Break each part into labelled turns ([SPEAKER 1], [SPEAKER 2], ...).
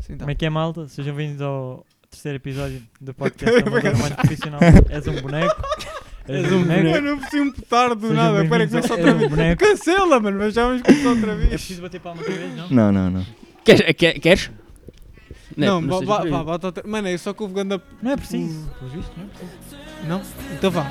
[SPEAKER 1] Sim, tá.
[SPEAKER 2] Como é que é, malta? Sejam bem-vindos ao terceiro episódio do podcast
[SPEAKER 1] Também
[SPEAKER 2] Amador
[SPEAKER 1] parece-
[SPEAKER 2] Mais Profissional. És um boneco. És um
[SPEAKER 1] É Mano,
[SPEAKER 2] boneco.
[SPEAKER 1] eu preciso me petar do
[SPEAKER 2] Sejam
[SPEAKER 1] nada. Espera que
[SPEAKER 2] bem-vindos
[SPEAKER 1] começa
[SPEAKER 2] ao-
[SPEAKER 1] outra
[SPEAKER 2] é um
[SPEAKER 1] vez.
[SPEAKER 2] boneco.
[SPEAKER 1] Cancela, mano, mas já vamos começar outra
[SPEAKER 2] É
[SPEAKER 1] vez.
[SPEAKER 2] preciso bater palma outra vez, não?
[SPEAKER 3] Não, não, não.
[SPEAKER 4] Queres? eh, que- queres?
[SPEAKER 1] Não,
[SPEAKER 4] seja
[SPEAKER 1] vá,
[SPEAKER 4] por aí.
[SPEAKER 1] vá, vá, outra... Mano, é só que houve ganda.
[SPEAKER 2] Não é preciso. Pelo visto, não é preciso.
[SPEAKER 1] Não? Então vá.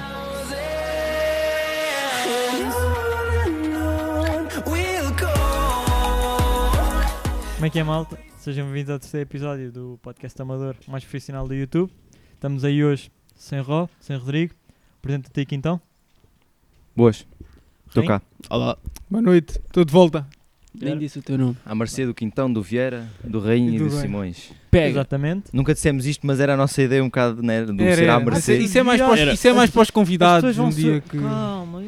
[SPEAKER 2] Como é que é, malta? Sejam bem-vindos ao terceiro episódio do podcast Amador Mais Profissional do YouTube. Estamos aí hoje sem Ró, sem Rodrigo. Apresenta-te aqui então.
[SPEAKER 3] Boas, estou
[SPEAKER 2] Sim.
[SPEAKER 3] cá.
[SPEAKER 4] Olá.
[SPEAKER 1] Boa noite, estou de volta.
[SPEAKER 4] Nem disse o teu nome.
[SPEAKER 3] À mercê do Quintão, do Vieira, do Rainha
[SPEAKER 1] E
[SPEAKER 3] e
[SPEAKER 1] do
[SPEAKER 3] do,
[SPEAKER 1] Rainha.
[SPEAKER 3] Simões.
[SPEAKER 4] Pega.
[SPEAKER 2] Exatamente.
[SPEAKER 3] Nunca dissemos isto, mas era a nossa ideia um bocado né, do ser à
[SPEAKER 1] Mas
[SPEAKER 3] mercê.
[SPEAKER 1] Isso é mais para os,
[SPEAKER 4] Era.
[SPEAKER 1] isso é mais para os
[SPEAKER 2] As
[SPEAKER 1] convidados
[SPEAKER 2] pessoas
[SPEAKER 1] um
[SPEAKER 2] se-
[SPEAKER 1] dia que.
[SPEAKER 2] Calma,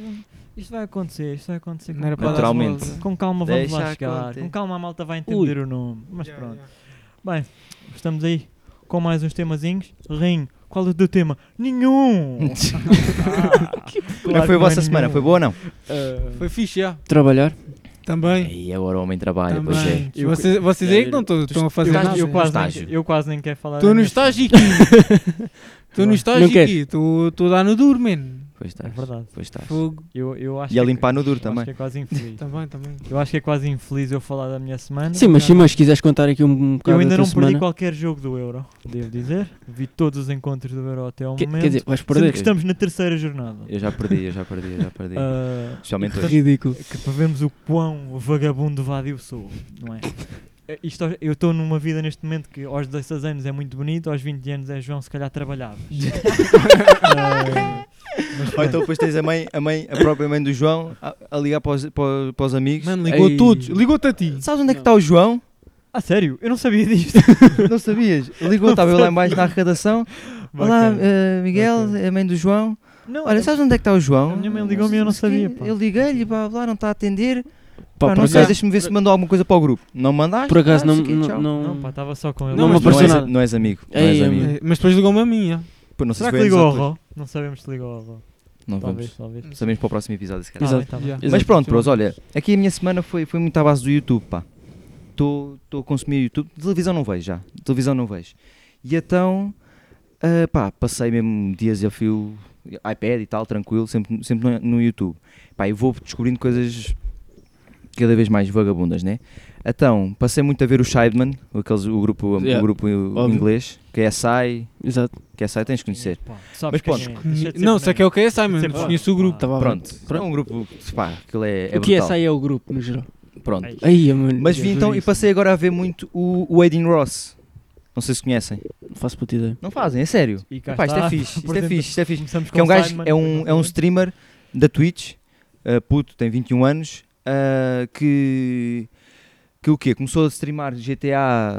[SPEAKER 2] isto vai acontecer, isto vai acontecer.
[SPEAKER 1] Não
[SPEAKER 2] com
[SPEAKER 1] era para
[SPEAKER 2] calma.
[SPEAKER 1] dar
[SPEAKER 3] Naturalmente.
[SPEAKER 1] bolas.
[SPEAKER 2] Com calma vamos lá
[SPEAKER 3] Deixa
[SPEAKER 2] chegar.
[SPEAKER 3] acontecer.
[SPEAKER 2] Com calma a malta vai entender o nome. Mas
[SPEAKER 1] Yeah,
[SPEAKER 2] pronto.
[SPEAKER 1] yeah.
[SPEAKER 2] Bem, estamos aí com mais uns temazinhos. Rim, qual é o teu tema? Nenhum! Ah,
[SPEAKER 3] Como é que foi a vossa semana? Foi boa ou não?
[SPEAKER 2] Eh,
[SPEAKER 1] Foi fixe, já.
[SPEAKER 4] Trabalhar.
[SPEAKER 1] Também.
[SPEAKER 3] E agora o homem trabalha, pois é.
[SPEAKER 1] Também.
[SPEAKER 2] Eu-
[SPEAKER 1] Vocês, vocês aí que não estão estão a fazer
[SPEAKER 2] eu,
[SPEAKER 1] nada.
[SPEAKER 2] eu, quase nem,
[SPEAKER 3] Estágio.
[SPEAKER 2] eu quase nem quero falar.
[SPEAKER 1] Estou no
[SPEAKER 2] disso.
[SPEAKER 1] estágio aqui. Estou no
[SPEAKER 2] Não
[SPEAKER 1] estágio
[SPEAKER 4] quero.
[SPEAKER 1] aqui. Estou estou a dar no duro, mano.
[SPEAKER 3] Pois
[SPEAKER 2] É
[SPEAKER 3] estás.
[SPEAKER 2] verdade.
[SPEAKER 3] Pois estás.
[SPEAKER 1] Fogo.
[SPEAKER 2] Eu, eu acho
[SPEAKER 3] E a
[SPEAKER 2] que-
[SPEAKER 3] limpar no duro
[SPEAKER 2] eu acho
[SPEAKER 3] também.
[SPEAKER 2] que é quase infeliz.
[SPEAKER 1] Também, também.
[SPEAKER 2] eu acho que é quase infeliz eu falar da minha semana.
[SPEAKER 4] Sim, mas sim, mas se quiseres contar aqui um bocado
[SPEAKER 2] eu ainda
[SPEAKER 4] da
[SPEAKER 2] não
[SPEAKER 4] tua
[SPEAKER 2] perdi
[SPEAKER 4] semana.
[SPEAKER 2] qualquer jogo do Euro, devo dizer. Vi todos os encontros do Euro até ao
[SPEAKER 4] Que-
[SPEAKER 2] momento.
[SPEAKER 4] quer dizer, vais
[SPEAKER 2] Sendo
[SPEAKER 4] perder.
[SPEAKER 2] que estamos na terceira jornada.
[SPEAKER 3] Eu já perdi, eu já perdi, eu já perdi.
[SPEAKER 2] Ah,
[SPEAKER 3] Especialmente
[SPEAKER 2] e,
[SPEAKER 3] hoje.
[SPEAKER 4] Ridículo.
[SPEAKER 2] que para vermos o quão vagabundo vadio sou, não é? Eh, Isto, aos- eu estou numa vida neste momento que aos 16 anos é muito bonito, aos 20 anos é João, se calhar trabalhavas. Eh, mas
[SPEAKER 3] Ou
[SPEAKER 2] pronto.
[SPEAKER 3] então depois tens a mãe, a mãe, a própria mãe do João a, a ligar para os, para, os- para os amigos.
[SPEAKER 1] Mano, ligou
[SPEAKER 4] Ei.
[SPEAKER 1] todos. Ligou-te a ti.
[SPEAKER 3] Sabes onde é que está o João?
[SPEAKER 2] Ah, sério? Eu não sabia disto.
[SPEAKER 3] Não sabias? Ligou, estava eu lá em baixo na arrecadação. Olá, eh, Miguel, a mãe do João.
[SPEAKER 2] não,
[SPEAKER 3] Olha, sabes onde é que está o João?
[SPEAKER 2] A minha mãe ligou-me e eu não
[SPEAKER 3] sei o quê.
[SPEAKER 2] sabia, pá.
[SPEAKER 3] Eu liguei-lhe, blá blá, não está a atender. Pá,
[SPEAKER 4] Pá, por
[SPEAKER 3] não sei,
[SPEAKER 4] acaso,
[SPEAKER 3] deixa-me ver se mandou alguma coisa para o grupo. Não mandaste?
[SPEAKER 4] por acaso
[SPEAKER 3] Ah,
[SPEAKER 4] não,
[SPEAKER 3] sei o quê,
[SPEAKER 4] não,
[SPEAKER 3] tchau.
[SPEAKER 2] não, pá,
[SPEAKER 4] não,
[SPEAKER 2] estava só com ele. é.
[SPEAKER 1] Não,
[SPEAKER 4] não me
[SPEAKER 1] mas
[SPEAKER 3] Não
[SPEAKER 4] apareceu
[SPEAKER 3] és,
[SPEAKER 4] nada.
[SPEAKER 3] não és amigo. Não
[SPEAKER 4] Ei,
[SPEAKER 3] és amigo.
[SPEAKER 4] mano.
[SPEAKER 1] É, Mas depois ligou-me a É, minha.
[SPEAKER 3] Pô, não sei
[SPEAKER 2] Será
[SPEAKER 3] se
[SPEAKER 2] que
[SPEAKER 3] foi antes
[SPEAKER 2] ligou ao
[SPEAKER 3] ou depois.
[SPEAKER 2] Ró? Não sabemos se ligou ao Ró.
[SPEAKER 3] Não
[SPEAKER 2] Talvez,
[SPEAKER 3] vamos.
[SPEAKER 2] talvez.
[SPEAKER 3] Sabemos para o próximo episódio, se
[SPEAKER 2] Tá
[SPEAKER 3] calhar.
[SPEAKER 4] Exato.
[SPEAKER 2] bem, tá bem.
[SPEAKER 1] Yeah.
[SPEAKER 3] Mas
[SPEAKER 4] Exato.
[SPEAKER 3] pronto, bros, olha, aqui a minha semana foi, foi muito à base do YouTube, pá. Estou a consumir YouTube. Televisão não vejo já. Televisão não vejo. E então, ah, pá, passei mesmo dias a fio, iPad e tal, tranquilo, sempre, sempre no, no YouTube. Pá, e vou descobrindo coisas cada vez mais vagabundas, né? Então, passei muito a ver o Sideman, aqueles, o grupo, o
[SPEAKER 4] Yeah,
[SPEAKER 3] grupo inglês, que é SAI,
[SPEAKER 4] Exato.
[SPEAKER 3] que é SAI tens de conhecer.
[SPEAKER 2] Pá, tu sabes
[SPEAKER 3] Mas
[SPEAKER 2] quem é.
[SPEAKER 3] pronto.
[SPEAKER 2] Deixa de ser
[SPEAKER 1] Não, sei que é
[SPEAKER 2] boneco.
[SPEAKER 1] o que é essa,
[SPEAKER 2] Deixa de
[SPEAKER 1] mano.
[SPEAKER 2] ser boneco.
[SPEAKER 1] Conheço o grupo.
[SPEAKER 2] Pá.
[SPEAKER 4] Tava a ver.
[SPEAKER 3] Pronto, é um grupo, pá, aquilo é, é
[SPEAKER 4] o que é
[SPEAKER 3] brutal.
[SPEAKER 4] essa aí é o grupo, no geral.
[SPEAKER 3] Pronto.
[SPEAKER 4] Aí, mano.
[SPEAKER 3] Mas vi então e passei agora a ver muito o o Wade in Ross. Não sei se conhecem.
[SPEAKER 4] Não faço puta ideia.
[SPEAKER 3] Não fazem, é sério.
[SPEAKER 2] E cá
[SPEAKER 3] Epá, isto é
[SPEAKER 2] está.
[SPEAKER 3] fixe, isto é
[SPEAKER 2] Apresenta-
[SPEAKER 3] fixe, isto é fixe.
[SPEAKER 2] Começamos
[SPEAKER 3] Que é um
[SPEAKER 2] com
[SPEAKER 3] gajo,
[SPEAKER 2] Simon,
[SPEAKER 3] é um, é um streamer da Twitch, ah, puto, tem 21 anos, ah, que, que o quê? Começou a streamar GTA,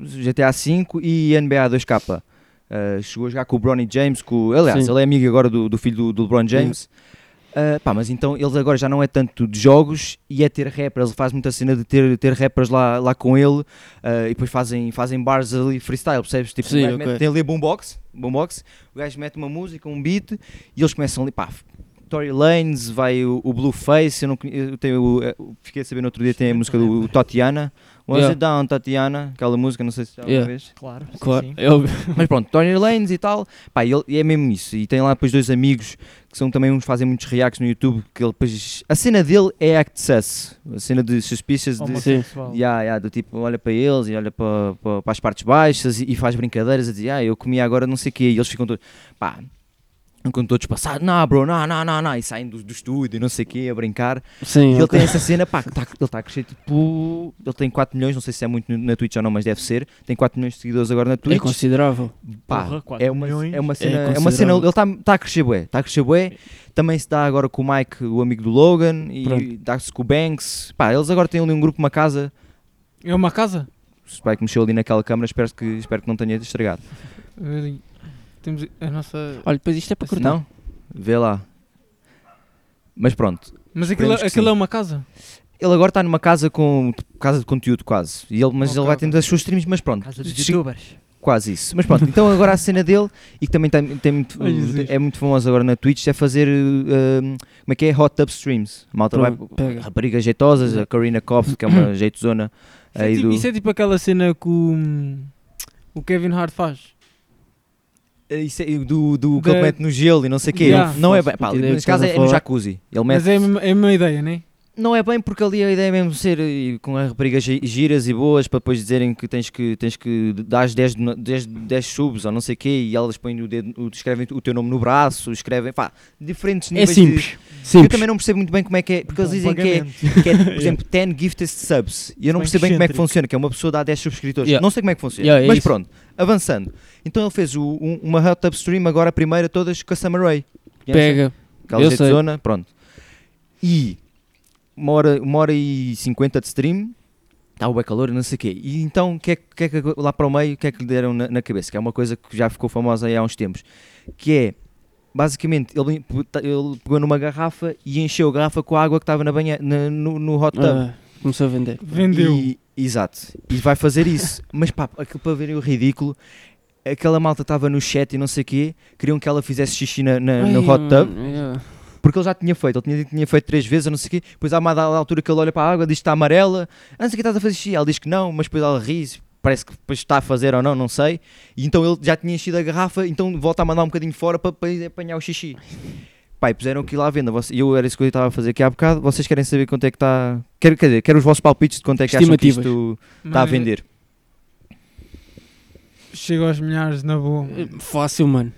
[SPEAKER 3] GTA V e NBA 2K. Ah, chegou a jogar com o Bronny James, com, aliás,
[SPEAKER 4] Sim.
[SPEAKER 3] ele é amigo agora do, do filho do, do LeBron James. Ah, pá, mas então ele agora já não é tanto de jogos e é ter rappers, ele faz muita cena de ter, ter rappers lá, lá com ele ah, e depois fazem, fazem bars ali freestyle, percebes? Tipo,
[SPEAKER 4] Sim,
[SPEAKER 3] o gajo
[SPEAKER 4] ok.
[SPEAKER 3] mete- tem ali a boombox, boombox, o gajo mete uma música, um beat e eles começam ali, pá, Tory Lanez, vai o, o Blueface, eu, não, conhe- eu, tenho, o- eh, o- fiquei a saber no outro dia, tem a música do o Tatiana, Was
[SPEAKER 4] Yeah.
[SPEAKER 3] It Down, Tatiana, aquela música, não sei se já
[SPEAKER 4] Yeah.
[SPEAKER 3] vez.
[SPEAKER 2] Claro, sim,
[SPEAKER 4] Claro.
[SPEAKER 2] sim.
[SPEAKER 4] É óbvio.
[SPEAKER 3] Mas pronto, Tory Lanez e tal, pá, e ele, e é mesmo isso, e tem lá depois dois amigos, que são também uns que fazem muitos reacts no YouTube, que ele depois, a cena dele é Act Sus, a cena de Suspicious, de
[SPEAKER 1] assim?
[SPEAKER 2] Homossexual.
[SPEAKER 3] Ya, ya, do tipo, olha para eles e olha para, para, para as partes baixas e, e faz brincadeiras a dizer, ah, eu comia agora não sei o quê, e eles ficam todos, pá, ficam todos passados, não, bro, não, não, não, não, e saem do, do estúdio e não sei o quê, a brincar. E
[SPEAKER 4] Sim,
[SPEAKER 3] ele
[SPEAKER 4] ok.
[SPEAKER 3] tem essa cena, pá, que tá- ele está a crescer tipo, ele tem 4 milhões, não sei se é muito na Twitch ou não, mas deve ser, tem 4 milhões de seguidores agora na
[SPEAKER 4] É
[SPEAKER 3] Twitch,
[SPEAKER 4] considerável.
[SPEAKER 3] pá,
[SPEAKER 2] Porra, 4
[SPEAKER 3] é, uma,
[SPEAKER 2] milhões.
[SPEAKER 3] é uma cena, é, uma
[SPEAKER 4] considerável.
[SPEAKER 3] cena, ele está tá a crescer bué, está a crescer bué, também se dá agora com o Mike, o amigo do Logan, e
[SPEAKER 4] Pronto.
[SPEAKER 3] dá-se com o Banks, pá, eles agora têm ali um grupo, uma casa...
[SPEAKER 1] É uma casa?
[SPEAKER 3] O Spike mexeu ali naquela câmara, espero que, espero que não tenha estragado.
[SPEAKER 1] Ali. Temos a nossa.
[SPEAKER 4] Olha, depois isto é para cortar.
[SPEAKER 3] Assim Não? Vê lá. Mas pronto.
[SPEAKER 1] Mas aquilo,
[SPEAKER 3] Esperemos que
[SPEAKER 1] aquilo
[SPEAKER 3] sim.
[SPEAKER 1] é uma casa?
[SPEAKER 3] Ele agora está numa casa com casa de conteúdo quase. E ele, mas
[SPEAKER 1] Ok,
[SPEAKER 3] ele vai
[SPEAKER 1] ok.
[SPEAKER 3] tendo as suas streams, mas pronto.
[SPEAKER 2] Casa dos
[SPEAKER 3] Chega-
[SPEAKER 2] youtubers.
[SPEAKER 3] quase isso. Mas pronto, então agora a cena dele, e que também tem, tem muito,
[SPEAKER 1] Ai, Jesus.
[SPEAKER 3] é muito famosa agora na Twitch, é fazer uh, um, como é que é? Hot Tub Streams. A malta
[SPEAKER 4] Pronto,
[SPEAKER 3] vai
[SPEAKER 4] pega.
[SPEAKER 3] raparigas jeitosas, a Karina Koff, que é uma jeitosona
[SPEAKER 1] é
[SPEAKER 3] aí
[SPEAKER 1] tipo,
[SPEAKER 3] do-
[SPEAKER 1] isso é tipo aquela cena que o, o Kevin Hart faz.
[SPEAKER 3] Eh, Isso é, do, do que
[SPEAKER 1] Da-
[SPEAKER 3] ele mete no gelo e não sei o quê.
[SPEAKER 1] Yeah.
[SPEAKER 3] Não, não é
[SPEAKER 4] Faço
[SPEAKER 3] bem. Pá,
[SPEAKER 4] puta ideia
[SPEAKER 3] nesse
[SPEAKER 4] do que
[SPEAKER 3] caso é,
[SPEAKER 4] estás a
[SPEAKER 3] no
[SPEAKER 4] falar.
[SPEAKER 3] jacuzzi. Ele mete
[SPEAKER 1] Mas é a, mesma, é a mesma ideia, né?
[SPEAKER 3] Não é bem porque ali a ideia é mesmo ser eh, com as raparigas gi- giras e boas para depois dizerem que tens que, tens que dar 10, no- 10, 10 subs ou não sei o quê e elas põem o dedo, o- escrevem o teu nome no braço, escrevem, pá, diferentes
[SPEAKER 4] É
[SPEAKER 3] níveis de-
[SPEAKER 4] simples.
[SPEAKER 3] Eu
[SPEAKER 4] Simples.
[SPEAKER 3] também não percebo muito bem como é que é, porque eles
[SPEAKER 2] Bom
[SPEAKER 3] dizem que é,
[SPEAKER 2] Um pagamento.
[SPEAKER 3] que é, por exemplo, 10 gifted subs e eu não
[SPEAKER 2] Bem
[SPEAKER 3] percebo bem como é que
[SPEAKER 2] excêntrico.
[SPEAKER 3] funciona, que é uma pessoa dá 10 subscritores,
[SPEAKER 4] Yeah.
[SPEAKER 3] não sei como é que funciona,
[SPEAKER 4] Yeah, é
[SPEAKER 3] mas
[SPEAKER 4] isso.
[SPEAKER 3] pronto, avançando. Então ele fez o- um- uma hot tub stream agora a primeira todas com a Summer Rae. Conhecem?
[SPEAKER 4] Pega.
[SPEAKER 3] Aquela
[SPEAKER 4] Eu
[SPEAKER 3] gente
[SPEAKER 4] sei.
[SPEAKER 3] zona, pronto. E uma hora, uma hora e cinquenta de stream, está o bem calor e não sei o quê. E então, o que é, que- que é que lá para o meio, o que é que lhe deram na, na cabeça? Que é uma coisa que já ficou famosa aí há uns tempos. Que é, basicamente, ele, ele pegou numa garrafa e encheu a garrafa com a água que estava na banha, na- no, no hot tub.
[SPEAKER 4] Ah, começou a vender.
[SPEAKER 1] Vendeu.
[SPEAKER 3] E- exato. E vai fazer isso. Mas pá, aquilo para verem o ridículo, aquela malta estava no chat e não sei o quê, queriam que ela fizesse xixi na, na- É, no
[SPEAKER 4] Ai,
[SPEAKER 3] hot tub.
[SPEAKER 4] mano, yeah.
[SPEAKER 3] Porque ele já tinha feito, ele tinha dito que tinha feito três vezes, eu não sei o quê. Depois há uma dada altura que ele olha para a água, diz que está amarela, "Ah, não sei o que estás a fazer xixi. Ela diz que não, mas depois ela ri, parece que depois está a fazer ou não, não sei. E então ele já tinha enchido a garrafa, então volta a mandar um bocadinho fora para, para ir apanhar o xixi. Pai, puseram aquilo à venda. Voc- Eu era isso que eu estava a fazer aqui há bocado. Vocês querem saber quanto é que está. Quero, quer dizer, quero os vossos palpites de quanto é que acham que
[SPEAKER 4] Estimativas.
[SPEAKER 3] isto está tá a
[SPEAKER 1] Mas
[SPEAKER 3] vender.
[SPEAKER 1] Chega aos milhares na boa.
[SPEAKER 3] É.
[SPEAKER 4] Fácil, mano.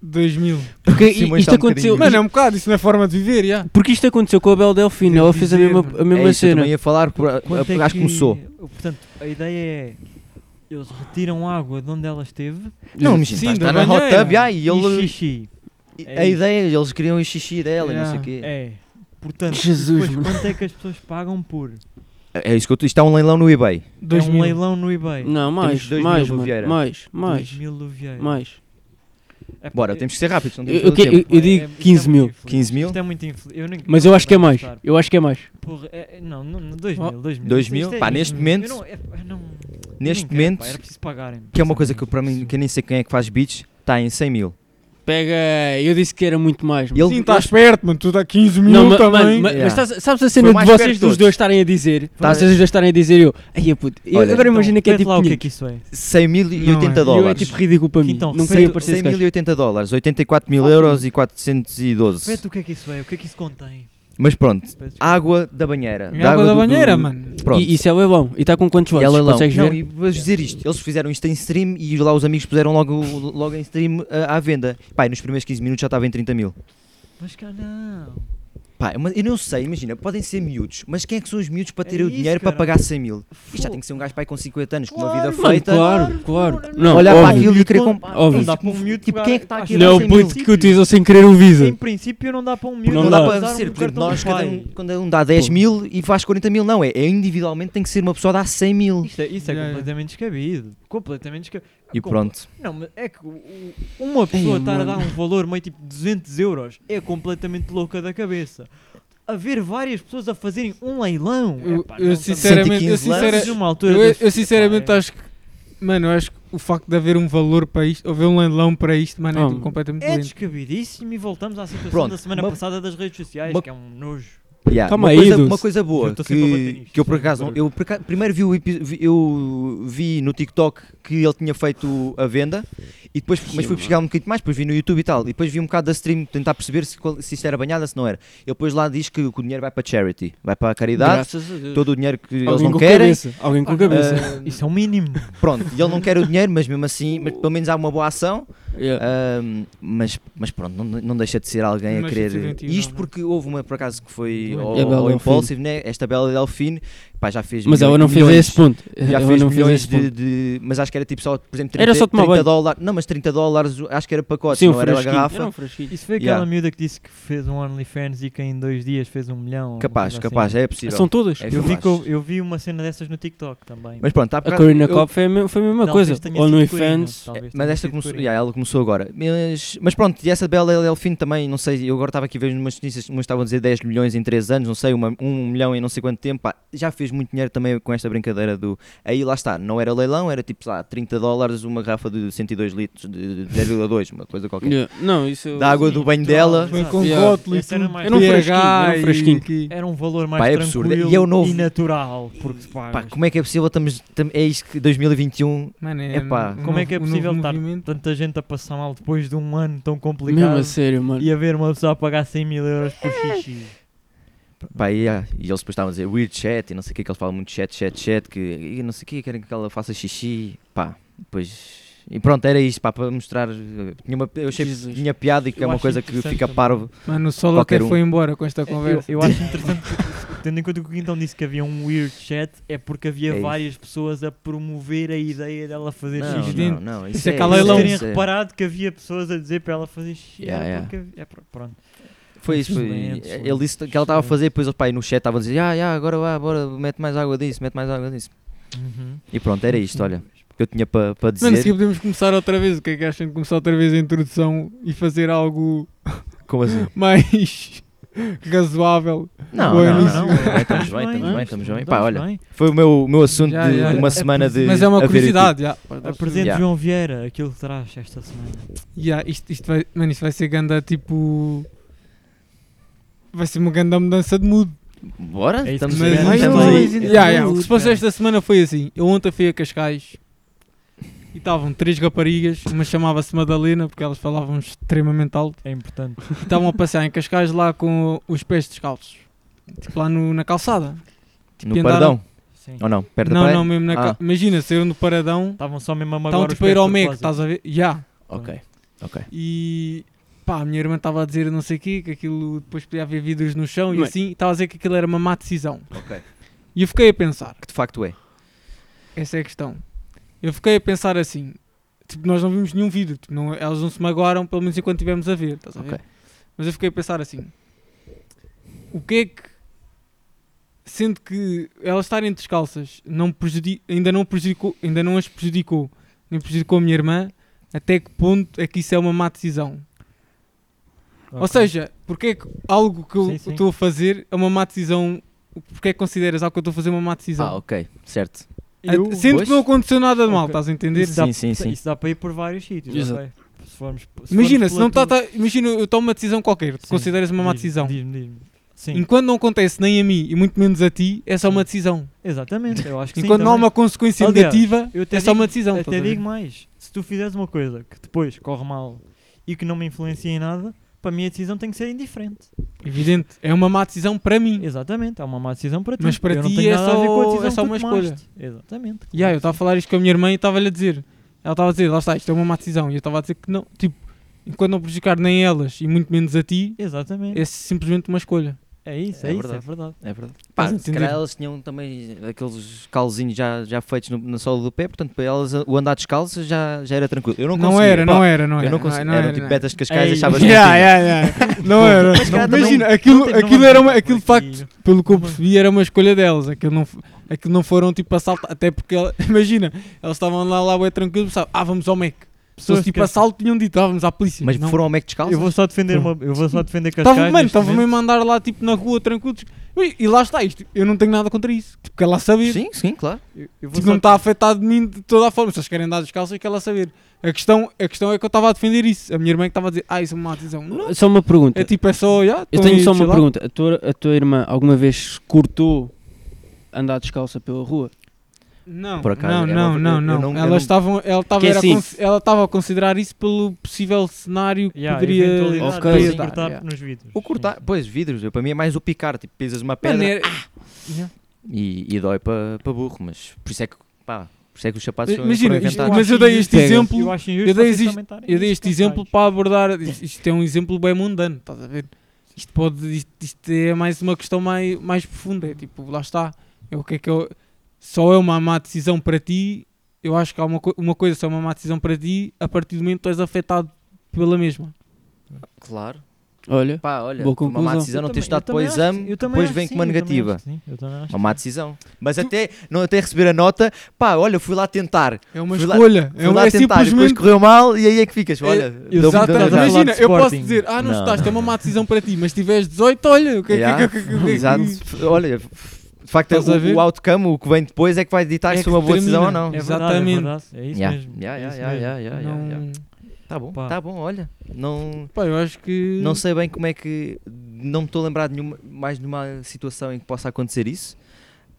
[SPEAKER 1] 2000.
[SPEAKER 4] Porque
[SPEAKER 3] Simões
[SPEAKER 4] isto
[SPEAKER 3] está um
[SPEAKER 4] aconteceu.
[SPEAKER 3] bocadinho-
[SPEAKER 1] Mano, é um bocado, isso não é forma de viver, já.
[SPEAKER 4] Porque isto aconteceu com a Bel Delfino.
[SPEAKER 1] Devo
[SPEAKER 4] Ela fez a
[SPEAKER 1] dizer,
[SPEAKER 4] mesma,
[SPEAKER 1] mano.
[SPEAKER 4] a mesma
[SPEAKER 3] é isso, eu
[SPEAKER 4] cena.
[SPEAKER 3] também ia falar, por- a-
[SPEAKER 2] Quanto é
[SPEAKER 4] é
[SPEAKER 3] a- acho que começou.
[SPEAKER 2] Portanto, a ideia é. Eles retiram água de onde ela esteve
[SPEAKER 3] Não, imagina,
[SPEAKER 1] Sim,
[SPEAKER 3] estás-
[SPEAKER 1] da
[SPEAKER 3] está na hot
[SPEAKER 1] banheira.
[SPEAKER 3] tub, já, e ele.
[SPEAKER 2] e xixi. É
[SPEAKER 3] a
[SPEAKER 2] isso.
[SPEAKER 3] ideia, eles queriam o xixi dela e não
[SPEAKER 1] Yeah.
[SPEAKER 3] sei o quê.
[SPEAKER 2] É. Portanto,
[SPEAKER 4] Jesus,
[SPEAKER 2] depois,
[SPEAKER 4] mano.
[SPEAKER 2] quanto é que as pessoas pagam por?
[SPEAKER 3] É isso que eu tô- Isto é um leilão no eBay.
[SPEAKER 2] é
[SPEAKER 1] 2000.
[SPEAKER 2] um leilão no eBay.
[SPEAKER 4] Não, mais,
[SPEAKER 3] Temos dois
[SPEAKER 4] mais,
[SPEAKER 3] mil
[SPEAKER 4] mano,
[SPEAKER 3] Vieira.
[SPEAKER 4] mais, mais,
[SPEAKER 2] 2 mil luviais.
[SPEAKER 4] mais.
[SPEAKER 2] É pá,
[SPEAKER 3] Bora,
[SPEAKER 2] é-
[SPEAKER 3] temos que ser rápidos. senão
[SPEAKER 4] Eu-
[SPEAKER 3] temos todo
[SPEAKER 4] eu
[SPEAKER 3] o
[SPEAKER 4] que-
[SPEAKER 3] tempo.
[SPEAKER 4] eu digo
[SPEAKER 2] é- isto é
[SPEAKER 4] 15 mil.
[SPEAKER 2] muito infeliz.
[SPEAKER 3] 15 mil?
[SPEAKER 2] Isto é muito infeliz. Eu nem-
[SPEAKER 4] Mas eu acho que é
[SPEAKER 2] não
[SPEAKER 4] mais.
[SPEAKER 2] vou votar.
[SPEAKER 4] Eu acho que é mais.
[SPEAKER 2] Porra, é- é- não, não, não, 2 mil, 2 mil.
[SPEAKER 3] 2
[SPEAKER 2] Isto
[SPEAKER 3] mil?
[SPEAKER 2] é-
[SPEAKER 3] Pá,
[SPEAKER 2] isto-
[SPEAKER 3] neste
[SPEAKER 2] eu
[SPEAKER 3] momento-
[SPEAKER 2] não- é- eu não- eu
[SPEAKER 3] Neste
[SPEAKER 2] nem quero,
[SPEAKER 3] momento-
[SPEAKER 2] pá, era preciso pagarem.
[SPEAKER 3] Que é uma coisa que eu, para mim, que eu nem sei quem é que faz beats, está em 100 mil.
[SPEAKER 4] Pega, eu disse que era muito mais. mano.
[SPEAKER 3] Ele-
[SPEAKER 1] Sim, estás perto, mano. Tu dá 15 mil
[SPEAKER 4] ma-
[SPEAKER 1] também.
[SPEAKER 4] mano, ma-
[SPEAKER 3] Yeah.
[SPEAKER 4] mas estás- sabes a cena
[SPEAKER 3] Foi
[SPEAKER 4] de
[SPEAKER 3] mais
[SPEAKER 4] vocês
[SPEAKER 3] perto
[SPEAKER 4] dos
[SPEAKER 3] todos.
[SPEAKER 4] dois estarem a dizer?
[SPEAKER 3] Foi.
[SPEAKER 4] Vocês dois estarem a dizer eu. Ai, puto. Eu
[SPEAKER 3] Olha,
[SPEAKER 4] agora
[SPEAKER 2] Então,
[SPEAKER 4] imagina que é
[SPEAKER 2] vê
[SPEAKER 4] tipo.
[SPEAKER 2] lá o que é
[SPEAKER 4] 500.
[SPEAKER 2] que isso é.
[SPEAKER 3] 100 mil e
[SPEAKER 1] Não é.
[SPEAKER 3] 80
[SPEAKER 1] Eu é
[SPEAKER 4] Eu é
[SPEAKER 3] dólares.
[SPEAKER 4] tipo ridículo para mim.
[SPEAKER 2] Então,
[SPEAKER 4] não
[SPEAKER 2] vê-
[SPEAKER 4] sei aparecer
[SPEAKER 3] 100
[SPEAKER 4] esse
[SPEAKER 3] mil
[SPEAKER 4] gajo.
[SPEAKER 3] e 80 dólares, 84 mil euros e 412.
[SPEAKER 2] Vê-te o que é que isso é, o que é que isso contém.
[SPEAKER 3] Mas pronto,
[SPEAKER 2] Peço desculpa.
[SPEAKER 3] água da banheira.
[SPEAKER 1] É água da
[SPEAKER 3] do- do-
[SPEAKER 1] banheira, mano.
[SPEAKER 3] Pronto.
[SPEAKER 4] E isso é leilão. E está com quantos
[SPEAKER 3] E
[SPEAKER 4] votos?
[SPEAKER 3] é leilão.
[SPEAKER 4] Consegues
[SPEAKER 3] Não,
[SPEAKER 4] ver?
[SPEAKER 3] e vou dizer isto, eles fizeram isto em stream e lá os amigos puseram logo, logo em stream ah, à venda. Pai, nos primeiros 15 minutos já estava em 30 mil.
[SPEAKER 2] Mas cá não.
[SPEAKER 3] Pá, é eu- eu não sei, imagina, podem ser miúdos, mas quem é que são os miúdos para
[SPEAKER 2] É
[SPEAKER 3] terem o
[SPEAKER 2] isso,
[SPEAKER 3] dinheiro para
[SPEAKER 2] caralho.
[SPEAKER 3] pagar 100 mil? Isto já
[SPEAKER 2] Fogo.
[SPEAKER 3] tem que ser um gajo pai com 50 anos, com uma
[SPEAKER 2] Claro,
[SPEAKER 3] vida
[SPEAKER 4] Mano,
[SPEAKER 3] feita.
[SPEAKER 4] claro, claro. Não,
[SPEAKER 3] olhar para
[SPEAKER 4] óbvio.
[SPEAKER 3] aquilo e querer
[SPEAKER 2] Óbvio.
[SPEAKER 3] comprar.
[SPEAKER 4] Óbvio.
[SPEAKER 3] Não dá para um miúdo, tipo, quem é que está aqui? a dar
[SPEAKER 4] Não,
[SPEAKER 3] 100
[SPEAKER 4] o
[SPEAKER 3] mil?
[SPEAKER 4] puto que utilizou sem querer o Visa.
[SPEAKER 2] Em princípio não dá para um miúdo.
[SPEAKER 4] Não
[SPEAKER 3] Não
[SPEAKER 4] dá.
[SPEAKER 3] dá
[SPEAKER 2] usar um
[SPEAKER 3] para ser, por exemplo,
[SPEAKER 2] cartão
[SPEAKER 3] nós,
[SPEAKER 2] do
[SPEAKER 3] cada
[SPEAKER 2] pai.
[SPEAKER 3] um, cada um dá 10 mil e faz 40 mil. Não, é, é individualmente, tem que ser uma pessoa dá 100 mil.
[SPEAKER 2] Isto é, isso é
[SPEAKER 1] Yeah, yeah.
[SPEAKER 2] completamente descabido. Completamente descabido.
[SPEAKER 3] E
[SPEAKER 2] Com-
[SPEAKER 3] pronto.
[SPEAKER 2] Não, mas é que o- o- uma pessoa estar a dar um
[SPEAKER 4] mano.
[SPEAKER 2] valor meio tipo 200 euros é completamente louca da cabeça. Haver várias pessoas a fazerem um leilão.
[SPEAKER 1] Eu-
[SPEAKER 2] epá,
[SPEAKER 1] eu
[SPEAKER 2] não
[SPEAKER 1] sinceramente-
[SPEAKER 2] estamos-
[SPEAKER 3] eu
[SPEAKER 2] estamos
[SPEAKER 1] sincera-
[SPEAKER 2] numa altura
[SPEAKER 1] Eu,
[SPEAKER 2] das-
[SPEAKER 1] eu sinceramente
[SPEAKER 2] epá, é-
[SPEAKER 1] acho que. Mano, eu acho que o facto de haver um valor para isto, haver um leilão para isto, mano, é
[SPEAKER 4] Ah,
[SPEAKER 1] tipo completamente
[SPEAKER 2] É
[SPEAKER 1] doente.
[SPEAKER 2] descabidíssimo e voltamos à situação
[SPEAKER 3] Pronto,
[SPEAKER 2] da semana
[SPEAKER 3] uma-
[SPEAKER 2] passada das redes sociais,
[SPEAKER 3] uma-
[SPEAKER 2] que é um nojo.
[SPEAKER 3] Yeah,
[SPEAKER 4] Calma
[SPEAKER 3] uma,
[SPEAKER 4] aí,
[SPEAKER 3] coisa,
[SPEAKER 4] Dudu.
[SPEAKER 3] uma coisa boa
[SPEAKER 2] Eu tô
[SPEAKER 3] que,
[SPEAKER 2] sempre a bater nisto,
[SPEAKER 3] que eu por
[SPEAKER 4] é
[SPEAKER 2] sempre.
[SPEAKER 3] acaso, eu por acaso- primeiro vi, o epi- vi- eu vi no TikTok que ele tinha feito a venda e depois mas fui pesquisar um bocadinho mais, depois vi no YouTube e tal, e depois vi um bocado da stream tentar perceber se, qual- se isto era banhada, se não era. Ele depois lá diz que, o dinheiro vai para charity, vai para a caridade,
[SPEAKER 4] Graças a Deus.
[SPEAKER 3] todo o dinheiro que eles
[SPEAKER 4] Alguém
[SPEAKER 3] não
[SPEAKER 4] com
[SPEAKER 3] querem.
[SPEAKER 4] cabeça. Alguém com cabeça.
[SPEAKER 3] ah,
[SPEAKER 2] Isso é o mínimo.
[SPEAKER 3] pronto, e ele não quer o dinheiro, mas mesmo assim, mas pelo menos há uma boa ação.
[SPEAKER 4] Yeah.
[SPEAKER 3] Ahm, mas, mas pronto, não, não deixa de ser alguém
[SPEAKER 1] Não
[SPEAKER 3] a
[SPEAKER 1] deixa de
[SPEAKER 3] querer.
[SPEAKER 1] ser doentio,
[SPEAKER 3] Isto
[SPEAKER 1] não, é?
[SPEAKER 3] porque houve uma, por acaso, que foi
[SPEAKER 1] Doente.
[SPEAKER 3] ao,
[SPEAKER 4] É a Bela
[SPEAKER 3] ao
[SPEAKER 4] Delfine.
[SPEAKER 3] Impulsive, né? esta Bela Delfine, pá, já fez.
[SPEAKER 4] Mas
[SPEAKER 3] milhões-
[SPEAKER 4] ela não fez a
[SPEAKER 3] milhões-
[SPEAKER 4] esse ponto.
[SPEAKER 3] Já
[SPEAKER 4] Ela
[SPEAKER 3] fez
[SPEAKER 4] não fez a
[SPEAKER 3] milhões
[SPEAKER 4] esse
[SPEAKER 3] de,
[SPEAKER 4] ponto.
[SPEAKER 3] de- Mas acho que era tipo só, por exemplo, 30,
[SPEAKER 4] Era só tomar
[SPEAKER 3] 30
[SPEAKER 4] banho.
[SPEAKER 3] dólares. Não, mas 30 dólares, acho que era pacote,
[SPEAKER 4] Sim, um
[SPEAKER 3] não era a
[SPEAKER 4] frasquinho.
[SPEAKER 3] garrafa.
[SPEAKER 4] Era um frasquinho.
[SPEAKER 2] Isso foi aquela
[SPEAKER 3] Yeah.
[SPEAKER 2] miúda que disse que fez um OnlyFans e que em dois dias fez um milhão. ou
[SPEAKER 3] Capaz,
[SPEAKER 2] uma coisa
[SPEAKER 3] capaz,
[SPEAKER 2] assim.
[SPEAKER 3] é possível.
[SPEAKER 4] Ah, São todas.
[SPEAKER 3] É
[SPEAKER 2] Eu vi,
[SPEAKER 3] capaz.
[SPEAKER 2] que eu, eu vi uma cena dessas no TikTok também.
[SPEAKER 3] Mas pronto, há
[SPEAKER 4] A
[SPEAKER 3] bocado-
[SPEAKER 4] Corina
[SPEAKER 3] eu-
[SPEAKER 4] Cop foi a me- foi a mesma
[SPEAKER 2] Talvez
[SPEAKER 4] coisa.
[SPEAKER 2] tenha sido
[SPEAKER 4] OnlyFans.
[SPEAKER 2] Corina, talvez
[SPEAKER 3] Mas
[SPEAKER 2] tenha
[SPEAKER 3] esta
[SPEAKER 2] sido
[SPEAKER 3] começou,
[SPEAKER 2] Corina.
[SPEAKER 3] yeah, ela começou agora. Mas, mas pronto, e essa Bela Delfim também, não sei, eu um agora estava aqui a ver umas notícias, umas estavam a dizer 10 milhões em 3 anos, não sei, uma, 1 milhão em não sei quanto tempo, pá, já fez muito dinheiro também com esta brincadeira do. Aí lá está, não era leilão, era tipo, sei lá, 30 dólares uma garrafa de 102 litros, de 10,2, uma coisa qualquer.
[SPEAKER 4] Yeah. Não, isso.
[SPEAKER 3] Da água do banho dela.
[SPEAKER 1] Foi com
[SPEAKER 4] Yeah.
[SPEAKER 1] rótulo
[SPEAKER 2] Então,
[SPEAKER 1] e
[SPEAKER 2] Esse era
[SPEAKER 1] tudo.
[SPEAKER 2] mais-
[SPEAKER 4] Era um
[SPEAKER 1] pH
[SPEAKER 4] fresquinho, era um
[SPEAKER 1] e
[SPEAKER 4] fresquinho.
[SPEAKER 1] que-
[SPEAKER 2] Era um valor mais
[SPEAKER 3] Pá, é absurdo.
[SPEAKER 2] tranquilo
[SPEAKER 3] E é o novo.
[SPEAKER 2] natural. Porque, Hum. pá,
[SPEAKER 3] Pá, como é que é possível? Estamos, tam- é isto que 2021.
[SPEAKER 1] Mano, é,
[SPEAKER 3] Epá,
[SPEAKER 1] um
[SPEAKER 2] como é
[SPEAKER 1] novo-
[SPEAKER 2] que é
[SPEAKER 1] um novo
[SPEAKER 2] possível estar
[SPEAKER 1] movimento.
[SPEAKER 2] tanta gente a passar mal depois de um ano tão
[SPEAKER 4] Mesmo
[SPEAKER 2] complicado
[SPEAKER 4] a
[SPEAKER 3] assim,
[SPEAKER 4] sério, mano.
[SPEAKER 2] e haver uma pessoa a pagar 100 mil euros por xixi?
[SPEAKER 3] Pá, e, ah, e eles depois estavam a dizer weird chat e não sei o que, que eles falam muito chat, chat, chat, que e não sei o que, querem que ela faça xixi. Pá, depois. E pronto, era isto, pá, para mostrar. eh, Tinha uma, eu achei
[SPEAKER 4] Jesus.
[SPEAKER 3] tinha piada e que
[SPEAKER 2] Eu
[SPEAKER 3] é uma
[SPEAKER 2] acho
[SPEAKER 3] coisa que
[SPEAKER 2] interessante
[SPEAKER 3] fica
[SPEAKER 2] também.
[SPEAKER 3] parvo.
[SPEAKER 1] Mano, o solo
[SPEAKER 3] Qualquer
[SPEAKER 1] até
[SPEAKER 3] um.
[SPEAKER 1] foi embora com esta
[SPEAKER 2] Eu,
[SPEAKER 1] conversa.
[SPEAKER 2] eu acho interessante, tendo em conta que o Quintão disse que havia um weird chat, é porque
[SPEAKER 3] É
[SPEAKER 2] havia
[SPEAKER 3] isso.
[SPEAKER 2] várias pessoas a promover a ideia dela fazer
[SPEAKER 3] Não,
[SPEAKER 2] xixi.
[SPEAKER 1] dentro.
[SPEAKER 3] não, não,
[SPEAKER 1] Isso é
[SPEAKER 2] Por
[SPEAKER 1] Calei
[SPEAKER 2] eles
[SPEAKER 1] lá.
[SPEAKER 2] terem
[SPEAKER 3] isso é-
[SPEAKER 2] reparado que havia pessoas a dizer para ela fazer xixi.
[SPEAKER 3] Yeah,
[SPEAKER 2] era
[SPEAKER 3] yeah.
[SPEAKER 2] porque havia- é, pr- pronto.
[SPEAKER 3] Foi isso, foi.
[SPEAKER 2] Excelente,
[SPEAKER 3] Ele disse que ela estava a
[SPEAKER 2] excelente.
[SPEAKER 3] fazer, depois o pai no chat estava a dizer, ah, ah, agora vá, bora, mete mais água disso, mete mais água disso.
[SPEAKER 2] Uhum.
[SPEAKER 3] E pronto, era isto, olha. que Eu tinha para para
[SPEAKER 1] Mano, se
[SPEAKER 3] dizer.
[SPEAKER 1] podemos começar outra vez, o que é que acham de começar outra vez a introdução e fazer algo
[SPEAKER 3] Como assim?
[SPEAKER 1] mais razoável?
[SPEAKER 3] Não,
[SPEAKER 1] Boa,
[SPEAKER 3] não,
[SPEAKER 1] não, não.
[SPEAKER 3] não. Bem, Estamos bem, estamos bem, estamos bem. Pá, olha,
[SPEAKER 2] bem.
[SPEAKER 3] foi o meu, o meu assunto
[SPEAKER 1] Já,
[SPEAKER 3] de
[SPEAKER 1] já,
[SPEAKER 3] uma
[SPEAKER 1] é
[SPEAKER 3] semana de.
[SPEAKER 1] Mas é uma
[SPEAKER 3] a ver
[SPEAKER 2] tipo-
[SPEAKER 1] curiosidade, já.
[SPEAKER 2] Apresente
[SPEAKER 3] Yeah.
[SPEAKER 2] João Vieira aquilo que traz esta semana.
[SPEAKER 1] Ya, isto, isto vai, mano, isto vai ser ganda tipo. Vai ser uma ganda mudança de mood.
[SPEAKER 3] YouTube. Bora,
[SPEAKER 2] É isso
[SPEAKER 3] estamos
[SPEAKER 2] que se
[SPEAKER 3] aí.
[SPEAKER 1] Mas,
[SPEAKER 2] Ai,
[SPEAKER 3] estamos
[SPEAKER 2] ai,
[SPEAKER 3] aí.
[SPEAKER 2] ai,
[SPEAKER 1] Ya, ya,
[SPEAKER 2] ai,
[SPEAKER 1] o que se passou
[SPEAKER 2] ai.
[SPEAKER 1] esta semana foi assim. Eu ontem fui a Cascais e estavam três raparigas, uma chamava-se Madalena porque elas falavam extremamente alto.
[SPEAKER 2] É importante.
[SPEAKER 1] E estavam a passear em Cascais lá com os pés descalços. Tipo lá no- na calçada.
[SPEAKER 3] No
[SPEAKER 1] tentaram-
[SPEAKER 3] Pardão,
[SPEAKER 2] Sim.
[SPEAKER 3] ou não? Perto da
[SPEAKER 1] tipo não,
[SPEAKER 3] praia?
[SPEAKER 1] não, mesmo na
[SPEAKER 3] Ah.
[SPEAKER 1] cal- Imagina, saíram do Paradão,
[SPEAKER 2] Estavam só mesmo a magoar
[SPEAKER 1] estavam
[SPEAKER 2] os
[SPEAKER 1] tipo a ir ao
[SPEAKER 2] pés
[SPEAKER 1] MEC,
[SPEAKER 2] por
[SPEAKER 1] estás a ver? Ya.
[SPEAKER 3] Ok,
[SPEAKER 1] É.
[SPEAKER 3] ok.
[SPEAKER 1] E pá, a minha irmã estava a dizer não sei o quê, que aquilo depois podia haver vidros no chão e
[SPEAKER 4] Bem.
[SPEAKER 1] assim, estava a dizer que aquilo era uma má decisão.
[SPEAKER 3] Ok.
[SPEAKER 1] E eu fiquei a pensar,
[SPEAKER 3] Que de facto é.
[SPEAKER 1] essa é a questão. Eu fiquei a pensar assim, tipo, nós não vimos nenhum vídeo, tipo, não, elas não se magoaram, pelo menos enquanto estivemos a ver, estás a ver?
[SPEAKER 3] Ok.
[SPEAKER 1] Mas eu fiquei a pensar assim, o que é que, sendo que elas estarem descalças, não prejudi- ainda, não prejudicou, ainda não as prejudicou, nem prejudicou a minha irmã, até que ponto é que isso é uma má decisão?
[SPEAKER 2] causa-
[SPEAKER 1] Ou
[SPEAKER 2] Ok.
[SPEAKER 1] seja, porque é que algo que eu
[SPEAKER 2] Sim, sim.
[SPEAKER 1] estou a fazer é uma má decisão? Porque é que consideras algo que eu estou a fazer uma má
[SPEAKER 3] Ah,
[SPEAKER 1] decisão?
[SPEAKER 3] ok, certo.
[SPEAKER 2] Eu-
[SPEAKER 1] Sendo
[SPEAKER 3] pois.
[SPEAKER 1] que não aconteceu nada de mal,
[SPEAKER 2] Ok.
[SPEAKER 1] estás a entender?
[SPEAKER 2] Isso dá-
[SPEAKER 3] Sim, sim, sim.
[SPEAKER 2] Isso dá para ir por vários sítios.
[SPEAKER 4] Exato.
[SPEAKER 2] ok? Se formos, se formos
[SPEAKER 1] imagina, se
[SPEAKER 2] pela
[SPEAKER 1] não tá,
[SPEAKER 2] tua-
[SPEAKER 1] tá- imagina, eu tomo uma decisão qualquer, tu
[SPEAKER 2] Sim.
[SPEAKER 1] consideras uma má
[SPEAKER 2] Diz-
[SPEAKER 1] decisão.
[SPEAKER 2] diz-me, diz-me. Sim,
[SPEAKER 1] Enquanto não acontece nem a mim e muito menos a ti, é só uma
[SPEAKER 2] Sim.
[SPEAKER 1] decisão.
[SPEAKER 2] exatamente. Eu acho que sim,
[SPEAKER 1] Enquanto não há
[SPEAKER 2] também.
[SPEAKER 1] uma consequência
[SPEAKER 2] Aliás,
[SPEAKER 1] negativa,
[SPEAKER 2] eu até
[SPEAKER 1] é só
[SPEAKER 2] digo-
[SPEAKER 1] uma decisão. estás
[SPEAKER 2] Até
[SPEAKER 1] a ver?
[SPEAKER 2] digo mais. Se tu fizeres uma coisa que depois corre mal e que não me influencia em nada, para mim a decisão tem que ser indiferente.
[SPEAKER 1] Evidente, é uma má decisão para mim.
[SPEAKER 2] Exatamente, é uma má decisão para ti.
[SPEAKER 1] Mas para
[SPEAKER 2] eu não
[SPEAKER 1] ti
[SPEAKER 2] tenho
[SPEAKER 1] é
[SPEAKER 2] nada a
[SPEAKER 1] só-
[SPEAKER 2] ver com a decisão
[SPEAKER 1] é só
[SPEAKER 2] que tu
[SPEAKER 1] uma
[SPEAKER 2] tomaste.
[SPEAKER 1] escolha.
[SPEAKER 2] Exatamente.
[SPEAKER 1] E aí, eu estava a falar isto com a minha irmã e estava-lhe a dizer. Ela estava a dizer, lá está, isto é uma má decisão. E eu estava a dizer que não, tipo, enquanto não prejudicar nem elas e muito menos a ti,
[SPEAKER 2] Exatamente.
[SPEAKER 1] é simplesmente uma escolha.
[SPEAKER 2] É isso,
[SPEAKER 3] É
[SPEAKER 2] é, isso,
[SPEAKER 3] verdade.
[SPEAKER 2] é verdade.
[SPEAKER 3] É verdade.
[SPEAKER 1] Faz
[SPEAKER 3] Pá, se
[SPEAKER 1] entender.
[SPEAKER 3] calhar elas tinham também aqueles calzinhos já, já feitos no, na sola do pé, portanto para elas o andar descalço já, já era tranquilo. Eu não
[SPEAKER 1] Não,
[SPEAKER 3] conseguia.
[SPEAKER 1] era,
[SPEAKER 3] pá,
[SPEAKER 1] não era, não era.
[SPEAKER 3] Eu não
[SPEAKER 1] era,
[SPEAKER 3] conseguia.
[SPEAKER 1] não
[SPEAKER 3] Eram
[SPEAKER 1] era,
[SPEAKER 3] tipo
[SPEAKER 1] não era.
[SPEAKER 3] betas cascais,
[SPEAKER 2] Ei.
[SPEAKER 3] achavas que
[SPEAKER 1] Yeah, yeah, yeah. Não era.
[SPEAKER 3] Mas, cara, também
[SPEAKER 1] Imagina,
[SPEAKER 2] não-
[SPEAKER 1] aquilo,
[SPEAKER 2] não teve- não
[SPEAKER 1] aquilo
[SPEAKER 2] há
[SPEAKER 1] era uma,
[SPEAKER 2] muito
[SPEAKER 1] aquilo de
[SPEAKER 2] conhecimento.
[SPEAKER 1] facto, pelo que
[SPEAKER 2] Não
[SPEAKER 1] eu
[SPEAKER 2] há.
[SPEAKER 1] percebi, era uma escolha delas. Aquilo não, f- aquilo não foram tipo assalto, até porque, ela- imagina, elas estavam lá, lá, bem tranquilos, pensavam, ah, vamos ao MEC. Pessoas tipo
[SPEAKER 2] que-
[SPEAKER 1] assalto tinham dito, ah, vamos à polícia.
[SPEAKER 3] tipo, Mas
[SPEAKER 1] Não.
[SPEAKER 3] foram ao Mac descalço?
[SPEAKER 2] Eu vou só defender, uma, eu vou só defender Cascais.
[SPEAKER 1] Estavam, mano,
[SPEAKER 2] neste
[SPEAKER 1] estavam
[SPEAKER 2] momento.
[SPEAKER 1] mesmo a andar lá, tipo, na rua, tranquilos. E, e lá está isto. Eu não tenho nada contra isso. Tipo, quer lá saber.
[SPEAKER 3] Sim, sim, claro.
[SPEAKER 2] Eu, eu vou
[SPEAKER 1] Tipo,
[SPEAKER 2] só-
[SPEAKER 1] não está afetado de mim de toda a forma. Se eles querem andar descalços, quer lá saber. A questão, a questão é que eu estava a defender isso. A minha irmã que estava a dizer, ah, isso é uma má decisão. Não.
[SPEAKER 4] Só uma pergunta.
[SPEAKER 1] É tipo, é só, yeah, estão
[SPEAKER 4] Então, Eu tenho
[SPEAKER 1] aí,
[SPEAKER 4] só
[SPEAKER 1] sei
[SPEAKER 4] uma
[SPEAKER 1] lá.
[SPEAKER 4] pergunta. A tua, a tua irmã alguma vez cortou andar descalça pela rua?
[SPEAKER 1] Não,
[SPEAKER 3] Por acaso,
[SPEAKER 1] não,
[SPEAKER 3] é
[SPEAKER 1] não,
[SPEAKER 3] uma-
[SPEAKER 1] não,
[SPEAKER 3] eu-
[SPEAKER 1] não.
[SPEAKER 3] eu não- eu
[SPEAKER 1] Elas
[SPEAKER 3] não-
[SPEAKER 1] estavam, ela estava
[SPEAKER 4] Que é
[SPEAKER 1] era a
[SPEAKER 4] assim.
[SPEAKER 1] cons- ela estava a considerar isso pelo possível cenário que
[SPEAKER 2] Yeah,
[SPEAKER 1] poderia
[SPEAKER 2] eventualidade,
[SPEAKER 4] Ok.
[SPEAKER 2] podia
[SPEAKER 1] poderia dar.
[SPEAKER 2] cortar
[SPEAKER 4] yeah.
[SPEAKER 2] nos vidros.
[SPEAKER 3] O cortar, pois, vidros, eu, para mim é mais o picar, tipo, pisas uma pedra
[SPEAKER 1] Mano, era-
[SPEAKER 2] Ah,
[SPEAKER 3] e, e dói para para burro, mas por isso é que, pá, por isso é que os sapatos foram-
[SPEAKER 1] Imagina,
[SPEAKER 3] foram
[SPEAKER 1] isto-
[SPEAKER 3] inventados.
[SPEAKER 1] mas eu dei este
[SPEAKER 4] Pega-se.
[SPEAKER 1] exemplo
[SPEAKER 2] Eu acho injusto
[SPEAKER 1] eu dei
[SPEAKER 2] vocês
[SPEAKER 1] este-
[SPEAKER 2] também estarem
[SPEAKER 1] Eu dei este
[SPEAKER 2] descansados.
[SPEAKER 1] exemplo para abordar. Isto isto é um exemplo bem mundano, estás a ver? Isto, pode, isto, isto é mais uma questão mais, mais profunda. É tipo, lá está. É o que é que eu, só é uma má decisão para ti. Eu acho que há uma, co- uma coisa só é uma má decisão para ti a partir do momento que tu és afetado pela mesma.
[SPEAKER 3] Claro.
[SPEAKER 4] Olha.
[SPEAKER 3] Pá, olha,
[SPEAKER 4] Boa
[SPEAKER 3] uma má
[SPEAKER 4] conclusão.
[SPEAKER 3] decisão,
[SPEAKER 2] Eu
[SPEAKER 3] não
[SPEAKER 2] também-
[SPEAKER 3] ter estudado
[SPEAKER 2] eu
[SPEAKER 3] para o
[SPEAKER 2] também acho que-
[SPEAKER 3] exame,
[SPEAKER 2] eu também
[SPEAKER 3] depois
[SPEAKER 2] acho
[SPEAKER 3] vem
[SPEAKER 2] que
[SPEAKER 3] com uma
[SPEAKER 2] sim, eu também
[SPEAKER 3] negativa.
[SPEAKER 2] acho que sim, É eu também acho
[SPEAKER 3] Uma má decisão. Mas até, não, até receber a nota, pá, olha, fui lá tentar.
[SPEAKER 1] É uma
[SPEAKER 3] Fui lá-
[SPEAKER 1] escolha.
[SPEAKER 3] Fui
[SPEAKER 1] é uma,
[SPEAKER 3] lá
[SPEAKER 1] é
[SPEAKER 3] tentar, e depois
[SPEAKER 1] simplesmente.
[SPEAKER 3] correu mal e aí é que ficas. Olha, deu-me-
[SPEAKER 2] exato,
[SPEAKER 3] deu-me
[SPEAKER 2] estás a
[SPEAKER 3] razão.
[SPEAKER 2] falar
[SPEAKER 1] Imagina,
[SPEAKER 2] de
[SPEAKER 1] eu posso
[SPEAKER 2] Sporting.
[SPEAKER 1] dizer, ah, não,
[SPEAKER 3] Não,
[SPEAKER 1] estás,
[SPEAKER 3] não.
[SPEAKER 1] é uma má decisão para ti, mas se tiveres 18, olha, o que é que-
[SPEAKER 3] Yeah,
[SPEAKER 1] o que é que- o que é que.
[SPEAKER 3] Exato. Olha, f- De facto,
[SPEAKER 1] Estás a
[SPEAKER 3] o,
[SPEAKER 1] ver?
[SPEAKER 3] o outcome, o que vem depois, é que vai ditar
[SPEAKER 1] É
[SPEAKER 3] se
[SPEAKER 1] que
[SPEAKER 3] foi uma boa decisão ou
[SPEAKER 1] determina.
[SPEAKER 3] não.
[SPEAKER 2] É
[SPEAKER 1] Exatamente.
[SPEAKER 2] verdade, é verdade. É isso
[SPEAKER 3] Yeah,
[SPEAKER 2] mesmo.
[SPEAKER 3] yeah,
[SPEAKER 2] é
[SPEAKER 3] yeah,
[SPEAKER 2] isso
[SPEAKER 3] yeah,
[SPEAKER 2] mesmo.
[SPEAKER 3] yeah, yeah, yeah,
[SPEAKER 1] não...
[SPEAKER 3] yeah. Tá bom,
[SPEAKER 2] Pá.
[SPEAKER 3] tá bom, olha. Não,
[SPEAKER 1] Pá, eu acho que.
[SPEAKER 3] não sei bem como é que. Não me estou a lembrar de nenhuma, mais nenhuma situação em que possa acontecer isso.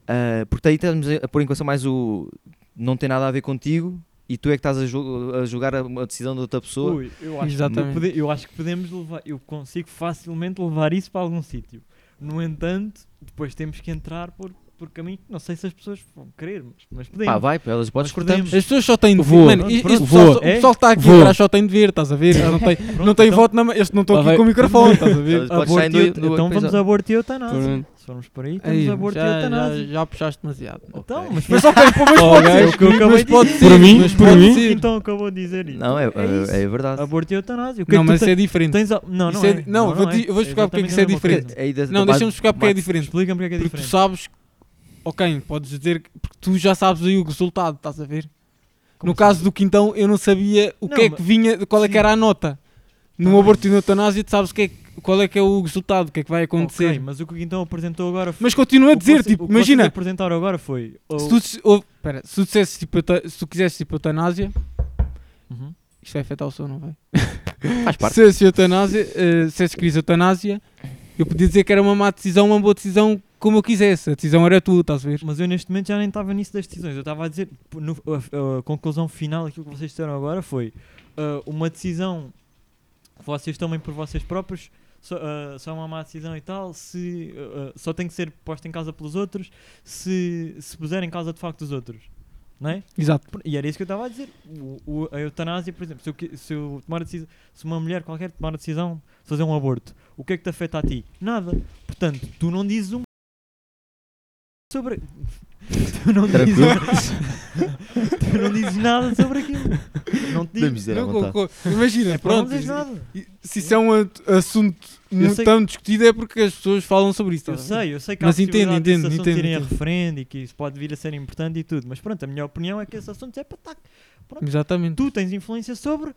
[SPEAKER 3] Ah, porque aí estamos a pôr em questão mais o. Não tem nada a ver contigo e tu é que estás a, ju- a julgar a, a decisão de outra pessoa.
[SPEAKER 2] Ui, eu, acho
[SPEAKER 1] Exatamente.
[SPEAKER 2] Que pode- eu acho que podemos levar, eu consigo facilmente levar isso para algum sítio. No entanto, depois temos que entrar por, por caminho. Não sei se as pessoas vão querer, mas, mas podemos.
[SPEAKER 3] Pá, vai, pá, elas podes
[SPEAKER 2] Mas
[SPEAKER 3] cortar.
[SPEAKER 1] As pessoas só têm de ver.
[SPEAKER 4] Vou.
[SPEAKER 1] Mano, isto-
[SPEAKER 2] Pronto,
[SPEAKER 1] isto
[SPEAKER 4] vou.
[SPEAKER 1] só- o
[SPEAKER 2] É?
[SPEAKER 1] pessoal que está aqui
[SPEAKER 4] Vou.
[SPEAKER 1] atrás só tem de ver, estás a ver? Eu Não tem, não tem voto na mão. Este não estou
[SPEAKER 4] Lá
[SPEAKER 1] aqui
[SPEAKER 4] vai.
[SPEAKER 1] com o microfone, estás a ver?
[SPEAKER 3] Elas podes sair
[SPEAKER 2] Aborto
[SPEAKER 3] no-
[SPEAKER 2] e-
[SPEAKER 3] no
[SPEAKER 2] então vamos
[SPEAKER 3] episódio.
[SPEAKER 2] aborto e eutanásia.
[SPEAKER 4] Pronto.
[SPEAKER 2] Se formos por aí, temos
[SPEAKER 1] Aí,
[SPEAKER 2] aborto e
[SPEAKER 1] já, já,
[SPEAKER 2] eutanásia.
[SPEAKER 1] já puxaste demasiado.
[SPEAKER 2] Então,
[SPEAKER 3] Ok.
[SPEAKER 2] mas
[SPEAKER 1] Mas só para mas
[SPEAKER 4] Oh,
[SPEAKER 1] pode
[SPEAKER 4] gajo,
[SPEAKER 1] ser.
[SPEAKER 2] que eu acabei
[SPEAKER 1] Mas
[SPEAKER 2] de
[SPEAKER 1] pode
[SPEAKER 2] dizer.
[SPEAKER 1] ser.
[SPEAKER 4] Por mim,
[SPEAKER 1] mas
[SPEAKER 4] por
[SPEAKER 1] pode
[SPEAKER 4] mim.
[SPEAKER 1] ser.
[SPEAKER 2] Então acabou de dizer isso.
[SPEAKER 3] Não, é,
[SPEAKER 2] isso.
[SPEAKER 3] é, é verdade.
[SPEAKER 2] Aborto e eutanásia. O que
[SPEAKER 1] Não,
[SPEAKER 2] é que tu
[SPEAKER 1] mas isso
[SPEAKER 2] tens-
[SPEAKER 1] é diferente.
[SPEAKER 2] tens a- Não,
[SPEAKER 1] isso
[SPEAKER 2] não
[SPEAKER 1] é
[SPEAKER 2] é.
[SPEAKER 1] di- não, vou di- eu vou explicar porque é que isso é
[SPEAKER 2] exatamente a mesma
[SPEAKER 1] diferente.
[SPEAKER 3] Porque aí da-
[SPEAKER 1] Não, deixa-me
[SPEAKER 3] da base-
[SPEAKER 1] explicar porque é
[SPEAKER 3] base-
[SPEAKER 1] diferente.
[SPEAKER 2] Explica-me porque é que é
[SPEAKER 1] Porque tu
[SPEAKER 2] diferente.
[SPEAKER 1] sabes. Ok, podes dizer. que- Porque tu já sabes aí o resultado, estás a ver?
[SPEAKER 2] Como
[SPEAKER 1] no
[SPEAKER 2] sabes?
[SPEAKER 1] caso do quintão, eu não sabia o
[SPEAKER 2] Não,
[SPEAKER 1] que é
[SPEAKER 2] mas-
[SPEAKER 1] que vinha, qual é que
[SPEAKER 2] Sim.
[SPEAKER 1] era a nota. No
[SPEAKER 2] Tá
[SPEAKER 1] aborto e na eutanásia, tu sabes o que é que- qual é que é o resultado, o que é que vai acontecer.
[SPEAKER 2] Ok, mas o que o Guintão apresentou agora foi.
[SPEAKER 1] Mas continua a
[SPEAKER 2] o que
[SPEAKER 1] dizer,
[SPEAKER 2] vocês-
[SPEAKER 1] tipo,
[SPEAKER 2] o é que vocês
[SPEAKER 1] imagina,
[SPEAKER 2] apresentaram agora foi. ou-
[SPEAKER 1] se tu, dis- ou- pera, se tu dissesses, tipo, euta- se tu quisesse tipo eutanásia,
[SPEAKER 2] Uhum.
[SPEAKER 1] isto vai afetar o som, não vai?
[SPEAKER 3] Faz parte.
[SPEAKER 1] Se dissesse eutanásia, eh, se és crise eutanásia, eu podia dizer que era uma má decisão, uma boa decisão, como eu quisesse. A decisão era tua, estás a ver?
[SPEAKER 2] Mas eu neste momento já nem estava nisso das decisões. Eu estava a dizer, p- no- a, a conclusão final, aquilo que vocês disseram agora foi ah, uma decisão que vocês tomem por vocês próprios, só, ah, só uma má decisão e tal, se ah, ah, só tem que ser posta em causa pelos outros, se, se puser em causa de facto dos outros. Não é?
[SPEAKER 1] Exato.
[SPEAKER 2] Por- E era isso que eu estava a dizer. O, o- a eutanásia, por exemplo, se eu, qui- se eu tomar a decisão, se uma mulher qualquer tomar a decisão de fazer um aborto, o que é que te afeta a ti? Nada. Portanto, tu não dizes um sobre. tu não dizes. tu não dizes nada sobre aquilo. um, Não te
[SPEAKER 3] Podemos
[SPEAKER 2] dizes.
[SPEAKER 3] dizer à
[SPEAKER 1] Não
[SPEAKER 3] vontade.
[SPEAKER 1] concordo. Imagina,
[SPEAKER 2] É, não
[SPEAKER 1] pronto.
[SPEAKER 2] dizes nada.
[SPEAKER 1] Se isso é um at- assunto
[SPEAKER 2] Eu
[SPEAKER 1] muito
[SPEAKER 2] sei-
[SPEAKER 1] tão discutido é porque as pessoas falam sobre isso. tá
[SPEAKER 2] Eu
[SPEAKER 1] estás a ver?
[SPEAKER 2] sei, eu sei que há
[SPEAKER 1] Mas entendo,
[SPEAKER 2] possibilidade desse
[SPEAKER 1] entendo,
[SPEAKER 2] assunto
[SPEAKER 1] entendo,
[SPEAKER 2] irem a
[SPEAKER 1] entendo.
[SPEAKER 2] referendo e que isso pode vir a ser importante e tudo. Mas pronto, a minha opinião é que esse assunto é para estar
[SPEAKER 1] Exatamente.
[SPEAKER 2] tu tens influência sobre,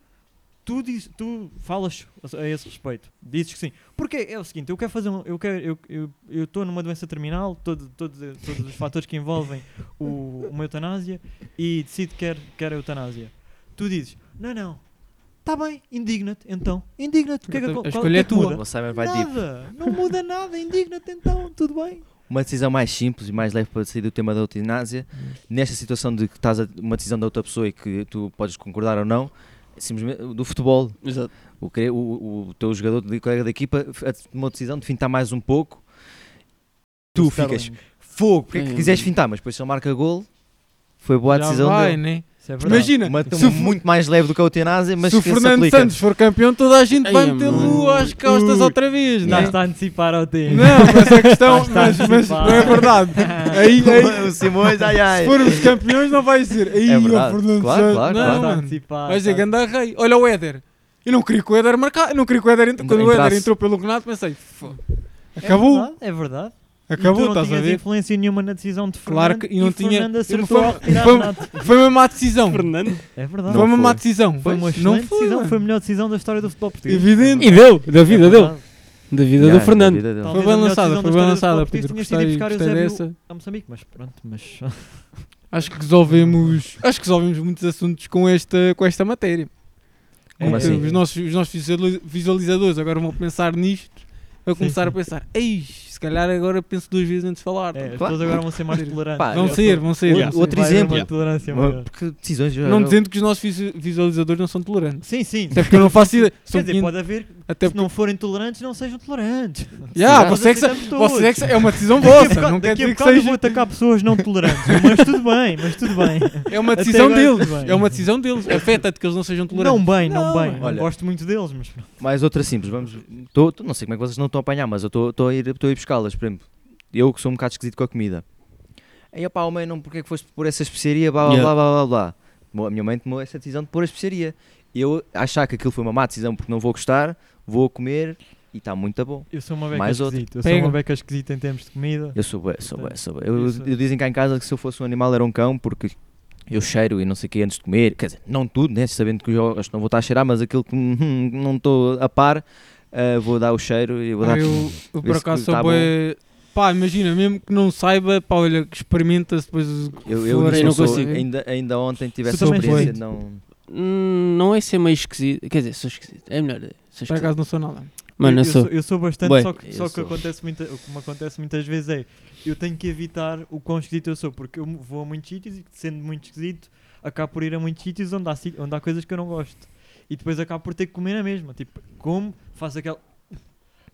[SPEAKER 2] tu, diz, tu falas a esse respeito. Dizes que sim. Porque é o seguinte, eu quero fazer um, eu quero, eu eu- eu estou numa doença terminal, todo, todo, todos os fatores que envolvem o, uma eutanásia e decido que quero, quero a eutanásia. Tu dizes, não, não, está bem, indigna-te, então, indigna-te. O que é que,
[SPEAKER 1] A
[SPEAKER 2] qual-
[SPEAKER 1] escolha
[SPEAKER 2] qual- o que
[SPEAKER 1] é
[SPEAKER 2] é que
[SPEAKER 1] tua.
[SPEAKER 2] muda?
[SPEAKER 3] O Simon vai dizer
[SPEAKER 2] Nada, não muda nada, indigna-te então, tudo bem.
[SPEAKER 3] uma decisão mais simples e mais leve para sair do tema da eutanásia. Nesta situação de que estás a uma decisão da outra pessoa e que tu podes concordar ou não, simplesmente do futebol.
[SPEAKER 4] Exato.
[SPEAKER 3] O, cre- o, o teu jogador, o colega da equipa, f- a- tomou a decisão de fintar mais um pouco. Tu ficas fogo, porque é que
[SPEAKER 4] Hum.
[SPEAKER 3] quiseres fintar, mas depois se ele marca gol, foi boa a
[SPEAKER 1] Já
[SPEAKER 3] é decisão
[SPEAKER 1] vai,
[SPEAKER 3] dele.
[SPEAKER 1] né?
[SPEAKER 2] Isso é verdade.
[SPEAKER 1] Imagina,
[SPEAKER 3] Uma,
[SPEAKER 1] se o
[SPEAKER 3] uma muito mais leve do que a eutanásia, mas
[SPEAKER 1] se o
[SPEAKER 3] que se
[SPEAKER 1] Fernando
[SPEAKER 3] aplica.
[SPEAKER 1] Santos for campeão, toda a gente
[SPEAKER 4] Ai,
[SPEAKER 1] vai meter
[SPEAKER 4] mano.
[SPEAKER 1] lua às costas
[SPEAKER 2] Ui.
[SPEAKER 1] outra vez,
[SPEAKER 2] Já
[SPEAKER 1] não é?
[SPEAKER 2] está a antecipar ao tempo.
[SPEAKER 1] Não, mas a questão,
[SPEAKER 2] Está
[SPEAKER 1] mas, mas
[SPEAKER 2] antecipado.
[SPEAKER 1] não é verdade. Aí, aí,
[SPEAKER 3] o Simões, ai
[SPEAKER 1] se
[SPEAKER 3] ai.
[SPEAKER 1] formos campeões, não vais dizer. Aí,
[SPEAKER 3] É
[SPEAKER 1] o
[SPEAKER 3] verdade.
[SPEAKER 1] Fernando
[SPEAKER 3] Claro,
[SPEAKER 1] Santos.
[SPEAKER 3] claro,
[SPEAKER 1] não, é
[SPEAKER 3] claro.
[SPEAKER 2] Está a
[SPEAKER 1] mano.
[SPEAKER 2] antecipar.
[SPEAKER 1] Vais dizer
[SPEAKER 2] está a-
[SPEAKER 1] ganda rei. Olha o Éder. Eu não queria que o Éder marcasse. Eu não queria que o Éder. Entra... Quando o Éder
[SPEAKER 3] Entrasse.
[SPEAKER 1] entrou pelo Renato, pensei. "Fô, Acabou,
[SPEAKER 2] É verdade, é verdade.
[SPEAKER 1] acabou,
[SPEAKER 2] e tu não
[SPEAKER 1] estás a
[SPEAKER 2] tinhas
[SPEAKER 1] ver?
[SPEAKER 2] influência nenhuma na decisão de Fernando.
[SPEAKER 1] Claro que- e
[SPEAKER 2] e
[SPEAKER 1] não tinha-
[SPEAKER 2] Fernando
[SPEAKER 1] eu
[SPEAKER 2] acertou
[SPEAKER 1] fui-
[SPEAKER 2] ao retirar
[SPEAKER 1] foi-
[SPEAKER 2] Renato.
[SPEAKER 1] Foi uma má decisão.
[SPEAKER 4] Fernando.
[SPEAKER 2] É verdade.
[SPEAKER 1] Foi uma má
[SPEAKER 3] foi.
[SPEAKER 1] decisão.
[SPEAKER 2] Foi uma
[SPEAKER 1] Pois,
[SPEAKER 2] excelente
[SPEAKER 1] não foi,
[SPEAKER 2] decisão.
[SPEAKER 1] mano.
[SPEAKER 2] Foi a melhor decisão da história do futebol português.
[SPEAKER 1] Evidente.
[SPEAKER 4] E deu, da vida
[SPEAKER 2] É
[SPEAKER 4] deu.
[SPEAKER 2] verdade.
[SPEAKER 4] Da vida
[SPEAKER 3] Yeah,
[SPEAKER 4] do Fernando.
[SPEAKER 3] vida
[SPEAKER 1] Foi
[SPEAKER 3] dele.
[SPEAKER 2] Talvez a
[SPEAKER 1] bem
[SPEAKER 2] melhor
[SPEAKER 1] lançada,
[SPEAKER 2] decisão da
[SPEAKER 1] foi bem
[SPEAKER 2] história do
[SPEAKER 1] lançada,
[SPEAKER 2] Português
[SPEAKER 1] Pedro.
[SPEAKER 2] tinha sido ir
[SPEAKER 1] Gostei,
[SPEAKER 2] buscar o
[SPEAKER 1] gostei
[SPEAKER 2] Eusébio
[SPEAKER 1] dessa.
[SPEAKER 2] A É Moçambique, mas pronto, mas...
[SPEAKER 1] Acho que resolvemos, acho que resolvemos muitos assuntos com esta, com esta matéria.
[SPEAKER 3] Como
[SPEAKER 1] É,
[SPEAKER 3] assim?
[SPEAKER 1] Os nossos, os nossos visuali- visualizadores agora vão pensar nisto, vão
[SPEAKER 2] Sim,
[SPEAKER 1] começar a
[SPEAKER 2] sim.
[SPEAKER 1] pensar, ei, se calhar agora penso duas vezes antes de falar.
[SPEAKER 2] É, as
[SPEAKER 3] Claro.
[SPEAKER 2] pessoas agora vão ser mais tolerantes.
[SPEAKER 3] Pá,
[SPEAKER 1] vão
[SPEAKER 3] eu
[SPEAKER 1] ser, vão ser.
[SPEAKER 3] Yeah. Outro
[SPEAKER 2] Vai haver
[SPEAKER 3] exemplo.
[SPEAKER 2] Uma tolerância
[SPEAKER 3] Mas-
[SPEAKER 2] maior.
[SPEAKER 3] Porque decisões. eu-
[SPEAKER 1] Não
[SPEAKER 3] eu-
[SPEAKER 1] dizendo que os nossos visu- visualizadores não são tolerantes.
[SPEAKER 2] Sim, sim.
[SPEAKER 1] Até porque eu não faço ideia.
[SPEAKER 2] Quer
[SPEAKER 1] São
[SPEAKER 2] dizer,
[SPEAKER 1] 500
[SPEAKER 2] pode haver...
[SPEAKER 1] até
[SPEAKER 2] Se não forem tolerantes, não sejam tolerantes.
[SPEAKER 1] Yeah,
[SPEAKER 2] Nós
[SPEAKER 1] você é que
[SPEAKER 2] aceitamos todos.
[SPEAKER 1] Vocês é, que- é uma decisão
[SPEAKER 2] Daqui a
[SPEAKER 1] vossa,
[SPEAKER 2] bocado-
[SPEAKER 1] não quer
[SPEAKER 2] daqui a
[SPEAKER 1] dizer que
[SPEAKER 2] bocado eu vou
[SPEAKER 1] seja.
[SPEAKER 2] atacar pessoas não tolerantes, mas tudo bem, mas tudo bem.
[SPEAKER 1] É uma
[SPEAKER 2] Até
[SPEAKER 1] decisão
[SPEAKER 2] agora
[SPEAKER 1] deles.
[SPEAKER 2] tudo bem.
[SPEAKER 1] É uma decisão deles. Afeta-te que eles não sejam tolerantes.
[SPEAKER 2] Não bem, não,
[SPEAKER 1] Não,
[SPEAKER 2] bem. Não
[SPEAKER 3] olha.
[SPEAKER 2] gosto muito deles, mas
[SPEAKER 3] Mais outra simples, vamos. tô- tô- não sei como é que vocês não estão a apanhar, mas eu estou a ir, tô a ir buscá-las, por exemplo. Eu que sou um bocado esquisito com a comida. Aí opá, oh, mãe, não, porque é que foste por essa especiaria, blá blá
[SPEAKER 4] Yeah.
[SPEAKER 3] blá blá blá blá. A minha mãe tomou essa decisão de pôr a especiaria. Eu achar que aquilo foi uma má decisão porque não vou gostar, vou comer e está muito bom.
[SPEAKER 2] eu sou uma beca
[SPEAKER 3] Mais outro.
[SPEAKER 2] esquisita. Eu
[SPEAKER 1] Pega.
[SPEAKER 2] sou uma beca esquisita em termos de comida.
[SPEAKER 3] Eu sou bué, sou bué, sou bué. Eu,
[SPEAKER 2] Isso.
[SPEAKER 3] eu dizem cá em casa que se eu fosse um animal era um cão porque eu cheiro e não sei o que antes de comer. Quer dizer, não tudo, né? Sabendo que eu acho que não vou estar a cheirar, mas aquilo que hum, não estou a par, ah, vou dar o cheiro e vou
[SPEAKER 1] Ah,
[SPEAKER 3] dar.
[SPEAKER 1] eu, eu por
[SPEAKER 3] Esse
[SPEAKER 1] acaso
[SPEAKER 3] tá
[SPEAKER 1] sou bué- pá, imagina, mesmo que não saiba, pá, olha, que experimenta-se depois. o que
[SPEAKER 3] Eu, eu
[SPEAKER 1] for,
[SPEAKER 4] Fora,
[SPEAKER 3] nisso
[SPEAKER 4] eu não
[SPEAKER 3] sou-
[SPEAKER 4] consigo.
[SPEAKER 3] Ainda, ainda ontem tive
[SPEAKER 2] Tu
[SPEAKER 3] essa
[SPEAKER 2] também
[SPEAKER 3] experiência.
[SPEAKER 2] foi.
[SPEAKER 3] Não...
[SPEAKER 4] Hum, Não é ser meio esquisito. Quer dizer, sou esquisito. É melhor. Sou
[SPEAKER 1] Por
[SPEAKER 4] esquisito.
[SPEAKER 1] acaso não sou nada.
[SPEAKER 4] Mano, eu sou.
[SPEAKER 2] Eu sou bastante,
[SPEAKER 4] Bué,
[SPEAKER 2] só que,
[SPEAKER 4] eu
[SPEAKER 2] só que
[SPEAKER 4] sou.
[SPEAKER 2] acontece muita, o que me acontece muitas vezes é eu tenho que evitar o quão esquisito eu sou, porque eu vou a muitos sítios e sendo muito esquisito, acabo por ir a muitos sítios onde há, si- onde há coisas que eu não gosto. E depois acabo por ter que comer a mesma. Tipo, como, faço aquele.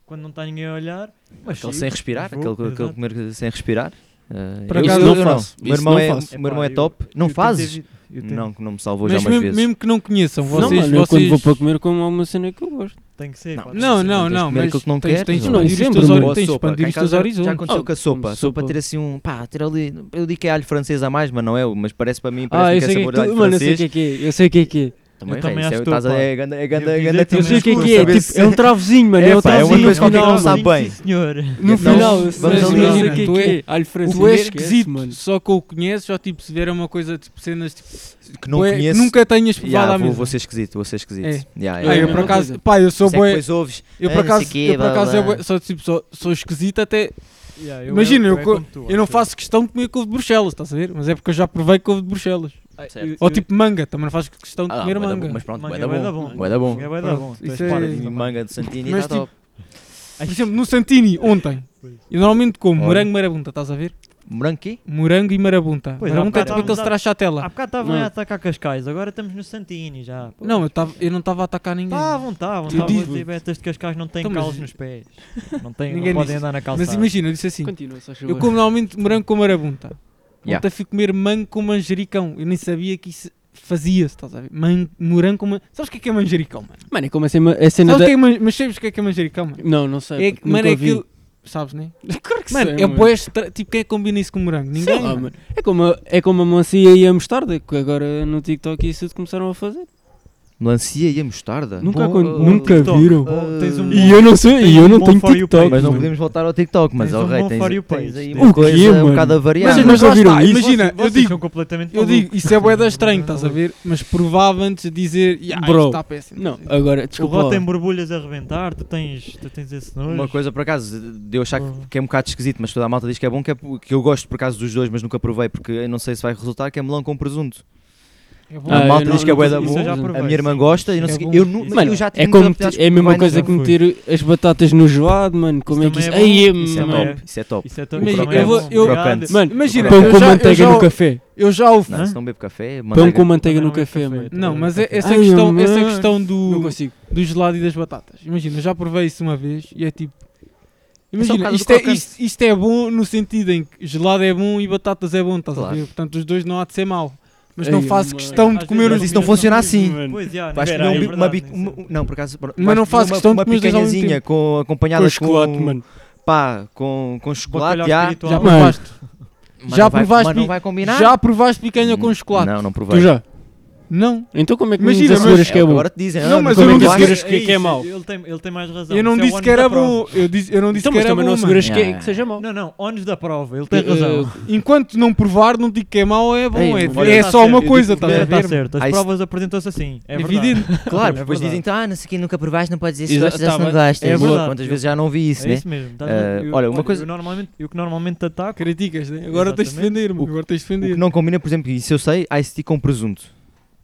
[SPEAKER 2] Quando não está ninguém a olhar, mas
[SPEAKER 3] Aquele
[SPEAKER 2] sim,
[SPEAKER 3] sem respirar,
[SPEAKER 2] vou,
[SPEAKER 3] aquele, aquele
[SPEAKER 2] exato.
[SPEAKER 3] comer sem respirar. eh,
[SPEAKER 1] Por
[SPEAKER 3] eu-
[SPEAKER 1] acaso
[SPEAKER 3] eu,
[SPEAKER 1] não
[SPEAKER 3] eu
[SPEAKER 4] faço,
[SPEAKER 3] Meu
[SPEAKER 4] isso
[SPEAKER 3] irmão,
[SPEAKER 4] não
[SPEAKER 3] é,
[SPEAKER 4] faço.
[SPEAKER 3] meu irmão
[SPEAKER 2] Epá,
[SPEAKER 3] é top. não
[SPEAKER 2] eu tento
[SPEAKER 3] fazes?
[SPEAKER 2] evi- eu tento-
[SPEAKER 3] Não, que não me salvou já
[SPEAKER 1] Mas
[SPEAKER 3] umas
[SPEAKER 1] mesmo,
[SPEAKER 3] vezes.
[SPEAKER 1] mesmo que não conheçam, vocês.
[SPEAKER 4] não, mano, eu
[SPEAKER 1] vocês...
[SPEAKER 4] quando vou para comer como alguma cena que eu gosto.
[SPEAKER 2] Tem que ser.
[SPEAKER 3] Não,
[SPEAKER 2] pá.
[SPEAKER 1] Não, não,
[SPEAKER 3] Tens de
[SPEAKER 1] não,
[SPEAKER 3] comer
[SPEAKER 1] mas
[SPEAKER 3] aquilo que não
[SPEAKER 1] tens,
[SPEAKER 3] queres,
[SPEAKER 1] tens de
[SPEAKER 4] não é?
[SPEAKER 1] expandir os
[SPEAKER 4] Sempre,
[SPEAKER 1] teus,
[SPEAKER 4] mano.
[SPEAKER 1] hori-
[SPEAKER 3] Boa
[SPEAKER 1] tens de
[SPEAKER 3] sopa. Cá
[SPEAKER 1] expandir
[SPEAKER 3] em
[SPEAKER 1] os teus
[SPEAKER 3] casa Já
[SPEAKER 1] horizontes.
[SPEAKER 3] aconteceu
[SPEAKER 4] Oh,
[SPEAKER 3] com a sopa.
[SPEAKER 4] como
[SPEAKER 3] sopa
[SPEAKER 4] sopa.
[SPEAKER 3] ter assim um. Pá, ter ali. Eu digo que é alho francês a mais, mas não é. o- Mas parece para mim parece
[SPEAKER 4] Ah, eu
[SPEAKER 3] que é
[SPEAKER 4] sei o
[SPEAKER 3] sabor
[SPEAKER 4] que
[SPEAKER 3] de
[SPEAKER 4] é que
[SPEAKER 3] alho
[SPEAKER 4] tu- Mano, eu sei o
[SPEAKER 3] francês.
[SPEAKER 4] que é que é. Eu sei o que é que
[SPEAKER 3] Também,
[SPEAKER 2] Eu também acho
[SPEAKER 3] é, isso é,
[SPEAKER 2] que
[SPEAKER 3] estás a-
[SPEAKER 2] estou,
[SPEAKER 3] é ganda, é ganda,
[SPEAKER 2] Eu ia
[SPEAKER 3] ganda
[SPEAKER 2] dizer
[SPEAKER 4] é. Eu sei o que é que é.
[SPEAKER 3] Saber
[SPEAKER 4] Tipo,
[SPEAKER 3] se-
[SPEAKER 4] é um travozinho, mano.
[SPEAKER 3] É,
[SPEAKER 4] É, um
[SPEAKER 3] pá, é uma
[SPEAKER 4] travozinho.
[SPEAKER 3] coisa
[SPEAKER 4] no
[SPEAKER 3] qualquer que não
[SPEAKER 4] final.
[SPEAKER 3] sabe bem.
[SPEAKER 2] Sim, senhor.
[SPEAKER 4] No
[SPEAKER 3] Não,
[SPEAKER 4] final,
[SPEAKER 3] vamos
[SPEAKER 4] mas
[SPEAKER 3] ali,
[SPEAKER 4] eu sei
[SPEAKER 1] imagina,
[SPEAKER 4] o que é
[SPEAKER 1] tu
[SPEAKER 4] que
[SPEAKER 1] é-
[SPEAKER 4] é. Alho
[SPEAKER 3] assim,
[SPEAKER 4] francês.
[SPEAKER 1] Tu és
[SPEAKER 4] esquece,
[SPEAKER 1] esquisito,
[SPEAKER 4] mano.
[SPEAKER 1] só que eu conheço, ou tipo, se vier uma coisa, tipo, cenas tipo,
[SPEAKER 3] que não
[SPEAKER 1] bué- que
[SPEAKER 3] conheço.
[SPEAKER 1] nunca tenhas provado
[SPEAKER 3] Yeah,
[SPEAKER 1] à
[SPEAKER 3] vou,
[SPEAKER 1] mesa.
[SPEAKER 3] vou ser esquisito, vou ser esquisito.
[SPEAKER 1] É.
[SPEAKER 3] Yeah,
[SPEAKER 1] Ah, eu
[SPEAKER 4] É a
[SPEAKER 1] por
[SPEAKER 4] mesma
[SPEAKER 1] acaso,
[SPEAKER 4] coisa.
[SPEAKER 1] pá, eu sou
[SPEAKER 3] Por isso é que
[SPEAKER 1] bué,
[SPEAKER 3] depois ouves.
[SPEAKER 1] eu
[SPEAKER 3] "Ah,
[SPEAKER 1] por
[SPEAKER 3] não sei
[SPEAKER 1] acaso,
[SPEAKER 3] quê,
[SPEAKER 1] eu por
[SPEAKER 3] blá,
[SPEAKER 1] acaso
[SPEAKER 3] blá."
[SPEAKER 1] é bué- sou, tipo, sou, sou esquisito até,
[SPEAKER 2] Yeah,
[SPEAKER 1] Imagina, eu
[SPEAKER 2] é
[SPEAKER 1] co-
[SPEAKER 2] como tu,
[SPEAKER 1] eu não
[SPEAKER 2] acho.
[SPEAKER 1] faço questão de comer couve de Bruxelas, estás a ver? Mas é porque eu já provei couve de Bruxelas.
[SPEAKER 2] Ah,
[SPEAKER 3] Certo.
[SPEAKER 2] eu-
[SPEAKER 1] Ou
[SPEAKER 2] eu-
[SPEAKER 1] tipo manga, também não faço questão de
[SPEAKER 3] Ah,
[SPEAKER 1] comer
[SPEAKER 3] bué da
[SPEAKER 1] manga.
[SPEAKER 3] bom, Mas pronto,
[SPEAKER 2] Manga
[SPEAKER 3] vai
[SPEAKER 2] é
[SPEAKER 3] dar
[SPEAKER 2] bué da
[SPEAKER 3] bom.
[SPEAKER 2] bom.
[SPEAKER 3] Vai dar bom.
[SPEAKER 2] Manga vai dar
[SPEAKER 1] Pronto,
[SPEAKER 2] bom. tu
[SPEAKER 1] isso
[SPEAKER 2] és
[SPEAKER 1] é-
[SPEAKER 2] parvo
[SPEAKER 3] E
[SPEAKER 2] também.
[SPEAKER 3] Manga de Santini
[SPEAKER 1] Mas
[SPEAKER 3] está
[SPEAKER 1] tipo-
[SPEAKER 3] top.
[SPEAKER 1] Por exemplo, no Santini, ontem, eu normalmente como
[SPEAKER 3] Olha.
[SPEAKER 1] morango e marabunta, estás a ver?
[SPEAKER 3] Morango quê?
[SPEAKER 1] Morango e marabunta.
[SPEAKER 2] Pois, Ah, há
[SPEAKER 1] marabunta é tipo
[SPEAKER 2] bocado
[SPEAKER 1] aquele
[SPEAKER 2] estávamos Há
[SPEAKER 1] stracciatella.
[SPEAKER 2] bocado estavam a
[SPEAKER 4] Não.
[SPEAKER 2] atacar Cascais, agora estamos no Santini já. pô. tá
[SPEAKER 1] Não, eu, tava- eu não estava a atacar ninguém.
[SPEAKER 2] Estavam, estavam,
[SPEAKER 1] Eu
[SPEAKER 2] estavam.
[SPEAKER 1] disse-
[SPEAKER 2] Os betas tipo, de Cascais não têm
[SPEAKER 1] Então, mas-
[SPEAKER 2] calos nos pés. Não, têm, não
[SPEAKER 1] Ninguém
[SPEAKER 2] podem
[SPEAKER 1] disse.
[SPEAKER 2] andar na calçada.
[SPEAKER 1] Mas imagina, eu disse assim,
[SPEAKER 4] Continua, só
[SPEAKER 1] eu como normalmente morango com marabunta.
[SPEAKER 3] Yeah.
[SPEAKER 1] Ontem fui comer mango com manjericão. Eu nem sabia que isso fazia-se, estás a ver? Man- morango com manjericão. Sabes o que é que é manjericão, mano?
[SPEAKER 4] Mano, é como a cena a cena
[SPEAKER 1] Sabes
[SPEAKER 4] da.
[SPEAKER 1] o que é man- Mas sabes o que é que é manjericão, mano?
[SPEAKER 4] Não, não sei.
[SPEAKER 1] É, que-
[SPEAKER 4] porque
[SPEAKER 1] mano,
[SPEAKER 4] nunca
[SPEAKER 1] é
[SPEAKER 4] ouvi.
[SPEAKER 1] aquilo... Sabes, né?
[SPEAKER 4] Claro que
[SPEAKER 1] Mano,
[SPEAKER 4] sei,
[SPEAKER 1] é bué estra... Tipo, quem é que combina isso com morango?
[SPEAKER 4] Sei
[SPEAKER 1] Ninguém,
[SPEAKER 4] lá,
[SPEAKER 1] mano.
[SPEAKER 4] um mano. É como a, é como a melancia e a mostarda, que agora no TikTok isso tudo começaram a fazer.
[SPEAKER 3] Melancia e a mostarda.
[SPEAKER 4] Nunca,
[SPEAKER 3] Bom,
[SPEAKER 4] acon-
[SPEAKER 3] ah,
[SPEAKER 4] nunca
[SPEAKER 2] TikTok.
[SPEAKER 4] viram.
[SPEAKER 2] Bom, tens um
[SPEAKER 4] E
[SPEAKER 2] bom-
[SPEAKER 4] eu não sei,
[SPEAKER 2] tens
[SPEAKER 4] e eu
[SPEAKER 2] um
[SPEAKER 4] não
[SPEAKER 2] bom
[SPEAKER 4] tenho
[SPEAKER 2] for you
[SPEAKER 4] TikTok.
[SPEAKER 2] page.
[SPEAKER 3] Mas não
[SPEAKER 4] mano.
[SPEAKER 3] podemos voltar ao TikTok, mas
[SPEAKER 2] Tens
[SPEAKER 3] ao
[SPEAKER 2] um
[SPEAKER 3] rei
[SPEAKER 2] bom
[SPEAKER 3] tens,
[SPEAKER 2] for you
[SPEAKER 3] tens
[SPEAKER 2] page,
[SPEAKER 3] aí
[SPEAKER 2] tens.
[SPEAKER 3] uma
[SPEAKER 4] O quê,
[SPEAKER 3] coisa um
[SPEAKER 4] mano?
[SPEAKER 3] bocado a variar.
[SPEAKER 1] Mas
[SPEAKER 4] Vocês
[SPEAKER 1] não
[SPEAKER 4] nunca
[SPEAKER 1] lá
[SPEAKER 4] ouviram
[SPEAKER 1] está,
[SPEAKER 4] isso?
[SPEAKER 1] Imagina, eu
[SPEAKER 2] Vocês
[SPEAKER 1] digo...
[SPEAKER 2] são completamente
[SPEAKER 1] Eu
[SPEAKER 2] malucos.
[SPEAKER 1] digo, isso é bué da estranho, estás a ver? Mas provava antes de dizer, yeah,
[SPEAKER 4] Bro.
[SPEAKER 1] isto está péssimo.
[SPEAKER 4] Não, agora,
[SPEAKER 2] O
[SPEAKER 4] desculpa.
[SPEAKER 2] Ró
[SPEAKER 4] lá.
[SPEAKER 2] tem borbulhas a arrebentar, tu tens, tu tens esse nojo.
[SPEAKER 3] Uma coisa, por acaso, de eu achar que,
[SPEAKER 2] Uhum.
[SPEAKER 3] que é um bocado esquisito, mas toda a malta diz que é bom, que, é, que eu gosto por acaso dos dois, mas nunca provei, porque eu não sei se vai resultar, que é melão com presunto.
[SPEAKER 1] É bom.
[SPEAKER 3] A
[SPEAKER 4] Ah, eu
[SPEAKER 3] malta
[SPEAKER 4] não-
[SPEAKER 3] diz que é
[SPEAKER 4] não-
[SPEAKER 3] bué da
[SPEAKER 4] isso
[SPEAKER 3] bom,
[SPEAKER 4] eu já
[SPEAKER 3] a
[SPEAKER 2] provei,
[SPEAKER 3] minha irmã
[SPEAKER 2] sim.
[SPEAKER 3] gosta, e não
[SPEAKER 1] É
[SPEAKER 3] sei o
[SPEAKER 1] bom.
[SPEAKER 3] quê. eu, nu-
[SPEAKER 2] Isso
[SPEAKER 3] mas
[SPEAKER 4] é
[SPEAKER 3] eu já
[SPEAKER 4] É,
[SPEAKER 3] tive
[SPEAKER 4] como
[SPEAKER 3] muita
[SPEAKER 4] te- é a mesma
[SPEAKER 3] oportunidade,
[SPEAKER 4] coisa que
[SPEAKER 2] fui.
[SPEAKER 4] meter as batatas no gelado, mano. Como é
[SPEAKER 2] Isso
[SPEAKER 4] que isso.
[SPEAKER 2] também
[SPEAKER 4] Aí,
[SPEAKER 2] é
[SPEAKER 3] Isso é
[SPEAKER 4] mano.
[SPEAKER 2] Também
[SPEAKER 3] top, isso é top.
[SPEAKER 2] Isso é tão
[SPEAKER 1] Imagina,
[SPEAKER 2] bom.
[SPEAKER 1] eu vou- eu-
[SPEAKER 3] Crocante.
[SPEAKER 4] Mano,
[SPEAKER 1] Imagina,
[SPEAKER 4] Ah, pão
[SPEAKER 1] eu
[SPEAKER 4] com
[SPEAKER 1] já- eu
[SPEAKER 4] manteiga
[SPEAKER 1] já-
[SPEAKER 4] no café.
[SPEAKER 1] Eu já ouvi...
[SPEAKER 3] Não, se não bebo café,
[SPEAKER 4] é
[SPEAKER 3] é
[SPEAKER 4] Pão
[SPEAKER 3] manteiga.
[SPEAKER 4] com manteiga no
[SPEAKER 2] Não, não é
[SPEAKER 4] café,
[SPEAKER 2] café,
[SPEAKER 4] mano.
[SPEAKER 2] tá
[SPEAKER 1] Não,
[SPEAKER 2] bem,
[SPEAKER 1] mas
[SPEAKER 2] tá
[SPEAKER 1] é-
[SPEAKER 2] bem.
[SPEAKER 1] essa
[SPEAKER 4] Ai,
[SPEAKER 1] questão, essa
[SPEAKER 4] mano.
[SPEAKER 1] questão
[SPEAKER 4] Não
[SPEAKER 1] do,
[SPEAKER 4] consigo.
[SPEAKER 1] do gelado e das batatas. Imagina, eu já provei isso uma vez e é tipo.
[SPEAKER 3] por
[SPEAKER 1] Imagina,
[SPEAKER 3] causa do
[SPEAKER 1] isto, é,
[SPEAKER 3] crocante.
[SPEAKER 1] isto, isto é bom no sentido em que gelado é bom e batatas é bom, estás
[SPEAKER 3] Claro.
[SPEAKER 1] a ver? Portanto, os dois não há de ser mau. Mas
[SPEAKER 4] Ei,
[SPEAKER 1] não faço
[SPEAKER 4] mano.
[SPEAKER 1] questão de
[SPEAKER 2] Às
[SPEAKER 1] comer
[SPEAKER 2] vezes
[SPEAKER 1] os.
[SPEAKER 3] Mas isso não funciona assim.
[SPEAKER 4] Mano.
[SPEAKER 2] Pois, já,
[SPEAKER 3] Vais
[SPEAKER 2] não-
[SPEAKER 3] comer
[SPEAKER 2] é
[SPEAKER 3] um bico- uma
[SPEAKER 2] verdade,
[SPEAKER 3] bico-
[SPEAKER 2] isso é
[SPEAKER 3] uma-
[SPEAKER 2] bom.
[SPEAKER 3] Não, por acaso. Mas
[SPEAKER 1] não faço questão de
[SPEAKER 3] Uma
[SPEAKER 1] comer os dois ao mesmo
[SPEAKER 3] picanhazinha com- acompanhada
[SPEAKER 4] Com
[SPEAKER 3] com.
[SPEAKER 4] chocolate, mano.
[SPEAKER 3] Pá, com, com
[SPEAKER 1] um
[SPEAKER 3] chocolate,
[SPEAKER 2] Bacalhau
[SPEAKER 3] já.
[SPEAKER 2] espiritual.
[SPEAKER 1] Já
[SPEAKER 4] Mano.
[SPEAKER 1] provaste?
[SPEAKER 3] Mas
[SPEAKER 1] Já
[SPEAKER 3] não vai-
[SPEAKER 1] provaste
[SPEAKER 3] Mas não
[SPEAKER 1] pi-
[SPEAKER 3] vai combinar?
[SPEAKER 1] Já provaste picanha com
[SPEAKER 3] Hum,
[SPEAKER 1] chocolate?
[SPEAKER 3] Não, não provei.
[SPEAKER 4] Tu já?
[SPEAKER 1] Não.
[SPEAKER 4] Então como é que me
[SPEAKER 1] Imagina,
[SPEAKER 4] dizes
[SPEAKER 1] mas-
[SPEAKER 4] asseguras que
[SPEAKER 3] É
[SPEAKER 4] é
[SPEAKER 3] o que
[SPEAKER 4] bom?
[SPEAKER 3] agora te dizem.
[SPEAKER 1] Não,
[SPEAKER 3] "Ah,
[SPEAKER 1] mas
[SPEAKER 3] nunca
[SPEAKER 1] eu não
[SPEAKER 3] vi
[SPEAKER 1] disse
[SPEAKER 3] chocolate."
[SPEAKER 1] que
[SPEAKER 4] asseguras que é que é
[SPEAKER 2] isso,
[SPEAKER 4] mau.
[SPEAKER 2] Ele tem, ele tem mais razão.
[SPEAKER 1] Eu não
[SPEAKER 2] isso é o
[SPEAKER 1] disse
[SPEAKER 2] ónus
[SPEAKER 1] que era
[SPEAKER 2] da prova.
[SPEAKER 1] bom. Eu, disse, eu não disse
[SPEAKER 4] Então,
[SPEAKER 1] que
[SPEAKER 4] mas
[SPEAKER 1] era
[SPEAKER 4] também
[SPEAKER 1] bom.
[SPEAKER 4] não
[SPEAKER 1] mano.
[SPEAKER 4] asseguras que, é-
[SPEAKER 3] Yeah.
[SPEAKER 4] que seja mau.
[SPEAKER 2] Não, não, ónus da prova, ele tem
[SPEAKER 1] Eh, é
[SPEAKER 2] razão.
[SPEAKER 1] Enquanto não provar, não digo que é mau, é bom.
[SPEAKER 4] Ei,
[SPEAKER 1] é
[SPEAKER 4] mano,
[SPEAKER 2] Olha,
[SPEAKER 1] é
[SPEAKER 2] tá
[SPEAKER 1] só
[SPEAKER 2] certo,
[SPEAKER 1] uma
[SPEAKER 2] eu
[SPEAKER 1] coisa,
[SPEAKER 2] digo que
[SPEAKER 1] estás a
[SPEAKER 2] ele tá
[SPEAKER 1] ver?
[SPEAKER 2] certo,
[SPEAKER 3] Ah,
[SPEAKER 2] as
[SPEAKER 3] isso-
[SPEAKER 2] provas apresentou-se assim. É verdade.
[SPEAKER 1] Evidente.
[SPEAKER 3] Claro,
[SPEAKER 2] É
[SPEAKER 3] depois
[SPEAKER 2] verdade.
[SPEAKER 3] dizem, ah, não sei o que, nunca provaste, não podes dizer se
[SPEAKER 4] Exa-
[SPEAKER 3] gostas
[SPEAKER 4] tá
[SPEAKER 3] ou se não
[SPEAKER 4] bem.
[SPEAKER 3] gostas.
[SPEAKER 2] É
[SPEAKER 3] Pô,
[SPEAKER 2] verdade.
[SPEAKER 3] Quantas vezes já não vi isso,
[SPEAKER 2] é
[SPEAKER 3] né?
[SPEAKER 2] isso mesmo. estás
[SPEAKER 3] Eh,
[SPEAKER 2] a- eu-
[SPEAKER 3] olha, uma coisa-
[SPEAKER 2] Eu normalmente, eu que normalmente ataco.
[SPEAKER 1] Criticas, né? Agora tens de
[SPEAKER 2] Exatamente.
[SPEAKER 1] defender-me.
[SPEAKER 3] O que-
[SPEAKER 1] Agora tens de
[SPEAKER 3] O que
[SPEAKER 1] defender.
[SPEAKER 3] não combina, por exemplo, isso eu sei, ice tea com presunto.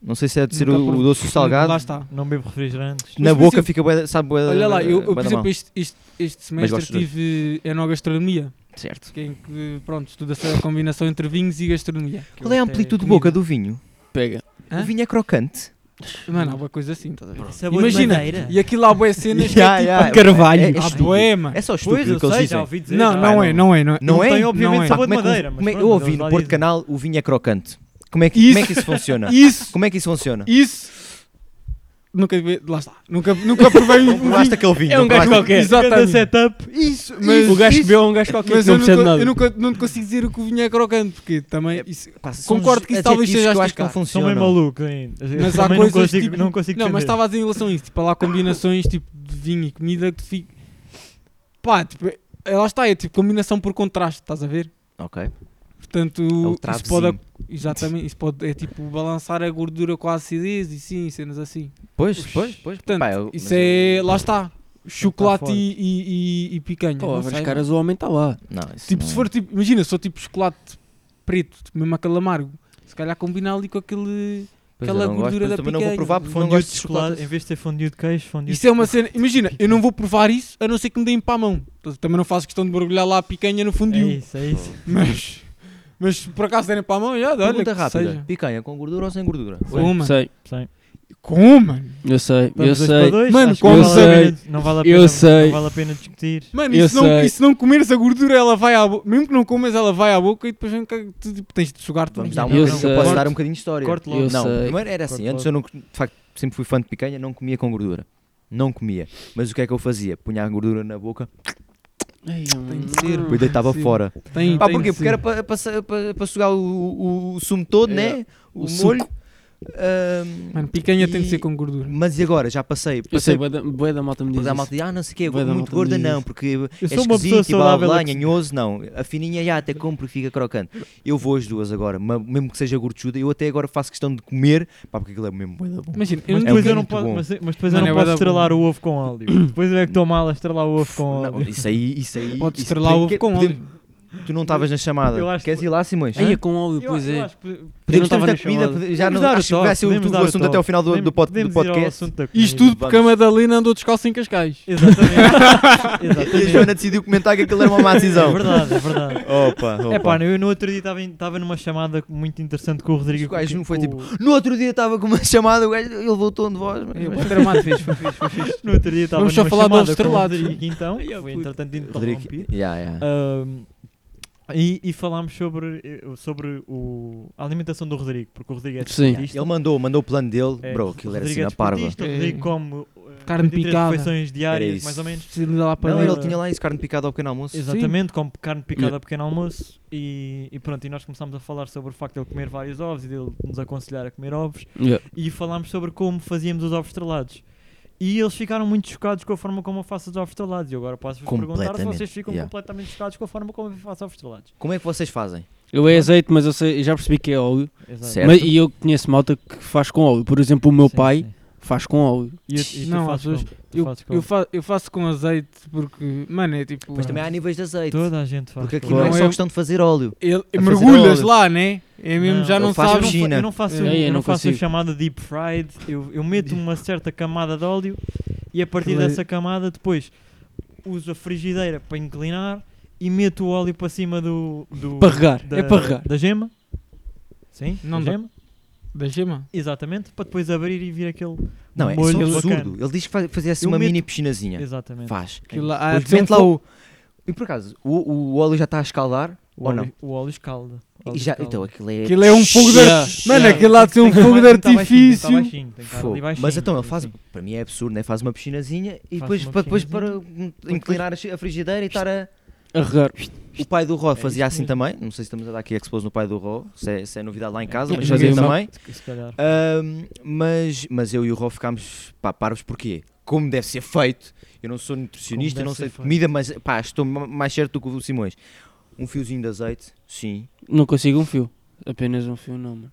[SPEAKER 3] Não sei se é de ser
[SPEAKER 1] Nunca
[SPEAKER 3] o, o
[SPEAKER 1] provei.
[SPEAKER 3] doce ou
[SPEAKER 1] Lá
[SPEAKER 3] salgado.
[SPEAKER 1] está.
[SPEAKER 2] Não bebo refrigerantes.
[SPEAKER 1] Mas,
[SPEAKER 3] Na
[SPEAKER 1] por
[SPEAKER 3] boca
[SPEAKER 1] exemplo,
[SPEAKER 3] fica bué, sabe, bué,
[SPEAKER 1] Olha lá, eu, eu,
[SPEAKER 3] bué
[SPEAKER 1] por
[SPEAKER 3] da
[SPEAKER 1] exemplo,
[SPEAKER 3] mal.
[SPEAKER 1] este, este, este
[SPEAKER 3] gosto
[SPEAKER 1] semestre
[SPEAKER 3] dos dois.
[SPEAKER 1] tive enogastronomia,
[SPEAKER 3] Certo.
[SPEAKER 1] que é em que, pronto, estuda-se a combinação entre vinhos e gastronomia.
[SPEAKER 2] que
[SPEAKER 3] Qual é a
[SPEAKER 2] eu
[SPEAKER 3] amplitude de
[SPEAKER 1] comida.
[SPEAKER 3] boca do vinho?
[SPEAKER 4] Pega.
[SPEAKER 1] Hã?
[SPEAKER 3] O vinho é crocante.
[SPEAKER 1] Mano, há uma coisa assim, estás a ver?
[SPEAKER 2] tenho. Sabor é de
[SPEAKER 1] Imagina,
[SPEAKER 2] madeira.
[SPEAKER 1] e é aquilo há boé cenas que é
[SPEAKER 3] Ya,
[SPEAKER 1] tipo...
[SPEAKER 3] ya, é-
[SPEAKER 4] carvalho.
[SPEAKER 3] é- é
[SPEAKER 1] há
[SPEAKER 3] estúpido.
[SPEAKER 1] bué, mano.
[SPEAKER 3] É só
[SPEAKER 2] Pois,
[SPEAKER 3] estúpido
[SPEAKER 2] eu
[SPEAKER 3] o que eles
[SPEAKER 2] sei, já
[SPEAKER 3] dizem.
[SPEAKER 2] ouvi dizer.
[SPEAKER 1] Não,
[SPEAKER 2] já.
[SPEAKER 1] não
[SPEAKER 3] pá,
[SPEAKER 1] é, não é, não é.
[SPEAKER 3] Não
[SPEAKER 2] Não
[SPEAKER 3] é?
[SPEAKER 2] tem,
[SPEAKER 1] não é.
[SPEAKER 2] obviamente,
[SPEAKER 3] Pá,
[SPEAKER 2] sabor de
[SPEAKER 3] como é que o-
[SPEAKER 2] madeira. mas
[SPEAKER 3] como é- Eu
[SPEAKER 2] pronto,
[SPEAKER 3] ouvi
[SPEAKER 2] eles
[SPEAKER 3] no
[SPEAKER 2] lá
[SPEAKER 3] Porto
[SPEAKER 2] dizem.
[SPEAKER 3] Canal, o vinho é crocante. Como é que
[SPEAKER 1] Isso.
[SPEAKER 3] como é que isso funciona?
[SPEAKER 1] Isso,
[SPEAKER 3] Como é que isso funciona?
[SPEAKER 1] isso... Nunca... vi- Lá está. Nunca, nunca provei um vinho.
[SPEAKER 3] Provaste aquele vinho.
[SPEAKER 4] É um
[SPEAKER 3] não
[SPEAKER 4] gajo
[SPEAKER 3] provaste-
[SPEAKER 4] qualquer.
[SPEAKER 2] Cada
[SPEAKER 1] Exatamente.
[SPEAKER 2] setup.
[SPEAKER 1] Isso, mas...
[SPEAKER 4] O gajo que
[SPEAKER 1] isso-
[SPEAKER 4] bebeu é um gajo qualquer
[SPEAKER 1] Mas
[SPEAKER 4] que não
[SPEAKER 1] eu
[SPEAKER 4] percebe
[SPEAKER 1] nunca, eu
[SPEAKER 4] nada.
[SPEAKER 1] nunca não te consigo dizer o que o vinho é crocante, porque também... Isso,
[SPEAKER 3] Pá, são
[SPEAKER 1] Concordo que isso talvez
[SPEAKER 3] adjetivos
[SPEAKER 1] seja
[SPEAKER 3] que eu acho que não
[SPEAKER 1] esticar.
[SPEAKER 2] São meio
[SPEAKER 3] funcionam.
[SPEAKER 2] malucos ainda. Eu
[SPEAKER 1] Mas há
[SPEAKER 2] também
[SPEAKER 1] coisas
[SPEAKER 2] não consigo,
[SPEAKER 1] tipo-
[SPEAKER 2] não consigo
[SPEAKER 1] Não, mas
[SPEAKER 2] defender.
[SPEAKER 1] estava a dizer em relação a isso. Tipo, lá há combinações tipo de vinho e comida que tu fica. Pá, tipo, é- lá está, é tipo combinação por contraste, estás a ver?
[SPEAKER 3] Ok.
[SPEAKER 1] Portanto,
[SPEAKER 3] É o
[SPEAKER 1] isso pode.
[SPEAKER 3] travozinho.
[SPEAKER 1] ac- Exatamente, isso pode. É tipo balançar a gordura com a acidez e sim, cenas assim.
[SPEAKER 3] Pois, pois, pois.
[SPEAKER 1] Portanto,
[SPEAKER 3] Pá, eu-
[SPEAKER 1] isso
[SPEAKER 3] mas eu-
[SPEAKER 1] é. Lá está. chocolate
[SPEAKER 2] forte.
[SPEAKER 1] e, e, e, e picanha.
[SPEAKER 4] Pô,
[SPEAKER 1] não
[SPEAKER 4] as
[SPEAKER 1] sei,
[SPEAKER 4] caras, o homem está lá.
[SPEAKER 3] Não, isso
[SPEAKER 1] Tipo,
[SPEAKER 3] não-
[SPEAKER 1] se for tipo, imagina, só tipo chocolate preto, tipo, mesmo aquele amargo, se calhar combina ali com aquele.
[SPEAKER 3] é- Pois eu
[SPEAKER 1] aquela
[SPEAKER 3] não gosto,
[SPEAKER 1] gordura
[SPEAKER 3] mas
[SPEAKER 1] da
[SPEAKER 3] também não vou
[SPEAKER 1] picanha.
[SPEAKER 3] provar porque não
[SPEAKER 2] Fondue de
[SPEAKER 3] gosto de
[SPEAKER 2] chocolate, em
[SPEAKER 3] chocolate.
[SPEAKER 2] vez de ser fondue de queijo, fondue
[SPEAKER 1] Isso é uma cena. Imagina, eu não vou provar isso a não ser que me deem para a mão. Então, Também não faço questão de mergulhar lá a picanha no fundo
[SPEAKER 2] É isso, é isso.
[SPEAKER 1] Mas, mas se por acaso derem para a mão, já dá.
[SPEAKER 3] Pergunta
[SPEAKER 1] olha, que
[SPEAKER 3] rápida.
[SPEAKER 1] seja.
[SPEAKER 3] Picanha com gordura ou sem gordura?
[SPEAKER 1] Com uma.
[SPEAKER 4] Sei,
[SPEAKER 2] Sim.
[SPEAKER 1] Com uma.
[SPEAKER 4] eu sei, eu
[SPEAKER 2] Vamos dois para
[SPEAKER 4] sei.
[SPEAKER 2] dois,
[SPEAKER 1] Mano,
[SPEAKER 2] acho que
[SPEAKER 1] como
[SPEAKER 2] não vale a
[SPEAKER 4] sei.
[SPEAKER 2] pena- Não vale a
[SPEAKER 4] Eu
[SPEAKER 2] pena,
[SPEAKER 4] sei.
[SPEAKER 2] Não vale a pena discutir.
[SPEAKER 3] É
[SPEAKER 1] Mano,
[SPEAKER 4] Eu
[SPEAKER 1] e se, não,
[SPEAKER 4] sei.
[SPEAKER 1] e se não comeres a gordura, ela vai à boca. Mesmo que não comes, ela vai à boca e depois vem cá- tu, tipo, tens de sugar-te. Vamos
[SPEAKER 3] Vamos dar um
[SPEAKER 4] Eu
[SPEAKER 3] bocadinho,
[SPEAKER 4] sei.
[SPEAKER 3] eu posso
[SPEAKER 4] Corte-
[SPEAKER 3] dar um bocadinho de história.
[SPEAKER 2] corte
[SPEAKER 4] logo. Eu
[SPEAKER 3] Não,
[SPEAKER 4] sei.
[SPEAKER 3] primeiro era assim,
[SPEAKER 2] Corte
[SPEAKER 3] antes eu não, de facto, sempre fui fã de picanha, não comia com gordura. Não comia. Mas o que é que eu fazia? Punha a gordura na boca,
[SPEAKER 4] Ai,
[SPEAKER 1] Tem de
[SPEAKER 4] hum.
[SPEAKER 1] ser,
[SPEAKER 3] depois deitava
[SPEAKER 1] sim.
[SPEAKER 3] fora.
[SPEAKER 1] Tem,
[SPEAKER 3] Pá,
[SPEAKER 1] tem
[SPEAKER 3] Ah,
[SPEAKER 1] assim.
[SPEAKER 3] porquê?
[SPEAKER 1] de
[SPEAKER 3] Porque
[SPEAKER 1] ser.
[SPEAKER 3] era para pa, sa- pa- pa sugar o, o- o sumo todo, né? O,
[SPEAKER 4] O suco.
[SPEAKER 3] molho. Ahm,
[SPEAKER 1] É, Mano, picanha tem de
[SPEAKER 3] e-
[SPEAKER 1] ser com gordura.
[SPEAKER 3] Mas e agora? Já passei.
[SPEAKER 4] Eu
[SPEAKER 3] Passei
[SPEAKER 4] sei, bué da- bué da malta me diz
[SPEAKER 3] Mas há
[SPEAKER 4] isso.
[SPEAKER 3] malta que diz, ah, não sei o quê,
[SPEAKER 4] Bué da
[SPEAKER 3] muito
[SPEAKER 4] malta
[SPEAKER 3] gorda
[SPEAKER 4] diz
[SPEAKER 3] não,
[SPEAKER 4] isso.
[SPEAKER 3] porque é
[SPEAKER 2] Eu sou uma pessoa
[SPEAKER 3] esquisito e blá blá,
[SPEAKER 2] saudável,
[SPEAKER 3] blá
[SPEAKER 2] eu que-
[SPEAKER 3] nhanhoso, não. A fininha, já, até como porque fica crocante. Eu vou as duas agora, ma- mesmo que seja gorduchuda, eu até agora faço questão de comer, pá, porque aquilo é mesmo bué da bom.
[SPEAKER 1] Imagina, eu
[SPEAKER 2] Mas depois
[SPEAKER 1] não depois
[SPEAKER 2] eu
[SPEAKER 1] eu
[SPEAKER 2] não
[SPEAKER 3] muito
[SPEAKER 2] posso,
[SPEAKER 3] um bom.
[SPEAKER 2] mas, mas depois eu
[SPEAKER 1] Mano, é
[SPEAKER 2] não posso
[SPEAKER 1] bué da
[SPEAKER 2] estrelar o ovo com óleo. Depois eu é que estou mal a estrelar o ovo com
[SPEAKER 3] Não,
[SPEAKER 2] óleo.
[SPEAKER 3] isso aí, isso aí.
[SPEAKER 1] Podes
[SPEAKER 3] isso-
[SPEAKER 1] estrelar o ovo
[SPEAKER 3] que-
[SPEAKER 1] com
[SPEAKER 3] podemos-
[SPEAKER 1] óleo.
[SPEAKER 3] Tu não estavas na chamada.
[SPEAKER 2] Eu acho que-
[SPEAKER 3] Queres ir lá, Simões?
[SPEAKER 4] Aí é
[SPEAKER 3] Hã?
[SPEAKER 4] com óleo,
[SPEAKER 2] Eu-
[SPEAKER 4] pois
[SPEAKER 2] eu
[SPEAKER 4] é.
[SPEAKER 2] acho que pode-
[SPEAKER 4] Podemos
[SPEAKER 3] Podemos
[SPEAKER 4] não
[SPEAKER 3] ter
[SPEAKER 4] estava
[SPEAKER 3] da
[SPEAKER 4] na
[SPEAKER 3] comida,
[SPEAKER 4] chamada.
[SPEAKER 3] já não
[SPEAKER 2] Podemos dar
[SPEAKER 3] acho que
[SPEAKER 2] o
[SPEAKER 3] vai
[SPEAKER 2] toque,
[SPEAKER 3] ser o
[SPEAKER 2] podemos
[SPEAKER 3] o
[SPEAKER 2] dar o
[SPEAKER 3] assunto até
[SPEAKER 2] toque.
[SPEAKER 3] ao final do,
[SPEAKER 2] Podemos-
[SPEAKER 3] do pod- do
[SPEAKER 2] podemos ir ao
[SPEAKER 3] podcast.
[SPEAKER 2] assunto da
[SPEAKER 1] Isto
[SPEAKER 2] comida.
[SPEAKER 1] tudo porque a Madalena andou descalço em Cascais.
[SPEAKER 2] Exatamente.
[SPEAKER 3] E a
[SPEAKER 2] Exatamente.
[SPEAKER 3] Joana decidiu comentar que aquilo era uma má
[SPEAKER 2] É
[SPEAKER 3] decisão.
[SPEAKER 2] verdade, é verdade.
[SPEAKER 3] Opa, opa.
[SPEAKER 2] É pá, eu no outro dia estava em- estava numa chamada muito interessante com o Rodrigo.
[SPEAKER 3] Os quais
[SPEAKER 2] que-
[SPEAKER 3] não foi
[SPEAKER 2] com-
[SPEAKER 3] tipo- no outro dia estava com uma chamada, o gajo, ele voltou de voz. mas-
[SPEAKER 1] É, pá, tramado, fixe, foi fixe, foi fixe.
[SPEAKER 2] No outro dia estava
[SPEAKER 1] Vamos só
[SPEAKER 2] numa
[SPEAKER 1] falar de
[SPEAKER 2] chamada
[SPEAKER 1] ovos
[SPEAKER 2] com o
[SPEAKER 1] estrelados.
[SPEAKER 2] Rodrigo, então.
[SPEAKER 1] Ai,
[SPEAKER 2] Foi
[SPEAKER 1] puto.
[SPEAKER 2] entretanto interrompido.
[SPEAKER 3] Rodrigo. Yeah,
[SPEAKER 2] Ah,
[SPEAKER 3] yeah.
[SPEAKER 2] Ahm, e, e falámos sobre, eh, sobre o, a alimentação do Rodrigo, porque o Rodrigo é
[SPEAKER 4] Sim.
[SPEAKER 2] desportista.
[SPEAKER 3] Ele mandou, mandou o plano dele,
[SPEAKER 2] É,
[SPEAKER 3] bro,
[SPEAKER 2] o
[SPEAKER 3] aquilo era
[SPEAKER 2] Rodrigo
[SPEAKER 3] assim
[SPEAKER 2] é
[SPEAKER 3] na parva.
[SPEAKER 2] desportista, O Rodrigo
[SPEAKER 1] É.
[SPEAKER 2] come eh,
[SPEAKER 1] Carne
[SPEAKER 2] 23
[SPEAKER 1] picada.
[SPEAKER 2] refeições
[SPEAKER 3] Era
[SPEAKER 2] diárias,
[SPEAKER 3] isso.
[SPEAKER 2] mais ou menos.
[SPEAKER 1] Preciso de ir lá para
[SPEAKER 3] Não,
[SPEAKER 1] dentro.
[SPEAKER 3] ele tinha lá isso, carne picada ao pequeno almoço.
[SPEAKER 2] Exatamente, come carne picada a pequeno almoço e, e pronto, e nós começámos a falar sobre o facto de ele comer vários ovos e dele nos aconselhar a comer ovos
[SPEAKER 4] Yeah.
[SPEAKER 2] e falámos sobre como fazíamos os ovos estrelados. E eles ficaram muito chocados com a forma como eu faço os ovos estrelados. E eu agora posso-vos perguntar se
[SPEAKER 3] Completamente,
[SPEAKER 2] vocês ficam
[SPEAKER 3] yeah.
[SPEAKER 2] completamente chocados com a forma como eu faço ovos estrelados.
[SPEAKER 3] Como é que vocês fazem?
[SPEAKER 4] Eu é azeite, mas eu sei- eu já percebi que é óleo.
[SPEAKER 2] Exato.
[SPEAKER 3] Certo.
[SPEAKER 4] Mas- e eu conheço malta que faz com óleo. Por exemplo, o meu
[SPEAKER 2] Sim,
[SPEAKER 4] pai
[SPEAKER 2] sim.
[SPEAKER 4] faz com óleo.
[SPEAKER 2] E, eu- e
[SPEAKER 1] Não,
[SPEAKER 2] tu fazes
[SPEAKER 1] às vezes
[SPEAKER 2] como? Tu
[SPEAKER 1] eu,
[SPEAKER 2] fazes como?
[SPEAKER 1] eu, fa eu faço com azeite porque, mano, é tipo.
[SPEAKER 3] Mas também há níveis de azeite.
[SPEAKER 2] Toda a gente faz.
[SPEAKER 3] Porque aqui
[SPEAKER 2] como.
[SPEAKER 3] não é
[SPEAKER 1] Não,
[SPEAKER 3] só
[SPEAKER 1] eu-
[SPEAKER 3] questão de fazer óleo.
[SPEAKER 1] Ele,
[SPEAKER 3] fazer
[SPEAKER 1] mergulhas
[SPEAKER 3] óleo.
[SPEAKER 1] lá, né? É mesmo, já
[SPEAKER 3] Não,
[SPEAKER 1] não
[SPEAKER 3] ele faz
[SPEAKER 2] eu
[SPEAKER 1] sabes.
[SPEAKER 2] não, fa-
[SPEAKER 3] China.
[SPEAKER 2] eu não faço,
[SPEAKER 1] É,
[SPEAKER 4] eu
[SPEAKER 2] eu não
[SPEAKER 4] não
[SPEAKER 2] faço
[SPEAKER 4] consigo.
[SPEAKER 2] chamada deep fried, eu, eu meto uma certa camada de óleo e a partir
[SPEAKER 1] Aquilo é-
[SPEAKER 2] dessa camada depois uso a frigideira para inclinar e meto o óleo para cima do. do
[SPEAKER 4] Para regar.
[SPEAKER 2] da,
[SPEAKER 4] É para regar.
[SPEAKER 2] Da gema. Sim,
[SPEAKER 1] Não
[SPEAKER 2] da
[SPEAKER 1] dá.
[SPEAKER 2] gema.
[SPEAKER 1] Deixa, mano.
[SPEAKER 2] Exatamente, para depois abrir e vir aquele.
[SPEAKER 3] Não, é,
[SPEAKER 2] molho
[SPEAKER 3] isso é um
[SPEAKER 2] bacana.
[SPEAKER 3] absurdo. Ele diz que faz- fazia assim
[SPEAKER 2] Eu
[SPEAKER 3] uma
[SPEAKER 2] meto-
[SPEAKER 3] mini piscinazinha.
[SPEAKER 2] Exatamente.
[SPEAKER 3] Faz.
[SPEAKER 1] Aquilo lá- há de
[SPEAKER 3] Depois
[SPEAKER 1] ser um
[SPEAKER 3] mete lá
[SPEAKER 1] fo-
[SPEAKER 3] o... E por acaso, o, o óleo já está a escaldar?
[SPEAKER 2] O
[SPEAKER 3] Ou
[SPEAKER 2] óleo,
[SPEAKER 3] não?
[SPEAKER 2] o óleo escalda. O óleo
[SPEAKER 3] E já,
[SPEAKER 2] escalda.
[SPEAKER 3] então aquilo é...
[SPEAKER 1] Aquilo é um fogo de
[SPEAKER 4] Yeah.
[SPEAKER 1] artifício. Mano,
[SPEAKER 2] Yeah.
[SPEAKER 1] aquilo lá de ser
[SPEAKER 2] Tem
[SPEAKER 1] um
[SPEAKER 3] Tá
[SPEAKER 2] que estar
[SPEAKER 1] fogo de
[SPEAKER 2] baixinho, tem que estar
[SPEAKER 1] artifício.
[SPEAKER 2] baixinho, tem que estar ali
[SPEAKER 3] Fogo.
[SPEAKER 2] baixinho,
[SPEAKER 3] Mas então ele
[SPEAKER 2] sim,
[SPEAKER 3] faz,
[SPEAKER 2] sim.
[SPEAKER 3] para mim é absurdo, né? faz uma piscinazinha e
[SPEAKER 2] Faz
[SPEAKER 3] depois,
[SPEAKER 2] uma
[SPEAKER 3] para, depois para um, inclinar a chi- a frigideira e estar a.
[SPEAKER 4] A regar.
[SPEAKER 3] O pai do Ró
[SPEAKER 2] É
[SPEAKER 3] fazia
[SPEAKER 2] isso
[SPEAKER 3] assim
[SPEAKER 2] mesmo.
[SPEAKER 3] também. Não sei se estamos a dar aqui expose no pai do Ró, se é, se é novidade lá em casa,
[SPEAKER 4] É,
[SPEAKER 3] mas
[SPEAKER 4] já
[SPEAKER 3] fazia
[SPEAKER 4] dei uma-
[SPEAKER 3] também.
[SPEAKER 2] Se calhar.
[SPEAKER 3] Ahm, mas, mas eu e o Ró ficámos pá, parvos porquê? Como deve ser feito. Eu não sou nutricionista,
[SPEAKER 2] Como
[SPEAKER 3] eu não
[SPEAKER 2] deve
[SPEAKER 3] sei
[SPEAKER 2] ser
[SPEAKER 3] de
[SPEAKER 2] feito.
[SPEAKER 3] comida, mas pá, estou ma- mais certo do que o Simões. Um fiozinho de azeite, sim.
[SPEAKER 4] Não consigo um fio. Apenas um fio, não, mano.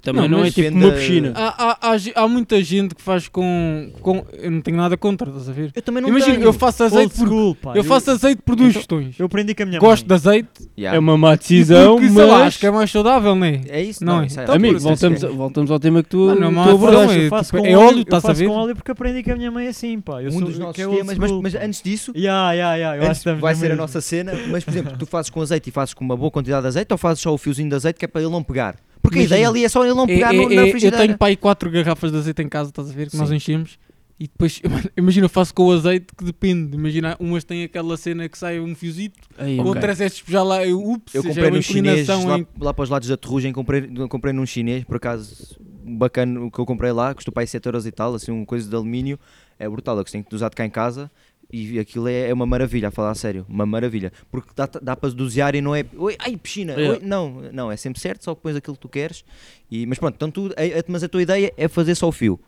[SPEAKER 4] Também
[SPEAKER 1] Não,
[SPEAKER 4] não, é
[SPEAKER 1] mas Ah,
[SPEAKER 4] tipo
[SPEAKER 3] depende
[SPEAKER 4] uma
[SPEAKER 3] da-
[SPEAKER 4] piscina.
[SPEAKER 1] Há, há, há, ge- há muita gente que faz com, com. Eu não tenho nada contra, estás a ver?
[SPEAKER 3] Eu também não
[SPEAKER 1] Imagina,
[SPEAKER 3] tenho.
[SPEAKER 1] eu faço azeite por.
[SPEAKER 2] school, pá,
[SPEAKER 1] Eu faço azeite por duas
[SPEAKER 2] Então,
[SPEAKER 1] questões.
[SPEAKER 2] Eu aprendi com a minha
[SPEAKER 1] Gosto de
[SPEAKER 2] mãe.
[SPEAKER 1] azeite.
[SPEAKER 3] Yeah.
[SPEAKER 4] É uma má
[SPEAKER 1] e
[SPEAKER 4] decisão,
[SPEAKER 1] porque,
[SPEAKER 4] mas...
[SPEAKER 1] sei lá, acho que é mais saudável, né?
[SPEAKER 3] É isso?
[SPEAKER 1] Não,
[SPEAKER 3] isso é-
[SPEAKER 1] então,
[SPEAKER 4] Amigo,
[SPEAKER 1] por isso
[SPEAKER 4] voltamos, voltamos ao tema que tu,
[SPEAKER 1] Mano, é uma
[SPEAKER 4] tu
[SPEAKER 1] má
[SPEAKER 4] abordaste.
[SPEAKER 1] decisão, é-
[SPEAKER 2] eu faço
[SPEAKER 1] tipo,
[SPEAKER 2] com
[SPEAKER 1] é
[SPEAKER 2] óleo,
[SPEAKER 1] óleo,
[SPEAKER 2] eu
[SPEAKER 1] estás a
[SPEAKER 2] faço
[SPEAKER 1] ver?
[SPEAKER 2] com óleo porque aprendi com a minha mãe assim, pá. Eu
[SPEAKER 3] um
[SPEAKER 2] sou,
[SPEAKER 3] dos nossos
[SPEAKER 2] que é old
[SPEAKER 3] temas, mas,
[SPEAKER 2] school,
[SPEAKER 3] mas
[SPEAKER 2] pá.
[SPEAKER 3] antes disso,
[SPEAKER 2] Ya, ya, ya, eu acho que
[SPEAKER 3] antes
[SPEAKER 2] estamos
[SPEAKER 3] vai
[SPEAKER 2] na
[SPEAKER 3] ser a
[SPEAKER 2] mesma.
[SPEAKER 3] nossa cena, mas por exemplo, tu fazes com azeite e fazes com uma boa quantidade de azeite ou fazes só o fiozinho de azeite que é para ele não pegar? Porque
[SPEAKER 1] Imagina.
[SPEAKER 3] a ideia ali é só ele não
[SPEAKER 1] É-
[SPEAKER 3] pegar
[SPEAKER 1] é-
[SPEAKER 3] no- na
[SPEAKER 1] é- eu
[SPEAKER 3] frigideira.
[SPEAKER 1] tenho para aí 4 garrafas de azeite em casa, estás a ver? Que nós
[SPEAKER 3] Sim.
[SPEAKER 1] enchemos. E depois, mano, imagina, eu faço com o azeite que depende. Imagina, umas têm aquela cena que sai um fiozito,
[SPEAKER 4] Ai, mano.
[SPEAKER 1] outras é despejar lá, eu, ups,
[SPEAKER 3] Eu
[SPEAKER 1] já
[SPEAKER 3] comprei
[SPEAKER 1] é uma
[SPEAKER 3] num chinês,
[SPEAKER 1] inclinação
[SPEAKER 3] lá,
[SPEAKER 1] em.
[SPEAKER 3] lá para os lados da Terrugem, comprei, comprei num chinês, por acaso, bacana o que eu comprei lá, custou para aí 7 euros e tal, assim, uma coisa de alumínio, é brutal, é que se tem que usar de cá em casa, e aquilo é, é uma maravilha, a falar a sério, uma maravilha, porque dá, dá para dosear e não é, oi, ai piscina,
[SPEAKER 4] É.
[SPEAKER 3] oi, não, não, é sempre certo, só que pões aquilo que tu queres, e, mas pronto, então tu, a- a- mas a tua ideia é fazer só o fio,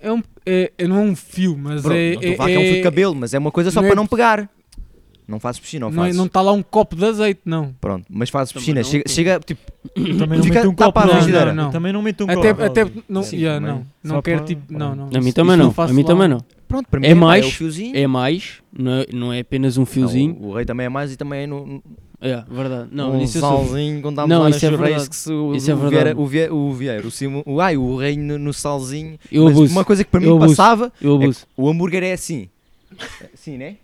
[SPEAKER 1] É um, é, é- não é um fio, mas
[SPEAKER 3] Pronto,
[SPEAKER 1] é.
[SPEAKER 3] não estou a falar que é um fio de cabelo, mas é uma coisa só
[SPEAKER 1] não é-
[SPEAKER 3] para não pegar, não fazes piscina, ou
[SPEAKER 1] não é-
[SPEAKER 3] fazes,
[SPEAKER 1] não está lá um copo de azeite, não.
[SPEAKER 3] pronto, mas fazes
[SPEAKER 4] Também
[SPEAKER 3] piscina,
[SPEAKER 4] não.
[SPEAKER 3] chega, chega, tipo,
[SPEAKER 2] Eu Também não
[SPEAKER 3] Fica-
[SPEAKER 2] meto um
[SPEAKER 3] dá
[SPEAKER 2] copo
[SPEAKER 3] para a
[SPEAKER 2] de óleo.
[SPEAKER 1] frigideira.
[SPEAKER 2] Eu Também não meto um
[SPEAKER 1] até,
[SPEAKER 2] copo de
[SPEAKER 1] até
[SPEAKER 2] óleo.
[SPEAKER 1] não,
[SPEAKER 3] Sim,
[SPEAKER 1] yeah,
[SPEAKER 3] também.
[SPEAKER 1] não, não
[SPEAKER 2] Só
[SPEAKER 1] quero
[SPEAKER 2] para-
[SPEAKER 1] tipo, não, não.
[SPEAKER 4] A mim
[SPEAKER 1] Isso-
[SPEAKER 4] também
[SPEAKER 1] isso
[SPEAKER 4] não. A
[SPEAKER 1] faço
[SPEAKER 4] mim
[SPEAKER 1] lá.
[SPEAKER 4] também não.
[SPEAKER 3] Pronto, para mim
[SPEAKER 4] É
[SPEAKER 3] pá,
[SPEAKER 4] mais,
[SPEAKER 3] o fiozinho.
[SPEAKER 4] É mais, não é, não é apenas um fiozinho.
[SPEAKER 3] Não, o rei também é mais e também é no, no-
[SPEAKER 4] É, verdade. Não,
[SPEAKER 3] um
[SPEAKER 4] isso eu sou.
[SPEAKER 3] salzinho quando dá
[SPEAKER 4] Não,
[SPEAKER 3] lá nas
[SPEAKER 4] isso é
[SPEAKER 3] churreias
[SPEAKER 4] verdade.
[SPEAKER 3] que se o,
[SPEAKER 4] Isso é
[SPEAKER 3] o
[SPEAKER 4] verdade.
[SPEAKER 3] Vieira- o, Vieira- o Vieira, o Simão- o- ai, o rei no, no salzinho.
[SPEAKER 4] Eu
[SPEAKER 3] Mas
[SPEAKER 4] abuso.
[SPEAKER 3] uma coisa que para mim
[SPEAKER 4] Eu abuso.
[SPEAKER 3] passava
[SPEAKER 4] Eu
[SPEAKER 3] É que
[SPEAKER 4] abuso.
[SPEAKER 3] o hambúrguer é assim. Assim, né?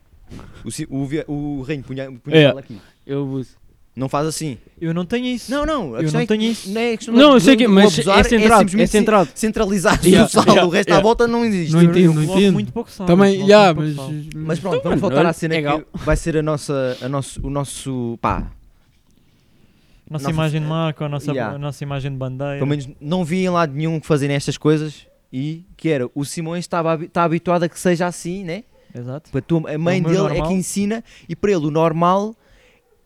[SPEAKER 3] O, si- o, via- o reino punha, punha
[SPEAKER 4] É.
[SPEAKER 3] ela aqui.
[SPEAKER 4] Eu abuso.
[SPEAKER 3] Não faz assim.
[SPEAKER 2] Eu não tenho isso.
[SPEAKER 3] Não, não. A
[SPEAKER 2] eu
[SPEAKER 3] questão
[SPEAKER 2] não
[SPEAKER 3] é que
[SPEAKER 2] tenho isso.
[SPEAKER 3] não é a questão
[SPEAKER 4] Não,
[SPEAKER 3] de-
[SPEAKER 4] eu sei que
[SPEAKER 3] de- de
[SPEAKER 4] mas
[SPEAKER 3] abusar,
[SPEAKER 4] é centrado. É,
[SPEAKER 3] simplesmente
[SPEAKER 4] centrado.
[SPEAKER 3] centralizar
[SPEAKER 4] Yeah,
[SPEAKER 3] o sal,
[SPEAKER 4] yeah,
[SPEAKER 3] o resto
[SPEAKER 4] yeah.
[SPEAKER 3] à volta não existe.
[SPEAKER 1] Não entendo, não
[SPEAKER 2] coloco
[SPEAKER 1] entendo.
[SPEAKER 2] muito pouco sal.
[SPEAKER 1] Também,
[SPEAKER 2] coloco
[SPEAKER 1] já,
[SPEAKER 2] muito
[SPEAKER 1] mas.
[SPEAKER 2] pouco sal.
[SPEAKER 3] Mas pronto,
[SPEAKER 4] Então,
[SPEAKER 3] vamos
[SPEAKER 4] mano,
[SPEAKER 3] voltar
[SPEAKER 4] olha,
[SPEAKER 3] à cena
[SPEAKER 4] é gal.
[SPEAKER 3] que vai ser a nossa, a nosso, o nosso, pá,
[SPEAKER 2] Nossa
[SPEAKER 3] nossa- é-
[SPEAKER 2] imagem de marca, a nossa,
[SPEAKER 3] Yeah.
[SPEAKER 2] a nossa imagem de bandeira.
[SPEAKER 3] pelo menos não vi em lado nenhum que fazerem estas coisas e que era, o Simões estava habi- está habituado a que seja assim, né?
[SPEAKER 2] Exato.
[SPEAKER 3] A, tua, a mãe
[SPEAKER 2] meu
[SPEAKER 3] dele é
[SPEAKER 2] normal.
[SPEAKER 3] que ensina e para ele o normal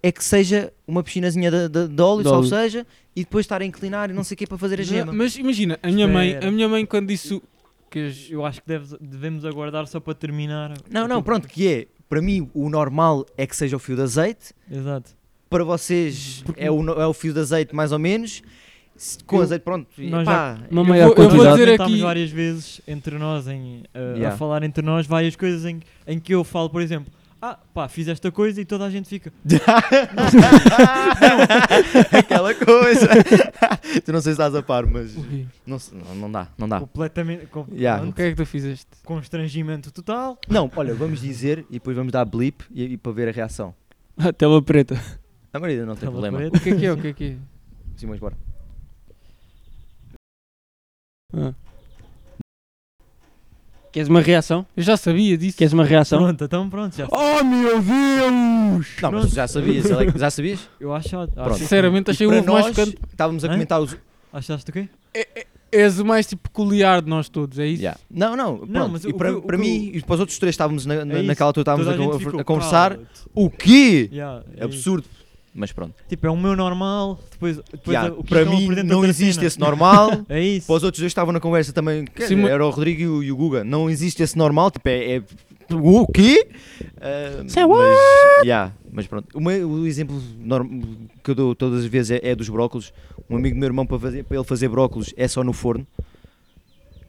[SPEAKER 3] é que seja uma piscinazinha de, de- de óleo,
[SPEAKER 4] De
[SPEAKER 3] só
[SPEAKER 4] óleo.
[SPEAKER 3] seja, e depois estar a inclinar e não sei o que para fazer a gema.
[SPEAKER 1] Mas imagina, a minha mãe,
[SPEAKER 2] Espera.
[SPEAKER 1] a minha mãe quando disse. o-
[SPEAKER 2] Que eu acho que deves- devemos aguardar só para terminar. Tipo,
[SPEAKER 3] Não, não, pronto, que é, para mim o normal é que seja o fio de azeite,
[SPEAKER 2] Exato.
[SPEAKER 3] para vocês é, o, no- é o fio de azeite mais ou menos, se- com
[SPEAKER 1] Eu-
[SPEAKER 3] azeite pronto, e
[SPEAKER 2] nós
[SPEAKER 3] pá,
[SPEAKER 4] Uma
[SPEAKER 1] Eu
[SPEAKER 4] maior
[SPEAKER 1] vou- eu vou
[SPEAKER 4] quantidade.
[SPEAKER 1] dizer
[SPEAKER 2] Comentámos
[SPEAKER 1] aqui-
[SPEAKER 2] várias vezes entre nós, em, uh,
[SPEAKER 3] Yeah.
[SPEAKER 2] a falar entre nós, várias coisas em, em que eu falo, por exemplo, ah, pá, fiz esta coisa e toda a gente fica.
[SPEAKER 3] aquela coisa. tu não sei se estás a par, mas
[SPEAKER 1] O quê?
[SPEAKER 3] não, se- não, não dá, não dá.
[SPEAKER 2] Completamente. com-
[SPEAKER 3] Ah. Yeah.
[SPEAKER 1] O
[SPEAKER 2] pronto,
[SPEAKER 1] que é que tu fizeste?
[SPEAKER 2] Constrangimento total.
[SPEAKER 3] Não, olha, vamos dizer e depois vamos dar blip e, e para ver a reação.
[SPEAKER 4] A tela preta.
[SPEAKER 3] A maioria não tem
[SPEAKER 2] Tela
[SPEAKER 3] problema.
[SPEAKER 2] preta.
[SPEAKER 1] O que é que é? O que é que é?
[SPEAKER 3] Simões, bora.
[SPEAKER 4] Queres uma reação?
[SPEAKER 1] Eu já sabia disso.
[SPEAKER 3] é-
[SPEAKER 4] Queres uma reação?
[SPEAKER 2] Pronto, então pronto, já.
[SPEAKER 4] Oh meu Deus!
[SPEAKER 3] Não, mas tu já sabias, ele é que- já sabias?
[SPEAKER 2] Eu acho. acho
[SPEAKER 3] Pronto.
[SPEAKER 1] Sinceramente, achei
[SPEAKER 3] E
[SPEAKER 1] o
[SPEAKER 3] para
[SPEAKER 1] ovo mais
[SPEAKER 3] nós,
[SPEAKER 1] picante.
[SPEAKER 3] Estávamos a
[SPEAKER 2] um Hã?
[SPEAKER 3] comentar os.
[SPEAKER 2] Achaste o quê?
[SPEAKER 1] És o mais tipo, peculiar de nós todos, é isso?
[SPEAKER 3] Yeah. Não, não, pronto.
[SPEAKER 2] mas
[SPEAKER 3] e
[SPEAKER 2] o
[SPEAKER 3] para,
[SPEAKER 2] que- o
[SPEAKER 3] para
[SPEAKER 2] que
[SPEAKER 3] mim e para os outros três estávamos na, na-
[SPEAKER 2] É isso.
[SPEAKER 3] naquela altura estávamos
[SPEAKER 2] Toda
[SPEAKER 3] a,
[SPEAKER 2] gente
[SPEAKER 3] con- a
[SPEAKER 2] ficou,
[SPEAKER 3] conversar.
[SPEAKER 2] "Cala-te."
[SPEAKER 3] O quê?
[SPEAKER 2] Yeah, é isso.
[SPEAKER 3] Absurdo. Mas pronto.
[SPEAKER 2] Tipo, é o meu normal. Depois, depois
[SPEAKER 3] Yeah,
[SPEAKER 2] o que
[SPEAKER 3] para
[SPEAKER 2] estão
[SPEAKER 3] mim
[SPEAKER 2] por dentro
[SPEAKER 3] não
[SPEAKER 2] da
[SPEAKER 3] existe
[SPEAKER 2] cena.
[SPEAKER 3] esse normal.
[SPEAKER 2] É isso.
[SPEAKER 3] Para os outros dois que estavam na conversa também, quer
[SPEAKER 1] Sim,
[SPEAKER 3] dizer,
[SPEAKER 1] mas-
[SPEAKER 3] era o Rodrigo e o, e o Guga. Não existe esse normal, tipo, é. é o quê? Ah,
[SPEAKER 4] Say
[SPEAKER 3] mas, yeah, mas pronto. O, meu- o exemplo norm- que eu dou todas as vezes é, é dos brócolos. Um amigo do meu irmão, para, fazer, para ele fazer brócolos, é só no forno.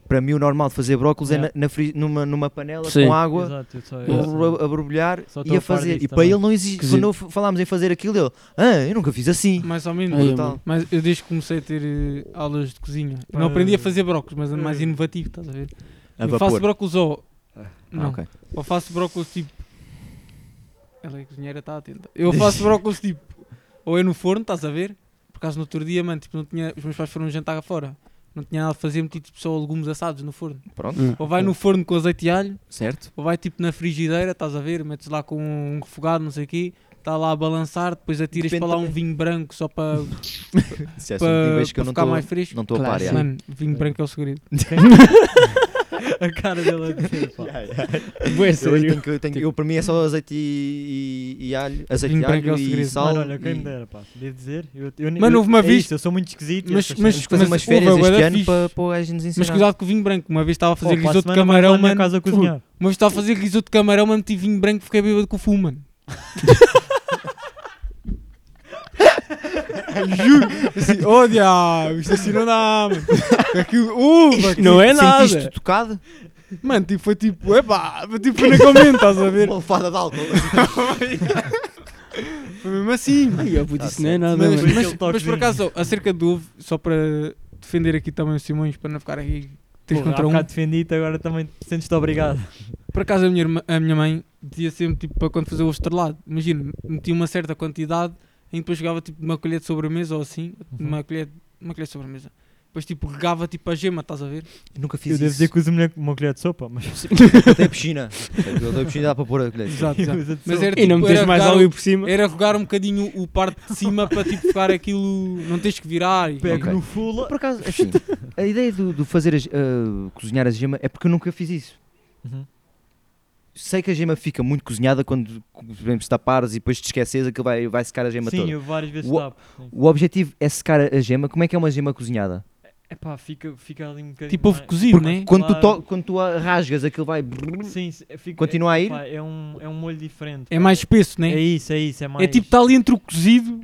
[SPEAKER 3] Para mim, o normal de fazer brócolos
[SPEAKER 2] Yeah.
[SPEAKER 3] é na- na fri- numa, numa panela
[SPEAKER 4] Sim.
[SPEAKER 3] com água,
[SPEAKER 2] Exato, eu só- eu só-
[SPEAKER 3] a, a borbulhar
[SPEAKER 2] Só estou
[SPEAKER 3] e
[SPEAKER 2] a
[SPEAKER 3] a
[SPEAKER 2] par
[SPEAKER 3] fazer.
[SPEAKER 2] disso
[SPEAKER 3] E para
[SPEAKER 2] também.
[SPEAKER 3] ele não existe.
[SPEAKER 4] Esquisito.
[SPEAKER 3] Quando eu f- falámos em fazer aquilo, ele, ah, eu nunca fiz assim.
[SPEAKER 1] Mais ou menos.
[SPEAKER 4] Ai,
[SPEAKER 3] Brutal.
[SPEAKER 4] amor.
[SPEAKER 1] Mas eu desde que comecei a ter eh, aulas de cozinha, eu
[SPEAKER 2] Para-
[SPEAKER 1] não aprendi a fazer brócolis, mas é mais inovativo, estás a ver?
[SPEAKER 3] A
[SPEAKER 1] eu
[SPEAKER 3] vapor.
[SPEAKER 1] faço brócolis ou.
[SPEAKER 3] Ah,
[SPEAKER 1] Não,
[SPEAKER 3] ok.
[SPEAKER 1] ou faço brócolis tipo. Ela é cozinheira, está atenta. Eu faço brócolis tipo. Ou é no forno, estás a ver? Por acaso no outro dia, mano, tipo, não tinha, os meus pais foram jantar fora. Não tinha nada a fazer, meti tipo, só legumes assados no forno.
[SPEAKER 3] Pronto,
[SPEAKER 4] Hum.
[SPEAKER 1] Ou vai no forno com azeite e alho,
[SPEAKER 3] certo.
[SPEAKER 1] ou vai tipo na frigideira, estás a ver? Metes lá com um refogado, não sei o quê, está lá a balançar, depois atiras
[SPEAKER 3] Depende
[SPEAKER 1] para lá um
[SPEAKER 3] também.
[SPEAKER 1] vinho branco só para
[SPEAKER 3] Se é só um
[SPEAKER 1] para
[SPEAKER 3] níveis que eu não
[SPEAKER 1] ficar
[SPEAKER 3] estou
[SPEAKER 1] mais fresco.
[SPEAKER 3] não estou a
[SPEAKER 4] Claro,
[SPEAKER 3] par.
[SPEAKER 4] sim.
[SPEAKER 3] yeah.
[SPEAKER 1] Mano, vinho branco é o segredo.
[SPEAKER 2] a cara dele a dizer, pá.
[SPEAKER 4] Bué
[SPEAKER 3] Eu,
[SPEAKER 4] sério.
[SPEAKER 3] tenho que- eu tenho que- eu, para mim é só azeite e, e- e alho, azeite
[SPEAKER 1] Vinho
[SPEAKER 3] e
[SPEAKER 1] branco é
[SPEAKER 3] alho
[SPEAKER 1] o
[SPEAKER 3] e
[SPEAKER 1] segredo.
[SPEAKER 3] sal.
[SPEAKER 2] Mano, olha, quem me
[SPEAKER 3] e...
[SPEAKER 2] dera, pá. Devo dizer. Eu, eu,
[SPEAKER 1] Mano,
[SPEAKER 2] eu-
[SPEAKER 1] houve uma
[SPEAKER 2] é
[SPEAKER 1] vez-
[SPEAKER 2] isto, eu sou muito esquisito. e
[SPEAKER 1] mas-
[SPEAKER 2] estas
[SPEAKER 1] mas-
[SPEAKER 2] cenas-
[SPEAKER 3] Vamos fazer
[SPEAKER 1] Mas
[SPEAKER 3] umas
[SPEAKER 1] o
[SPEAKER 3] férias
[SPEAKER 1] Vagueiro
[SPEAKER 3] este
[SPEAKER 1] é
[SPEAKER 3] ano
[SPEAKER 1] fixe.
[SPEAKER 3] para, para o gajo nos ensinar.
[SPEAKER 1] Mas cuidado com o vinho branco. Uma vez estava a
[SPEAKER 2] Pá,
[SPEAKER 1] fazer
[SPEAKER 2] para a
[SPEAKER 1] risoto de
[SPEAKER 2] semana vou lá à
[SPEAKER 1] camarão,
[SPEAKER 2] minha
[SPEAKER 1] mano.
[SPEAKER 2] casa a
[SPEAKER 1] Uma
[SPEAKER 2] cozinhar.
[SPEAKER 1] vez estava a fazer risoto de camarão, mano, meti vinho branco, fiquei bêbado com o fumo, mano. Juro! Assim, oh diabo, isto assim não dá, mano. Aquilo, uva, que- "Uh, tipo,
[SPEAKER 4] Não é
[SPEAKER 3] Sentiste
[SPEAKER 4] nada.
[SPEAKER 3] tocado?
[SPEAKER 1] Mano, tipo, foi tipo, epá, foi tipo, foi na comenta, estás a ver?
[SPEAKER 3] Uma lefada de álcool.
[SPEAKER 1] Foi mesmo assim, mano.
[SPEAKER 4] Ai, eu puto,
[SPEAKER 3] Tá
[SPEAKER 4] isso não é
[SPEAKER 3] certo.
[SPEAKER 4] nada,
[SPEAKER 1] Mas,
[SPEAKER 4] mano.
[SPEAKER 2] Aquele
[SPEAKER 1] mas- mas
[SPEAKER 2] toquezinho.
[SPEAKER 1] por acaso, acerca do ovo, só para defender aqui também o Simões, para não ficar aqui
[SPEAKER 2] Porra,
[SPEAKER 1] 3
[SPEAKER 2] há
[SPEAKER 1] contra 1.
[SPEAKER 2] bocado defendi-te, agora também te sentes-te obrigado.
[SPEAKER 1] Por acaso a minha, irmã- a minha mãe dizia sempre tipo, para quando fazer o estrelado, imagina, metia uma certa quantidade e depois jogava tipo uma colher de sobremesa ou assim,
[SPEAKER 2] Uhum.
[SPEAKER 1] uma, colher, uma colher de sobremesa. Depois tipo regava tipo a gema, estás a ver?
[SPEAKER 3] Eu nunca fiz
[SPEAKER 2] Eu devo
[SPEAKER 3] isso.
[SPEAKER 2] dizer que uso melhor que uma colher de sopa, mas
[SPEAKER 3] Eu tenho piscina. Eu tenho piscina, dá para pôr a colher.
[SPEAKER 1] Exato,
[SPEAKER 2] eu
[SPEAKER 1] exato.
[SPEAKER 2] uso de
[SPEAKER 1] Mas
[SPEAKER 2] sopa.
[SPEAKER 1] era
[SPEAKER 4] E não
[SPEAKER 1] tipo,
[SPEAKER 4] metes
[SPEAKER 1] era
[SPEAKER 4] mais
[SPEAKER 1] regar,
[SPEAKER 4] algo por cima.
[SPEAKER 1] era regar um bocadinho o parte de cima para tipo ficar aquilo, não tens que virar. E,
[SPEAKER 2] Pego
[SPEAKER 3] Ok.
[SPEAKER 2] no fula.
[SPEAKER 3] Por acaso, assim, a ideia do, do fazer as, ah, cozinhar a gema é porque eu nunca fiz isso.
[SPEAKER 2] Uhum.
[SPEAKER 3] Sei que a gema fica muito cozinhada quando, por exemplo, se tapares e depois te esqueces, aquilo vai, vai secar a gema
[SPEAKER 2] Sim,
[SPEAKER 3] toda.
[SPEAKER 2] eu várias vezes
[SPEAKER 3] Ua-
[SPEAKER 2] tapo. sim.
[SPEAKER 3] O objetivo é secar a a gema. Como é que é uma gema cozinhada?
[SPEAKER 2] Epá, fica, fica ali um bocadinho.
[SPEAKER 1] tipo ovo
[SPEAKER 2] mais-
[SPEAKER 1] cozido,
[SPEAKER 3] Porque
[SPEAKER 1] né?
[SPEAKER 3] quando, tu
[SPEAKER 2] Claro.
[SPEAKER 3] to- quando tu a rasgas, aquilo vai. brrr,
[SPEAKER 2] Sim, sim, é- fica-
[SPEAKER 3] Continua a ir?
[SPEAKER 2] epá, é, um, é um molho diferente.
[SPEAKER 1] É
[SPEAKER 2] pá.
[SPEAKER 1] mais espesso,
[SPEAKER 2] É
[SPEAKER 1] né?
[SPEAKER 2] isso, é isso, é
[SPEAKER 1] É,
[SPEAKER 2] mais.
[SPEAKER 1] tipo está ali entre o cozido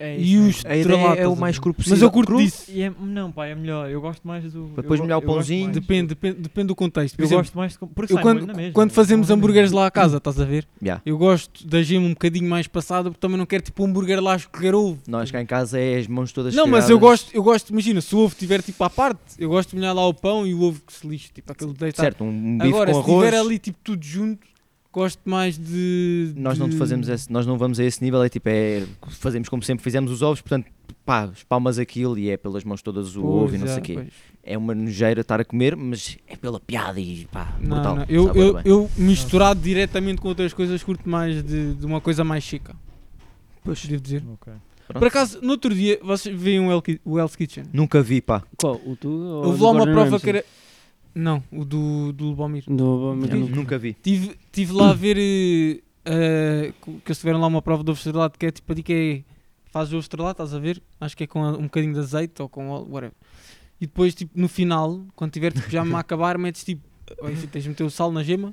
[SPEAKER 2] É
[SPEAKER 1] E
[SPEAKER 2] isso,
[SPEAKER 1] os-
[SPEAKER 2] é.
[SPEAKER 3] A ideia é o
[SPEAKER 1] Trelatas,
[SPEAKER 3] mais cru possível.
[SPEAKER 1] Mas eu curto
[SPEAKER 3] Cru?
[SPEAKER 1] disso.
[SPEAKER 2] E é- Não, pá, é melhor. Eu gosto mais do.
[SPEAKER 3] Para depois
[SPEAKER 2] eu go-
[SPEAKER 3] molhar o
[SPEAKER 2] eu gosto
[SPEAKER 3] pãozinho,
[SPEAKER 2] mais.
[SPEAKER 1] Depende, depende, depende do contexto. Por
[SPEAKER 2] Eu
[SPEAKER 1] exemplo,
[SPEAKER 2] gosto mais de com- porque
[SPEAKER 1] eu
[SPEAKER 2] sai molho na
[SPEAKER 1] quando,
[SPEAKER 2] mesma, né? é
[SPEAKER 1] quando
[SPEAKER 2] sai
[SPEAKER 1] fazemos
[SPEAKER 2] molho na
[SPEAKER 1] hambúrgueres
[SPEAKER 2] mesma.
[SPEAKER 1] lá à casa, estás a ver?
[SPEAKER 3] Yeah.
[SPEAKER 1] Eu gosto da gema um bocadinho mais passada porque também não quero tipo um hambúrguer lá a escorrer ovo.
[SPEAKER 3] Nós cá em casa é as mãos todas
[SPEAKER 1] Não, mas eu
[SPEAKER 3] tiradas.
[SPEAKER 1] gosto, eu gosto, imagina, se o ovo estiver tipo à parte, eu gosto de molhar lá o pão e o ovo que se lixe, tipo aquele deitar.
[SPEAKER 3] Certo, um bife
[SPEAKER 1] Agora,
[SPEAKER 3] com
[SPEAKER 1] se
[SPEAKER 3] arroz.
[SPEAKER 1] estiver ali tipo tudo junto, gosto mais de.
[SPEAKER 3] Nós não
[SPEAKER 1] de-
[SPEAKER 3] te fazemos esse, nós não vamos a esse nível, é tipo, é, fazemos como sempre fizemos os ovos, portanto, pá, espalmas aquilo e é pelas mãos todas o ovo e não
[SPEAKER 1] Pois,
[SPEAKER 3] sei o
[SPEAKER 1] é,
[SPEAKER 3] quê.
[SPEAKER 1] pois.
[SPEAKER 3] É uma nojeira estar a comer, mas é pela piada e pá,
[SPEAKER 1] Não,
[SPEAKER 3] brutal.
[SPEAKER 1] não, Eu,
[SPEAKER 3] sabe
[SPEAKER 1] eu,
[SPEAKER 3] bem.
[SPEAKER 1] eu misturado diretamente com outras coisas, curto mais de, de uma coisa mais chica,
[SPEAKER 3] Pois,
[SPEAKER 1] devo dizer.
[SPEAKER 2] Ok.
[SPEAKER 3] pronto.
[SPEAKER 1] Por acaso, no outro dia, vocês veem o El- o Hell's Kitchen?
[SPEAKER 3] Nunca vi, pá.
[SPEAKER 4] Qual? O tu? ou
[SPEAKER 1] Houve
[SPEAKER 4] do
[SPEAKER 1] lá uma
[SPEAKER 4] Gordon
[SPEAKER 1] prova
[SPEAKER 4] Ramsay?
[SPEAKER 1] que era. Não, o do, do Lubomir.
[SPEAKER 4] Do, mas
[SPEAKER 3] Yeah,
[SPEAKER 4] eu nunca-
[SPEAKER 3] Nunca vi.
[SPEAKER 1] Tive, tive lá a ver eh, eh, que eles tiveram lá uma prova do ovo estrelado que é tipo ali que é. Faz o ovo estrelado, estás a ver? Acho que é com a- um bocadinho de azeite ou com óleo, whatever. E depois, tipo, no final, quando tiver tipo, já a acabar, metes tipo. ou Enfim, tens de meter o sal na gema